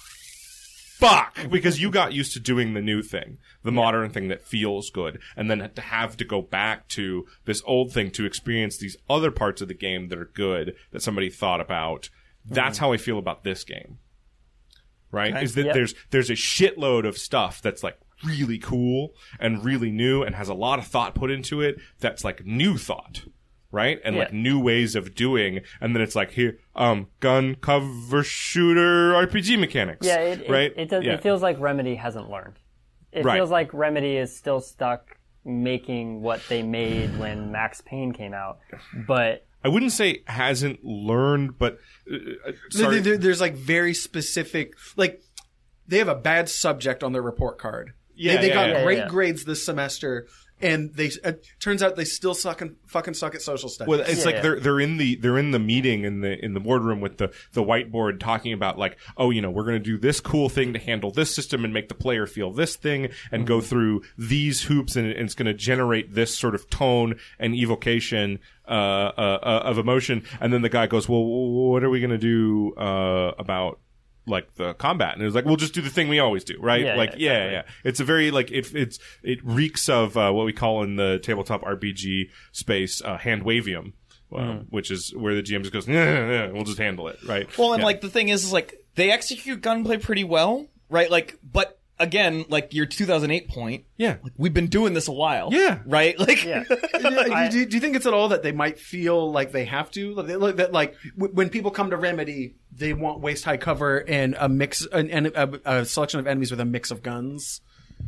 A: fuck because you got used to doing the new thing the modern thing that feels good and then to have to go back to this old thing to experience these other parts of the game that are good that somebody thought about that's how i feel about this game right is that
D: Mm-hmm. Yep.
A: there's there's a shitload of stuff that's like really cool and really new and has a lot of thought put into it that's like new thought right and like
D: Yeah.
A: new ways of doing and then it's like here um gun cover shooter rpg mechanics
D: Yeah, it, it-
A: right
D: It, does,
A: Yeah.
D: it feels like Remedy hasn't learned. It
A: Right.
D: feels like Remedy is still stuck making what they made when Max Payne came out, but
A: I wouldn't say hasn't learned, but uh, uh,
B: There-
A: sorry,
B: there- there's like very specific like they have a bad subject on their report card
A: Yeah,
B: they, they
A: yeah,
B: got
A: yeah.
B: great
D: Yeah, yeah.
B: grades this semester and they it turns out they still suck and fucking suck at social studies
A: Well, it's
D: Yeah,
A: like
D: yeah.
A: they're they're in the they're in the meeting in the in the boardroom with the the whiteboard talking about like oh you know we're going to do this cool thing to handle this system and make the player feel this thing and go through these hoops and, and it's going to generate this sort of tone and evocation uh, uh, uh, of emotion and then the guy goes well what are we going to do uh, about like the combat and it was like we'll just do the thing we always do right
D: Yeah,
A: like
D: yeah,
A: yeah yeah it's a very like it, it's it reeks of uh, what we call in the tabletop rpg space uh, hand wavium
D: Hmm.
A: um, which is where the gm just goes "Nah, nah, nah, we'll just handle it right
C: Well, and
A: Yeah.
C: like the thing is, is like they execute gunplay pretty well, right? Like, but again, like your 2008 point,
A: yeah
C: we've been doing this a while,
A: Yeah.
C: right? Like,
D: yeah.
B: do, do- do you think it's at all that they might feel like they have to like, they, like, that like w- when people come to remedy they want waist high cover and a mix and, and a, a selection of enemies with a mix of guns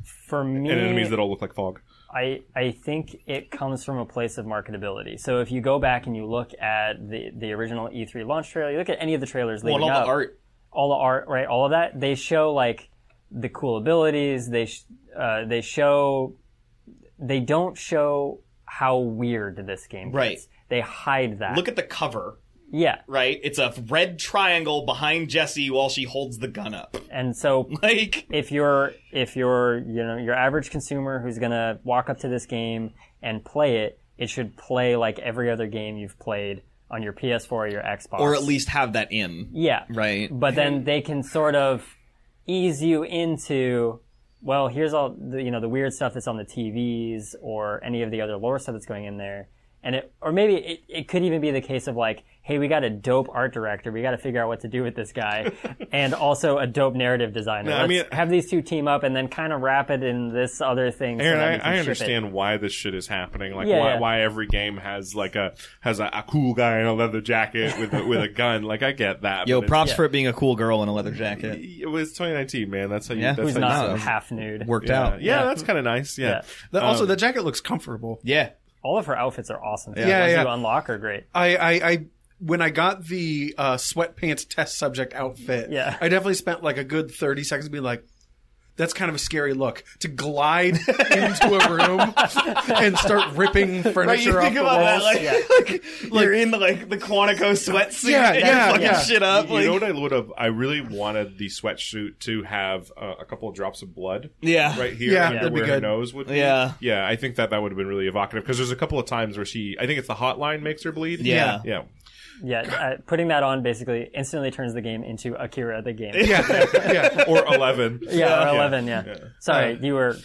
D: For me,
A: and enemies that all look like fog
D: I, I think it comes from a place of marketability. So if you go back and you look at the, the original E3 launch trailer, you look at any of the trailers leading
C: well, and all
D: up,
C: the art.
D: all the art, right? All of that. They show like the cool abilities. They sh- uh, they show they don't show how weird this game
C: Right.
D: is. They hide that.
C: Look at the cover,
D: yeah,
C: right? It's a red triangle behind Jesse while she holds the gun up.
D: and so
C: Like,
D: if you're if you're you know your average consumer who's gonna walk up to this game and play it, it should play like every other game you've played on your PS4 or your Xbox,
C: or at least have that in,
D: yeah,
C: right?
D: but then they can sort of ease you into well here's all the you know the weird stuff that's on the tvs or any of the other lore stuff that's going in there and it or maybe it, it could even be the case of like hey we got a dope art director we got to figure out what to do with this guy and also a dope narrative designer
A: No, I
D: Let's
A: mean-
D: have these two team up and then kind of wrap it in this other thing so
A: Aaron,
D: that we can
A: I, I
D: ship it.
A: understand why this shit is happening. Like
D: Yeah,
A: why,
D: yeah.
A: why every game has like a has a, a cool guy in a leather jacket with a, with a gun. Like I get that.
C: Yo,
A: but it's-
C: props for it being a cool girl in a leather jacket.
A: It was 2019, man. That's how you.
C: Yeah.
A: That's
D: who's
A: how you
D: not
A: sell.
C: sounds.
D: half nude
C: Worked
A: Yeah,
C: out.
A: yeah, that's kind of nice. Yeah.
B: The-
A: Um,
B: also, the jacket looks comfortable.
C: Yeah.
D: all of her outfits are awesome
B: Yeah,
D: the ones
B: yeah.
D: you unlock are great
B: I, I, I when I got the uh, sweatpants test subject outfit,
D: Yeah.
B: I definitely spent like a good thirty seconds being like, "That's kind of a scary look to glide into a room and start ripping furniture off the
C: like,
B: walls."
C: you're in the, like the Quantico sweatsuit
B: Yeah, yeah, yeah.
C: up.
A: you know what I would have? I really wanted the sweatsuit to have uh, a couple of drops of blood
C: yeah,
A: right here,
B: Yeah,
A: under
B: that'd be
A: where her
B: good.
A: nose would. Be.
C: Yeah.
A: yeah. I think that that would have been really evocative because there's a couple of times where she. I think it's the hotline makes her bleed.
C: Yeah.
A: yeah.
D: yeah uh, putting that on basically instantly turns the game into akira the game
B: Yeah, yeah.
A: Or eleven.
D: Yeah, or 11, yeah.
A: yeah.
D: Sorry, you were.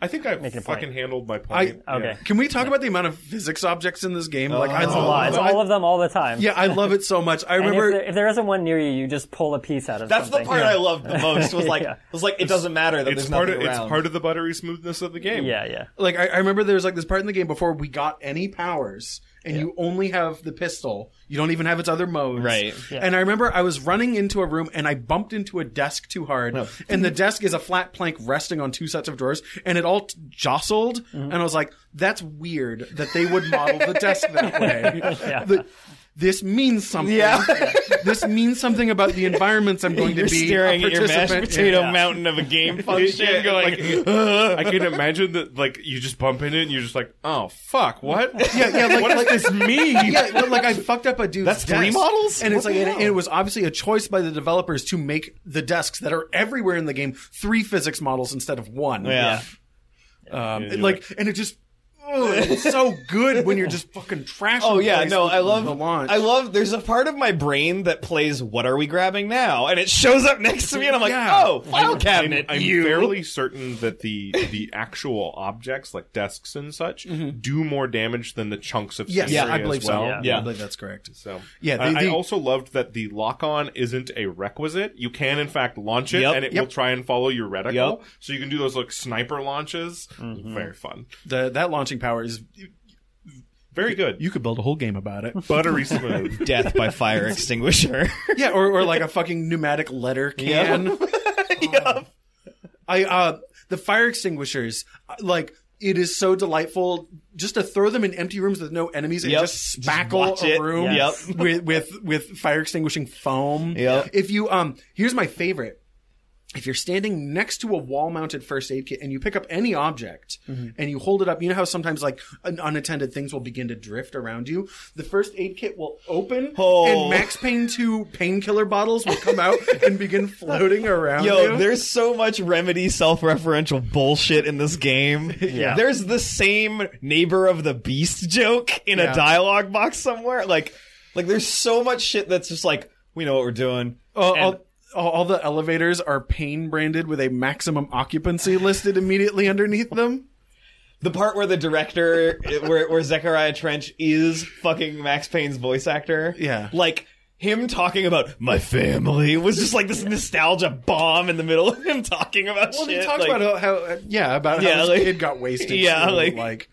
A: I think I
D: Making a
A: fucking
D: point. oh,
A: handled my point.
B: I-
D: Okay.
A: Yeah.
B: Can we talk about the amount of physics objects in this game? Like, Oh, I
D: Uh, It's a lot. It's all of them all the time.
B: Yeah, I love it so much. I
D: And if
B: remember.
D: there, if there isn't one near you, you just pull a piece out of
C: That's the
D: something.
C: part I loved the most. Was like,
D: Yeah.
C: was like, it doesn't matter that
A: It's
C: there's
A: part of
C: nothing around.
A: it's part of the buttery smoothness of the game.
D: Yeah, yeah.
B: like I, I remember there was like this part in the game before we got any powers and you only have the pistol you don't even have its other modes
C: Right.
D: Yeah.
B: and i remember i was running into a room and i bumped into a desk too hard and the desk is a flat plank resting on two sets of drawers and it all t- jostled and i was like that's weird that they would model the desk that way The- this means something.
C: Yeah.
B: this means something about the environments I'm going
C: You're
B: to be
C: staring
B: a
C: at your mashed
B: participant in.
C: potato mountain of a game function,
A: Yeah,
C: going,
A: like- I can imagine that, like, you just bump into it and you're just like, oh, fuck, what?
B: Yeah, yeah, like-
A: what
B: like-
A: does this mean?
B: yeah, but, like I fucked up a dude's
C: That's three
B: desk.
C: models?
B: and it's
C: What
B: like
C: the
B: and,
C: hell?
B: and it was obviously a choice by the developers to make the desks that are everywhere in the game three physics models instead of one.
C: yeah.
B: um,
A: Yeah,
B: and,
A: you're
B: like and it just. ugh, it's so good when you're just fucking trashing.
C: Oh
B: the
C: yeah,
B: place
C: no,
B: with
C: I love
B: the launch.
C: I love there's a part of my brain that plays what are we grabbing now? And it shows up next to me and I'm like,
B: Yeah.
C: "Oh, file cabinet."
A: I'm
C: you.
A: fairly certain that the the actual objects, like desks and such, do more damage than the chunks of
B: Mm-hmm. yes,
A: scenery
C: Yeah,
B: I believe
A: as well.
B: so.
C: Yeah.
B: I believe that's correct.
A: So
B: Yeah,
A: I-
B: the-
A: I,
B: the-
A: also loved that the lock on isn't a requisite. You can in fact launch it,
C: Yep.
A: and it
B: Yep.
A: will try and follow your reticle.
C: Yep.
A: So you can do those like sniper launches.
B: Mm-hmm.
A: Very fun,
B: The, that launching power is
A: very good.
B: you could build a whole game about it.
A: buttery smooth.
C: death by fire extinguisher.
B: yeah, or, or like a fucking pneumatic letter
C: Yeah.
B: can. I uh the fire extinguishers uh, like it is so delightful just to throw them in empty rooms with no enemies and
C: Yep.
B: just
C: Just
B: spackle
C: watch
B: a
C: it.
B: room
D: Yes.
C: Yep.
B: with with with fire extinguishing foam.
C: Yep.
B: If you um here's my favorite. If you're standing next to a wall mounted first aid kit and you pick up any object
C: Mm-hmm.
B: and you hold it up, you know how sometimes like un- unattended things will begin to drift around you? The first aid kit will open
C: Oh.
B: and Max Payne 2 painkiller bottles will come out and begin floating around
C: Yo,
B: you.
C: there's so much remedy self-referential bullshit in this game.
D: Yeah.
C: There's the same neighbor of the beast joke in
B: Yeah.
C: a dialogue box somewhere. Like like there's so much shit that's just like, we know what we're doing.
B: uh, All,
C: And-
B: all, all- all the elevators are pain branded with a maximum occupancy listed immediately underneath them.
C: The part where the director, where, where Zechariah Trench is fucking Max Payne's voice actor.
B: Yeah.
C: Like, him talking about my family was just like this nostalgia bomb in the middle of him talking about
B: Well,
C: shit.
B: he talks
C: Like,
B: about how, how yeah, about
C: Yeah,
B: how his
C: like-
B: kid got wasted.
C: Yeah,
B: too,
C: like-
B: like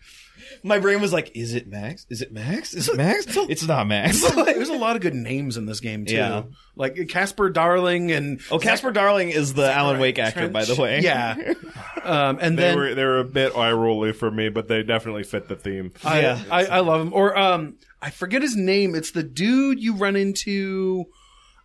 C: my brain was like, is it Max? Is it Max? Is it Max? It's not Max.
B: there's a lot of good names in this game too.
C: Yeah.
B: Like Casper Darling and
C: oh, Casper Darling is the Alan Wake actor, by the way.
B: yeah, um, and
A: They
B: then
A: were they were a bit eye rolly for me, but they definitely fit the theme.
B: I,
C: Yeah.
B: I, I love him. Or um, I forget his name. It's the dude you run into,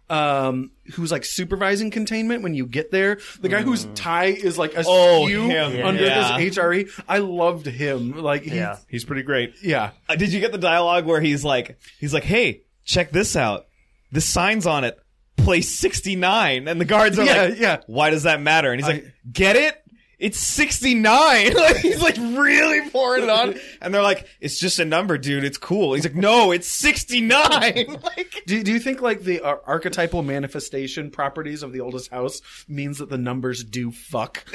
B: um, who's like supervising containment when you get there. The guy whose tie is like a
C: Mm. Oh,
B: skew
C: him.
B: under
C: Yeah.
B: his HRE. E. I loved him. Like he, yeah,
D: Yeah.
A: He's pretty great.
B: yeah.
C: Uh, Did you get the dialogue where he's like, he's like, hey, check this out. This sign's on it. Play 69. And the guards are
B: Yeah,
C: like,
B: yeah.
C: why does that matter? And he's like, get it? it's 69. Like, he's like really pouring it on. And they're like, it's just a number, dude. It's cool. He's like, no, it's 69. Like,
B: Do, do you think like the ar- archetypal manifestation properties of the oldest house means that the numbers do fuck?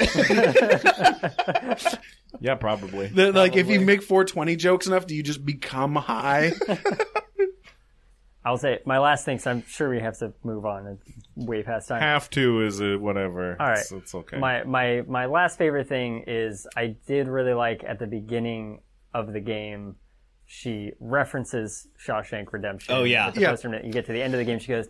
A: Yeah, probably.
B: That, like if you make 420 jokes enough, do you just become high?
D: I'll say my last thing. 'cause I'm sure we have to move on. It's way past time.
A: Have to is it whatever.
D: All right.
A: It's, it's okay.
D: My my my last favorite thing is I did really like at the beginning of the game, she references Shawshank Redemption.
C: Oh, yeah.
D: with the
B: Yeah.
D: poster, and you get to the end of the game, she goes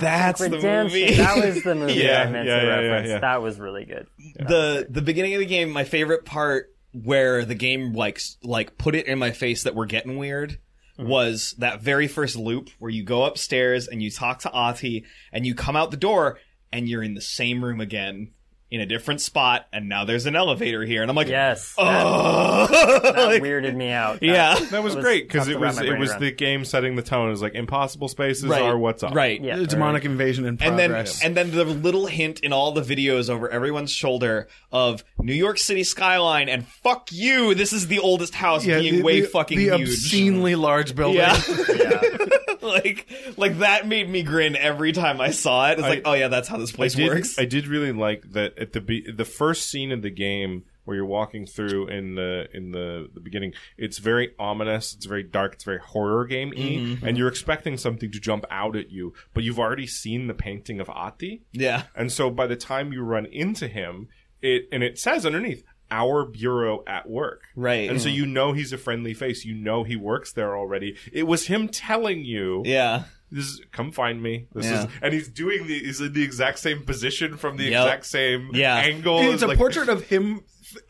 C: that's the
D: Redemption.
C: movie.
D: that was the movie
A: Yeah,
D: I meant
A: yeah,
D: to
A: yeah, yeah,
D: reference.
A: yeah.
D: That was really good.
C: the the beginning of the game, my favorite part where the game like s- like put it in my face that we're getting weird
A: Mm-hmm.
C: was that very first loop where you go upstairs and you talk to Ati and you come out the door and you're in the same room again in a different spot and now there's an elevator here and I'm like
D: Yes,
C: oh
D: that
C: Like,
D: weirded me out.
C: yeah
A: that was,
D: It was
A: great because
D: tough
A: it
D: to wrap
A: was
D: my
A: it
D: brain
A: was
D: around.
A: the game setting the tone. It was like impossible spaces
C: right
A: are what's up.
C: right
D: yeah.
B: The demonic invasion in
C: and then
B: progress.
C: and then the little hint in all the videos over everyone's shoulder of New York City skyline and fuck you this is the oldest house being way fucking
B: the
C: huge
B: obscenely large building.
C: yeah
D: yeah.
C: like like that made me grin every time I saw it it's like oh yeah that's how this
A: I
C: place
A: did,
C: works
A: I did really like that at the be- the first scene of the game where you're walking through in the in the, the beginning. It's very ominous. It's very dark. It's very horror game y,
D: Mm-hmm.
A: and you're expecting something to jump out at you, but you've already seen the painting of Ati,
C: yeah
A: and so by the time you run into him, it and it says underneath our bureau at work.
C: right
A: And so you know he's a friendly face. You know he works there already. It was him telling you,
C: yeah
A: "This is come find me." This
C: Yeah.
A: is, and he's doing the he's in the exact same position from the
C: Yep.
A: exact same
C: Yeah.
A: angle.
B: It's a
A: like-
B: portrait of him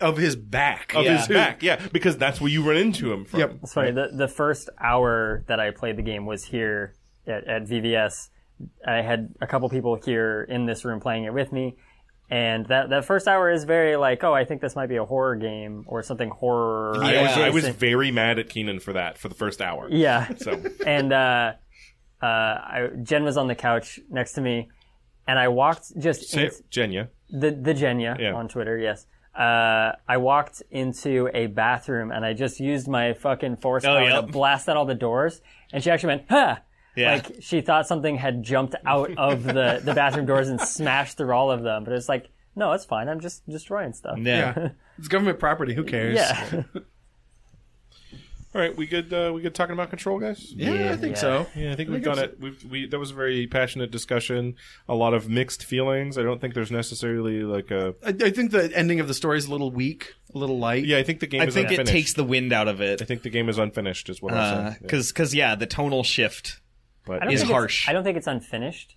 B: of his back.
A: of
C: Yeah.
A: his back, yeah, because that's where you run into him from.
B: Yep.
D: It's funny. The, the first hour that I played the game was here at, at VVS. I had a couple people here in this room playing it with me. And that, that first hour is very like, oh, I think this might be a horror game or something horror.
A: I was, I was
D: adjacent.
A: very mad at Keenan for that for the first hour.
D: Yeah.
A: So
D: and uh, uh, I, Jen was on the couch next to me. And I walked just
A: say
D: ins-
A: it, Jenya.
D: the the Jenya
A: Yeah.
D: on Twitter, yes. Uh, I walked into a bathroom and I just used my fucking force
C: Oh,
D: power
C: yep.
D: to blast at all the doors, and she actually went, "Huh."
C: Yeah.
D: Like she thought something had jumped out of the, the bathroom doors and smashed through all of them, but it's like, no, it's fine. I'm just destroying stuff.
C: yeah
B: Yeah. It's government property. Who cares?
D: Yeah,
A: All right, we good. Uh, we good talking about control, guys.
B: Yeah, I think
D: Yeah.
B: so.
A: Yeah, I think we've done it. We've, we that was a very passionate discussion. A lot of mixed feelings. I don't think there's necessarily like a
B: I, I think the ending of the story is a little weak, a little light.
A: yeah. I think the game
C: I
A: is
C: think it
A: unfinished.
C: takes the wind out of it
A: I think the game is unfinished. Is what I'm saying.
C: because because yeah the tonal shift
A: But
D: I don't
C: Is
D: think it's-
C: harsh.
D: I don't think it's unfinished.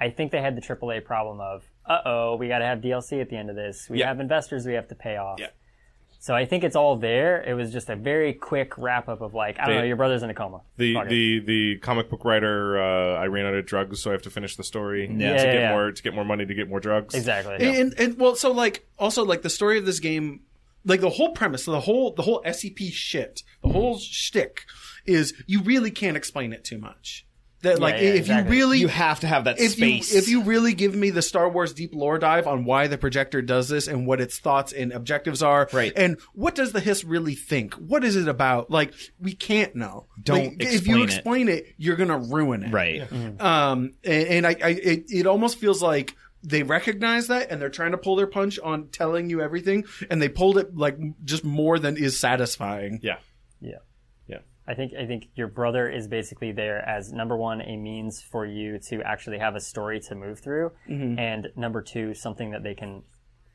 D: I think they had the AAA problem of, uh oh, we got to have DLC at the end of this. We
A: Yeah.
D: have investors we have to pay off.
A: Yeah.
D: So I think it's all there. It was just a very quick wrap up of like, I don't
A: They-
D: know, your brother's in a coma.
A: the
D: Fuck it.
A: the the comic book writer, uh, I ran out of drugs, so I have to finish the story
D: Yeah,
A: to
D: yeah,
A: get
D: yeah.
A: more to get more money to get more drugs.
D: exactly.
B: And, and well, so like also like the story of this game, like the whole premise, the whole the whole SCP shit, the whole shtick is you really can't explain it too much. That like
D: yeah,
B: if
D: exactly.
B: you really
C: you have to have that
B: if
C: space
B: you if you really give me the Star Wars deep lore dive on why the projector does this and what its thoughts and objectives are,
C: Right.
B: And what does the hiss really think? What is it about? Like we can't know.
C: Don't
B: Like, if you
C: explain it.
B: explain it. you're gonna ruin it,
C: right
B: um, and, and I, I it, it almost feels like they recognize that and they're trying to pull their punch on telling you everything, and they pulled it like just more than is satisfying.
A: Yeah.
D: Yeah.
A: Yeah.
D: I think I think your brother is basically there as number one a means for you to actually have a story to move through,
A: Mm-hmm.
D: and number two something that they can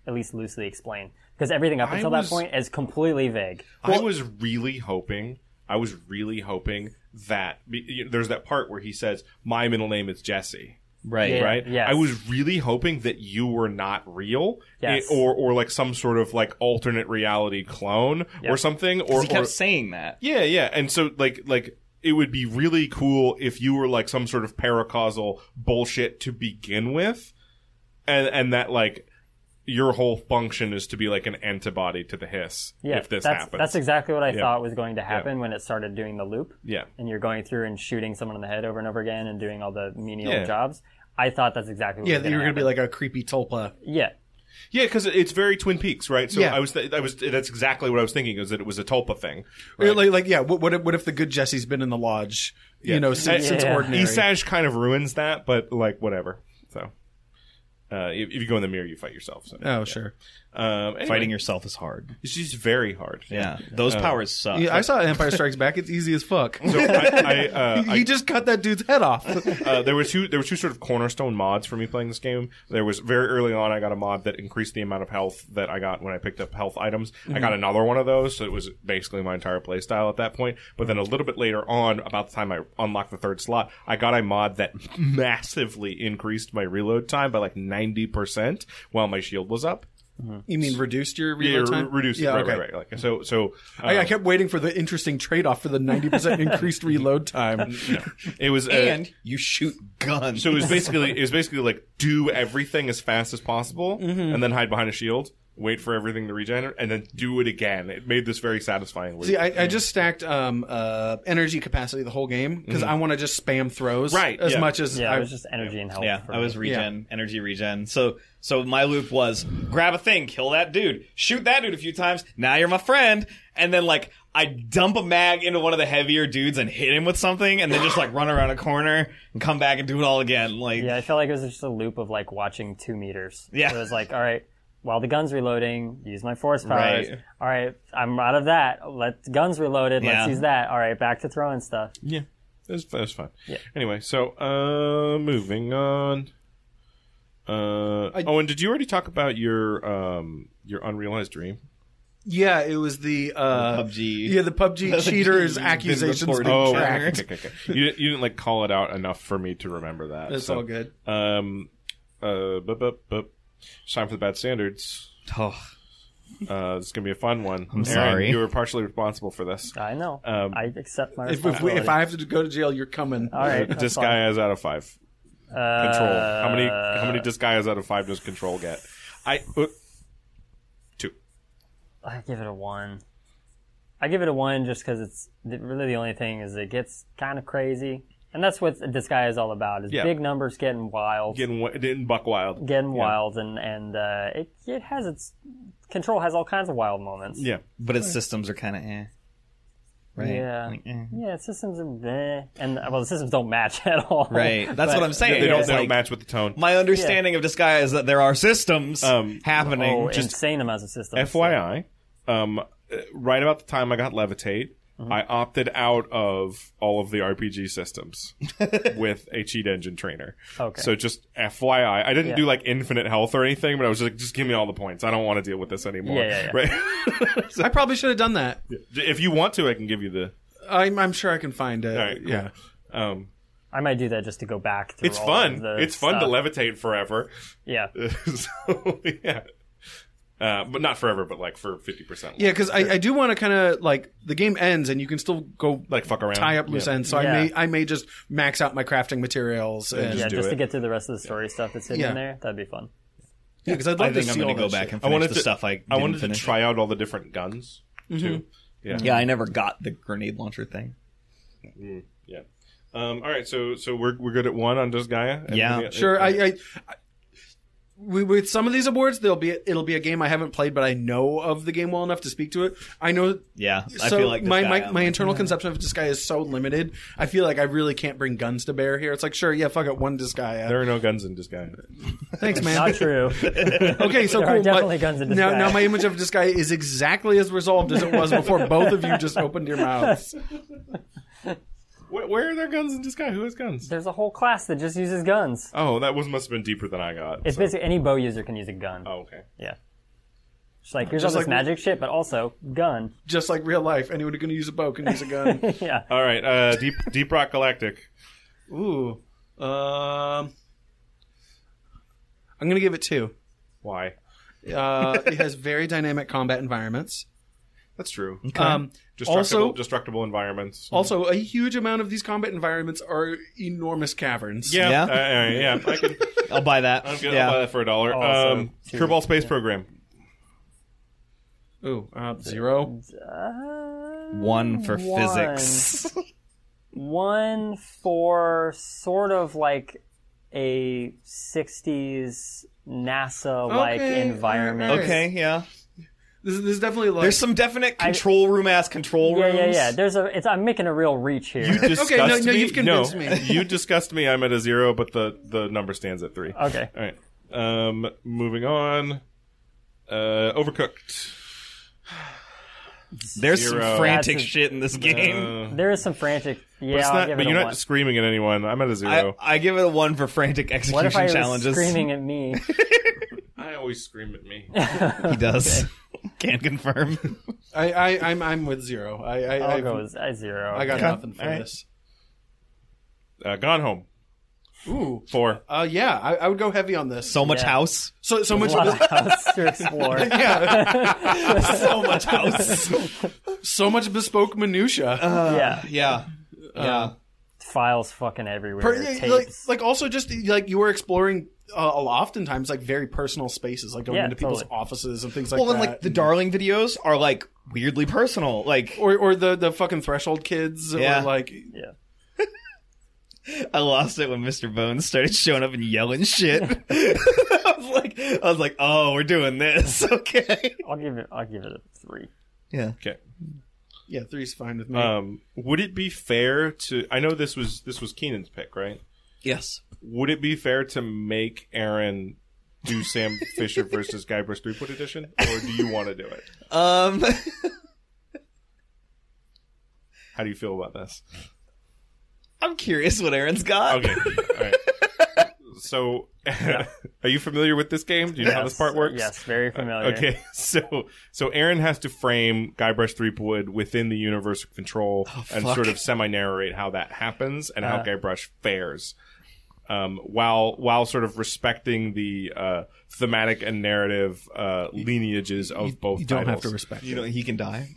D: at least loosely explain because everything up
A: I
D: until
A: was-
D: that point is completely vague.
A: I was really hoping. I was really hoping that be- you- there's that part where he says, "My middle name is Jesse."
C: right
D: Yeah.
A: right?
D: yes.
A: I was really hoping that you were not real,
D: Yes.
A: eh, or or like some sort of like alternate reality clone or something, or,
C: he
A: or
C: kept saying that
A: yeah, yeah. And so like like it would be really cool if you were like some sort of paracausal bullshit to begin with, and and that like your whole function is to be like an antibody to the hiss
D: Yeah,
A: if this
D: that's,
A: happens.
D: that's exactly what I thought was going to happen when it started doing the loop.
A: yeah.
D: and you're going through and shooting someone in the head over and over again and doing all the menial
A: Yeah.
D: jobs. I thought that's exactly what
B: Yeah,
D: was
B: that you were
D: gonna
B: gonna be
D: happen.
B: like a creepy tulpa.
D: yeah.
A: Yeah, because it's very Twin Peaks, right? So
B: Yeah.
A: I was, th- I was, that's exactly what I was thinking is that it was a Tulpa thing.
B: Or Like, like, yeah. What, what, if, what if the good Jesse's been in the lodge? You know, since, since
D: Yeah.
B: ordinary.
A: Esage kind of ruins that, but like whatever. So, uh, if, if you go in the mirror, you fight yourself. So.
B: oh, sure.
A: Um, anyway,
C: Fighting yourself is hard.
A: it's just very hard.
C: Yeah, those
A: Oh.
C: powers suck.
B: Yeah, I saw Empire Strikes Back. It's easy as fuck.
A: So I, I, uh,
B: he
A: I
B: just cut that dude's head off.
A: uh, there were two there were two sort of cornerstone mods for me playing this game. There was very early on I got a mod that increased the amount of health that I got when I picked up health items. I
B: Mm-hmm.
A: got another one of those, so it was basically my entire playstyle at that point. But then a little bit later on, about the time I unlocked the third slot, I got a mod that massively increased my reload time by like ninety percent while my shield was up.
B: you mean reduced your
A: Yeah,
B: reload time?
A: re- reduced.
B: Yeah,
A: right,
B: okay. Oh,
A: right, right. Like so, so uh,
B: I, I kept waiting for the interesting trade off for the 90% increased reload time.
A: it was uh,
C: and you shoot guns.
A: So it was basically it was basically like do everything as fast as possible,
B: Mm-hmm.
A: and then hide behind a shield, wait for everything to regenerate, and then do it again. It made this very satisfying. Loop.
B: See, I, I just stacked um, uh, energy capacity the whole game because I want to just spam throws
A: Mm-hmm. Right,
B: as
A: yeah.
B: much as
D: Yeah,
B: I
D: it was just energy and health.
C: Yeah,
D: for
C: I
D: me.
C: was regen, energy regen. So so my loop was grab a thing, kill that dude, shoot that dude a few times. Now you're my friend, and then like I dump a mag into one of the heavier dudes and hit him with something, and then just like run around a corner and come back and do it all again. Like
D: Yeah, I felt like it was just a loop of like watching two meters.
C: Yeah.
D: it was like, all right, while the gun's reloading, use my force powers.
C: Right.
D: All right, I'm out of that. Let guns reloaded.
C: Yeah.
D: Let's use that. All right, back to throwing stuff.
A: yeah, it was, it was fun. Yeah. Anyway, so uh, moving on. Uh, oh, and did you already talk about your um, your unrealized dream?
B: Yeah, it was the uh,
C: PUBG.
B: Yeah, the PUBG
C: That's
B: cheaters
C: been
B: accusations being
C: reported.
A: Oh, okay,
B: tracked.
A: okay, okay, okay. You, didn't- you didn't like call it out enough for me to remember that.
B: It's
A: so,
B: all good.
A: Um, uh, bup, bup, bup. It's time for the bad standards.
C: Oh,
A: Uh, it's gonna be a fun one. I'm
C: sorry.
A: you were partially responsible for this.
D: I know.
A: Um,
D: I accept my
B: If, if, we,
D: responsibility.
B: if I have to go to jail, you're coming.
A: Uh,
D: all right, that's
A: Disguise
D: fine.
A: out of five.
D: Uh,
A: Control. how many? How many disguise out of five does control get? I uh, two.
D: I give it a one. I give it a one just because it's the, really the only thing is it gets kind of crazy, and that's what this guy is all about: is
A: Yeah.
D: big numbers getting wild,
A: Getting wa- didn't buck wild.
D: getting wild, and and uh, it it has its control has all kinds of wild moments.
A: Yeah.
C: but its systems are kind of eh. Right.
D: Yeah.
C: Like, eh.
D: Yeah, systems are bleh. and uh, well, the systems don't match at all.
C: Right. That's
D: But-
C: what I'm saying.
A: They don't.
C: It's
A: They don't
C: like,
A: match with the tone.
C: My understanding of disguise is that there are systems
A: Um,
C: happening.
D: Oh,
C: just
D: insane amounts of systems.
A: FYI, um, uh, right about the time I got levitate,
D: Mm-hmm.
A: I opted out of all of the RPG systems with a cheat engine trainer.
D: Okay.
A: So just FYI, I didn't
D: Yeah.
A: do like infinite health or anything, but I was just like, just give me all the points. I don't want to deal with this anymore.
D: Yeah, yeah,
A: Right. So
B: I probably should have done that.
A: if you want to, I can give you the.
B: I'm, I'm sure I can find it.
A: All right.
B: Yeah.
A: Um,
D: I might do that just to go back. Through
A: it's
D: all of
A: fun.
D: the
A: It's fun to
D: stuff.
A: levitate forever.
D: Yeah,
A: so yeah. Uh, but not forever, but like for fifty percent.
B: Yeah, because I, I do want to kind of like the game ends and you can still go
A: like fuck around,
B: tie up loose
A: Yeah.
B: ends. So
D: Yeah.
B: I may I may just max out my crafting materials. And,
D: yeah,
B: yeah,
A: do
D: just to
A: it.
D: get through the rest of the story stuff that's hidden
B: Yeah.
D: in there. That'd be fun.
B: because I'd love
C: I think
B: to
C: I'm
B: see
C: going
B: all
C: to go
B: that
C: back
B: shit.
C: and finish the stuff I.
A: I
C: didn't
A: wanted to
C: finish.
A: try out all the different guns
B: Mm-hmm.
A: too. Yeah.
C: Yeah, I never got the grenade launcher thing.
A: Yeah. Um, all right, so so we're we're good at one on just Gaia. And
C: Yeah.
A: we-
B: Sure. I, I, I we- with some of these awards, there'll be it'll be a game I haven't played, but I know of the game well enough to speak to it. I know.
C: Yeah, I
B: so
C: feel like this
B: my,
C: guy,
B: my,
C: I'm
B: my
C: like,
B: internal conception of this guy is so limited. I feel like I really can't bring guns to bear here. It's like, sure, yeah, fuck it, one disguise.
A: there are no guns in Disgaea.
B: Thanks, man.
D: Not true.
B: Okay, so
D: There are
B: cool. My-
D: definitely guns in this
B: now,
D: guy.
B: now my image of this guy is exactly as resolved as it was before both of you just opened your mouths.
A: Where, where are there guns in Disgaea? Who has guns?
D: There's a whole class that just uses guns.
A: Oh, that was must have been deeper than I got.
D: It's basically any bow user can use a gun.
A: oh, okay.
D: Yeah. It's like here's all
B: Just
D: this
B: like-
D: magic shit, but also gun.
B: Just like real life, anyone who can use a bow can use a gun.
D: yeah.
A: All right, uh, Deep Deep Rock Galactic.
B: Ooh, um, I'm gonna give it two.
A: Why?
B: Uh, it has very dynamic combat environments.
A: That's true.
B: Um,
A: Destructible,
B: also-
A: destructible environments.
B: also, a huge amount of these combat environments are enormous caverns.
A: yeah,
C: Yeah.
A: uh, uh, yeah. I can,
C: I'll buy that.
A: I'm gonna
C: yeah.
A: buy that for a dollar.
B: Oh,
D: Also,
A: Um,
D: too,
A: Kerbal Space Program.
B: Ooh, uh, zero.
D: Uh,
C: One for
D: One.
C: physics.
D: One for sort of like a 60s NASA like
B: Okay,
D: environment.
B: alright.
C: Okay, yeah.
B: This is, this is definitely like
C: There's some definite control room ass control
D: Yeah,
C: rooms.
D: yeah, yeah. There's a. It's. I'm making a real reach here.
A: You discussed
B: no,
A: me.
B: no, you've convinced me.
A: you discussed me. I'm at a zero, but the the number stands at three.
D: okay.
A: All right. Um, moving on. Uh, overcooked.
C: There's
A: Zero.
C: some frantic
D: That's a-
C: shit in this game.
D: There is some frantic.
A: But
D: Yeah,
A: Uh, it's
D: I'll
A: not.
D: give
A: But
D: it
A: you're
D: a
A: not
D: one.
A: screaming at anyone. I'm at a
C: I,
A: zero.
C: I give it a one for frantic execution
D: What if I was
C: challenges.
D: screaming at me?
A: I always scream at me.
C: He does. Can confirm.
B: I, I I'm I'm with zero. I I
D: I'll
B: I've-
D: go with a zero.
B: I got
C: Okay.
B: nothing for
C: All right.
B: this.
A: Uh, gone home.
B: Ooh.
A: Four.
B: Uh, yeah, I, I would go heavy on this.
C: So much
D: Yeah.
C: house.
B: so so
D: a
B: much
D: lot of house to explore.
B: yeah,
C: so much house.
B: so much bespoke minutia.
D: Uh, yeah,
C: yeah.
D: Uh,
C: Yeah.
D: files fucking everywhere.
B: Per- yeah, like,
D: tapes.
B: like also just like you were exploring uh, oftentimes like very personal spaces, like going
D: Yeah,
B: into people's
D: totally.
B: offices and things like
C: well,
B: that.
C: and like the darling videos are like weirdly personal. Like
B: or or the the fucking threshold kids.
C: Yeah.
B: Or like
D: yeah.
C: I lost it when Mr. Bones started showing up and yelling shit. I was like, I was like, oh, we're doing this, okay?
D: I'll give it. I'll give it a three.
C: Yeah.
A: Okay.
B: yeah, three's fine with me.
A: Um, would it be fair to? I know this was this was Keenan's pick, right?
C: Yes.
A: Would it be fair to make Aaron do Sam Fisher versus Guybrush Threepwood edition, or do you want to do it?
C: Um.
A: How do you feel about this?
C: I'm curious what Aaron's got.
A: Okay. All right. So, are you familiar with this game? Do you know how this
D: Yes,
A: part works?
D: Yes, very
B: Oh,
D: familiar.
A: Okay, so so Aaron has to frame Guybrush Threepwood within the universe of control
B: Oh,
A: and
C: fuck.
A: sort of semi-narrate how that happens and how
B: Uh-huh.
D: Uh.
A: Guybrush fares, um, while while sort of respecting the uh, thematic and narrative uh, lineages of both.
B: you don't have
A: titles.
B: to respect.
C: You know he can die.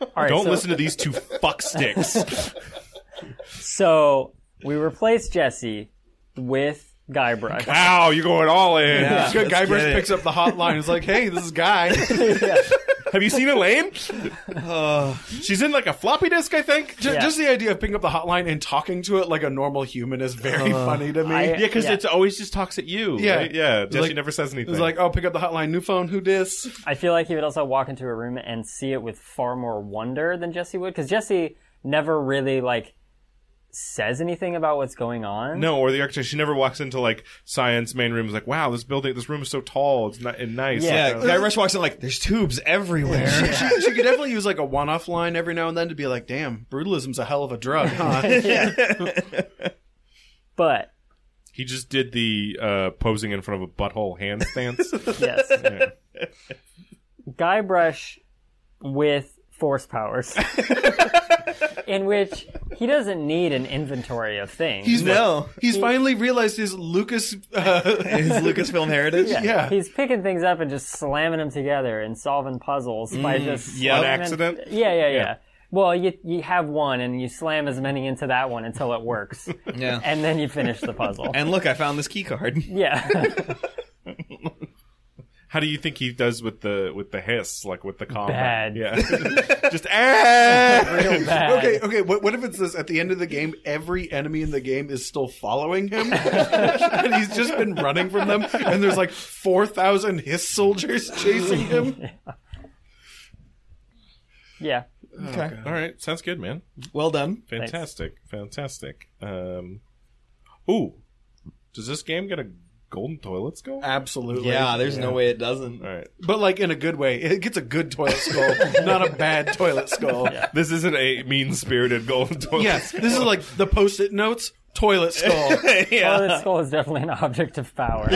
D: All right,
A: Don't
D: so,
A: listen to these two fuck sticks.
D: So we replace Jesse with Guybrush.
A: wow, you're going all in.
C: Yeah.
B: It's good.
C: Let's get
B: Guybrush
C: it.
B: picks up the hotline. It's like, hey, this is Guy.
A: Have you seen Elaine?
C: Oh,
A: She's in like a floppy disk, I think.
B: Ju-
D: Yeah.
B: Just the idea of picking up the hotline and talking to it like a normal human is very funny to me.
D: I-
A: Yeah, because
D: Yeah.
A: it's always just talks at you.
B: Yeah.
A: right? yeah. Jesse
B: like-
A: never says anything.
B: it's like, oh, pick up the hotline, new phone, who dis?
D: I feel like he would also walk into a room and see it with far more wonder than Jesse would, because Jesse never really like says anything about what's going on.
A: No, or the architect. She never walks into like science main room. Is like, wow, this building, this room is so tall. It's not and nice.
C: yeah.
A: Like, uh,
C: Guy Rush walks in like, there's tubes everywhere.
B: she, she could definitely use like a one-off line every now and then to be like, "Damn, brutalism's a hell of a drug, huh?"
D: but
A: he just did the uh, posing in front of a butthole hand stance.
D: yes,
A: Yeah.
D: Guybrush with force powers, in which he doesn't need an inventory of things.
B: He's
C: No.
B: he's finally realized his Lucas. Uh,
C: His Lucasfilm heritage.
D: yeah.
B: yeah.
D: he's picking things up and just slamming them together and solving puzzles by just
C: yeah.
D: slamming-
A: On accident?
D: Yeah, yeah, yeah. Well, you you have one and you slam as many into that one until it works,
C: Yeah.
D: and then you finish the puzzle.
C: And look, I found this key card.
D: yeah,
A: How do you think he does with the with the hiss, like with the combat?
D: Bad.
A: Yeah, just ah.
D: real bad.
B: okay, okay. What, what if it's this? At the end of the game, every enemy in the game is still following him, and he's just been running from them. And there's like four thousand his soldiers chasing him.
D: Yeah.
C: Okay.
A: All right, sounds good, man.
C: Well done.
A: Fantastic, fantastic. Um, ooh, does this game get a golden toilet skull?
C: Uh,
B: Absolutely.
C: Yeah. There's no way it doesn't.
A: All right,
B: but like in a good way. It gets a good toilet skull, not a bad toilet skull.
A: this isn't a mean spirited golden toilet.
B: Yes, this is like the post-it notes toilet skull.
D: Well, this skull is definitely an object of power.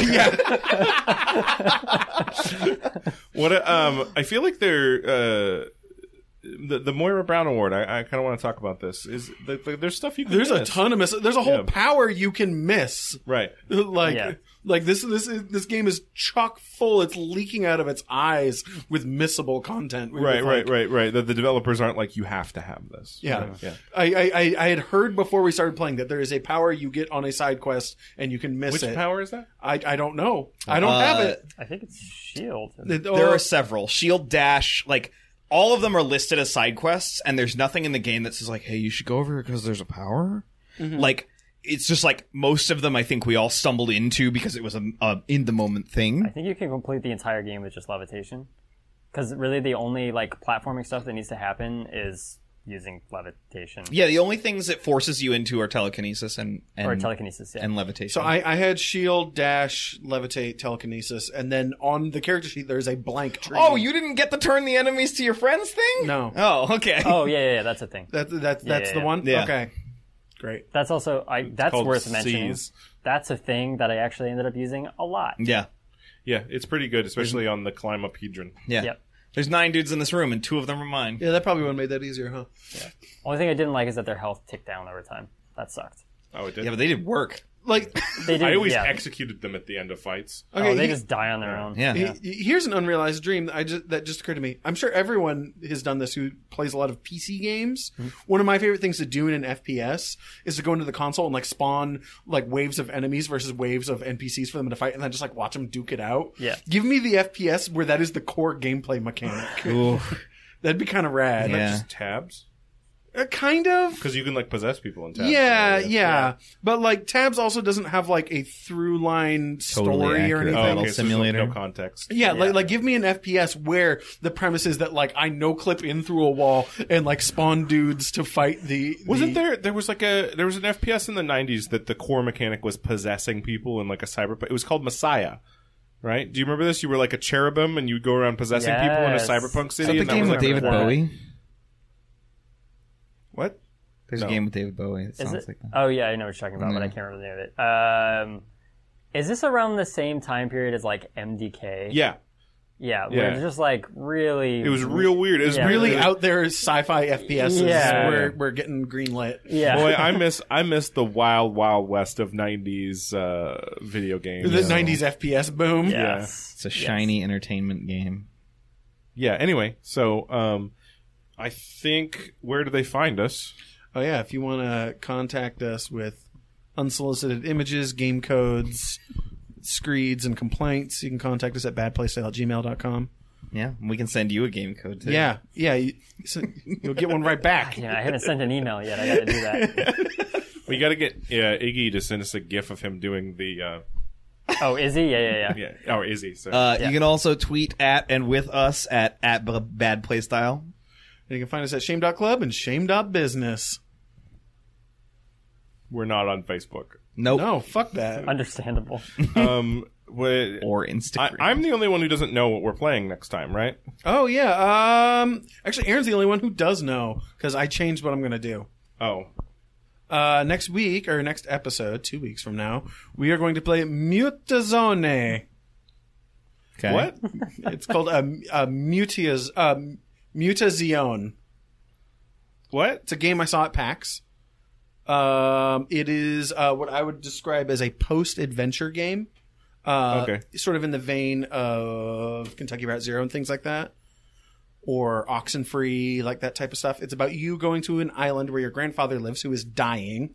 A: What a- um, I feel like they're uh, the the Moira Brown Award. I, I kind of want to talk about this. Is the, the, there's stuff you can
B: There's a
A: miss.
B: ton of miss. There's a whole
A: Yeah.
B: power you can miss.
A: right?
B: Like
D: Yeah.
B: like this this this game is chock full. It's leaking out of its eyes with missable content. We were
A: Right, right,
B: like-
A: right, right. That the developers aren't like you have to have this.
B: Yeah.
A: yeah.
B: I, I I- I had heard before we started playing that there is a power you get on a side quest and you can miss
A: Which
B: it.
A: power is that?
B: I I don't know. I don't
C: Uh,
B: have it.
D: I think it's shield.
B: It-
C: There
B: oh,
C: are several. Shield Dash, like all of them are listed as side quests, and there's nothing in the game that says like, "Hey, you should go over here because there's a power." Like it's just like most of them I think we all stumbled into because it was a, a in the moment
D: I
C: thing.
D: think you can complete the entire game with just levitation, because really the only like platforming stuff that needs to happen is using levitation
C: Yeah, the only things it forces you into are telekinesis and and,
D: or telekinesis. Yeah.
C: and levitation.
B: So I, I had shield, dash, levitate, telekinesis, and then on the character sheet there's a blank tree.
C: oh, you didn't get the turn the enemies to your friends thing?
B: No.
C: Oh, okay.
D: oh yeah, yeah, yeah, that's a thing.
B: that, that, that's
D: yeah,
B: the
D: yeah.
B: one.
C: Yeah.
B: Okay, great.
D: That's also I. That's
A: called
D: worth mentioning.
A: C's.
D: That's a thing that I actually ended up using a lot.
C: Yeah.
A: Yeah, it's pretty good, especially on the climb up hedron.
C: Yeah.
D: Yep.
C: There's nine dudes in this room, and two of them are mine.
B: Yeah, that probably would have made that easier, huh?
D: Only thing I didn't like is that their health ticked down over time. That sucked.
A: Oh, it did.
C: Yeah, but they did work.
B: Like,
D: They did.
A: I always
D: yeah.
A: executed them at the end of fights.
D: Oh,
B: okay,
D: they
B: he-
D: just die on their own.
C: Yeah.
B: he- he- here's an unrealized dream that, I just, that just occurred to me. I'm sure everyone has done this who plays a lot of PC games. One of my favorite things to do in an FPS is to go into the console and like spawn like waves of enemies versus waves of NPCs for them to fight, and then just like watch them duke it out.
D: Yeah.
B: give me the FPS where that is the core gameplay mechanic. That'd be kind of rad.
C: Yeah.
A: Just tabs,
B: Uh, kind of.
A: because you can like possess people in tabs.
B: Yeah, yeah, But like Tabs also doesn't have like a through line story or
C: accurate.
B: anything.
A: Oh, okay,
C: Battle
A: so there's no-
C: simulator.
A: no context.
B: Yeah, Like, like give me an FPS where the premise is that like I no clip in through a wall and like spawn dudes to fight the
A: Wasn't
B: the-
A: there? There was like a there was an FPS in the '90s that the core mechanic was possessing people in like a cyber. It was called Messiah, right? Do you remember this? You were like a cherubim and you'd go around possessing people in a
D: Yes.
A: cyberpunk
C: Is that
A: city.
C: the
A: and that
C: game
A: was
C: with
A: like-
C: David
D: that.
C: Bowie?
A: What?
C: There's
A: No.
C: a game with David Bowie. It
D: Is
C: sounds
D: it?
C: like that.
D: Oh yeah, I know what you're talking about, but I can't remember the name of it. Um, is this around the same time period as like MDK?
A: Yeah,
D: yeah.
A: Yeah.
D: Where it's just like really.
A: it was real weird. It was
D: Mm-hmm. Yeah.
B: really
A: really
B: out there sci-fi FPSs
D: Yeah.
B: where we're getting greenlit.
D: Yeah.
A: Boy, I miss I miss the wild wild west of '90s uh, video games.
B: The 90s FPS boom.
D: yes.
C: It's a shiny entertainment game.
A: yeah. Anyway, so um, I think where do they find us?
B: Oh yeah, if you want to contact us with unsolicited images, game codes, screeds, and complaints, you can contact us at badplaystyle@gmail.com.
C: Yeah, we can send you a game code too.
B: Yeah, yeah, you, so you'll get one right back.
D: Yeah, I haven't sent an email yet. I got to do that.
A: We got to get uh, Iggy to send us a gif of him doing the uh,
D: Oh, is he? Yeah, yeah, yeah.
A: yeah. Oh, Izzy. So.
C: Uh, You can also tweet at and with us at at b- bad playstyle.
B: And you can find us at shame.club and shame.business.
A: We're not on Facebook.
C: Nope.
B: No, fuck that.
D: Understandable.
A: Um, wha-
C: Or Instagram.
A: I, am the only one who doesn't know what we're playing next time, right?
B: Oh yeah. Um, actually, Aaron's the only one who does know because I changed what I'm gonna do.
A: Oh,
B: Uh, next week or next episode, two weeks from now, we are going to play Mutazone.
C: Okay.
A: what?
B: It's called a, a mutias a mutazione.
A: what?
B: It's a game I saw at PAX. Um, it is uh, what I would describe as a post-adventure game. Uh,
A: Okay.
B: Sort of in the vein of Kentucky Route Zero and things like that, or Oxenfree, like that type of stuff. It's about you going to an island where your grandfather lives, who is dying,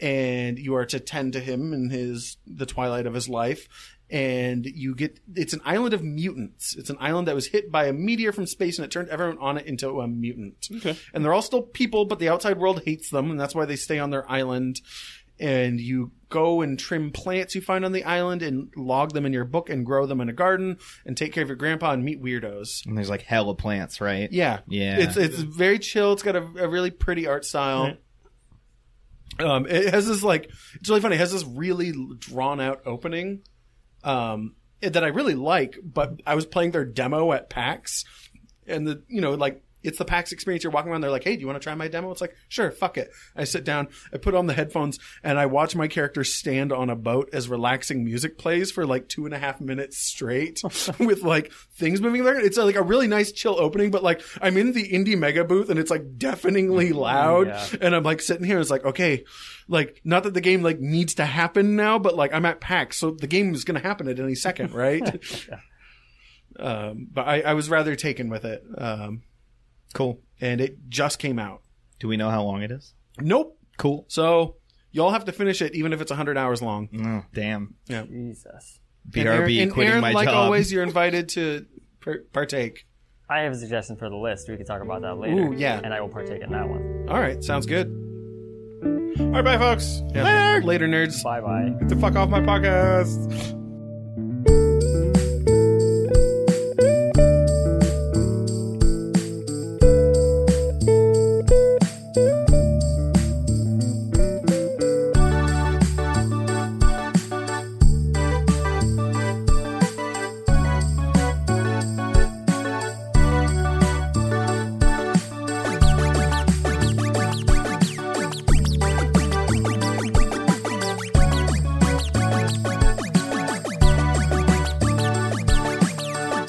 B: and you are to tend to him in his the twilight of his life and you get it's an island of mutants it's an island that was hit by a meteor from space and it turned everyone on it into a mutant okay. and they're all still people but the outside world hates them and that's why they stay on their island and you go and trim plants you find on the island and log them in your book and grow them in a garden and take care of your grandpa and meet weirdos
C: And there's like hella plants, right?
B: yeah.
C: Yeah.
B: It's it's very chill. It's got a, a really pretty art style. Um, it has this like it's really funny. It has this really drawn out opening, um, it- that I really like. But I was playing their demo at PAX, and the you know like it's the PAX experience. You're walking around. They're like, "Hey, do you want to try my demo?" It's like, "Sure, fuck it." I sit down. I put on the headphones, and I watch my character stand on a boat as relaxing music plays for like two and a half minutes straight, with like things moving there. It's uh, like a really nice, chill opening. But like, I'm in the indie mega booth, and it's like deafeningly loud.
D: Yeah.
B: And I'm like sitting here. It's like, okay, like not that the game like needs to happen now, but like I'm at PAX, so the game is going to happen at any second, right? um, but I, I was rather taken with it. Um,
C: Cool.
B: and it just came out.
C: Do we know how long it is?
B: Nope.
C: Cool.
B: So y'all have to finish it, even if it's 100 hours long.
C: Oh, damn.
D: Jesus.
C: BRB
B: and
C: quitting
B: Aaron,
C: my
B: like
C: job.
B: always, you're invited to per- partake.
D: I have a suggestion for the list. We could talk about that later.
B: Ooh, yeah.
D: And I will partake in that one.
B: All right, sounds good. All right, bye, folks.
E: Later, nerds.
A: Bye bye.
B: Get the fuck off my podcast.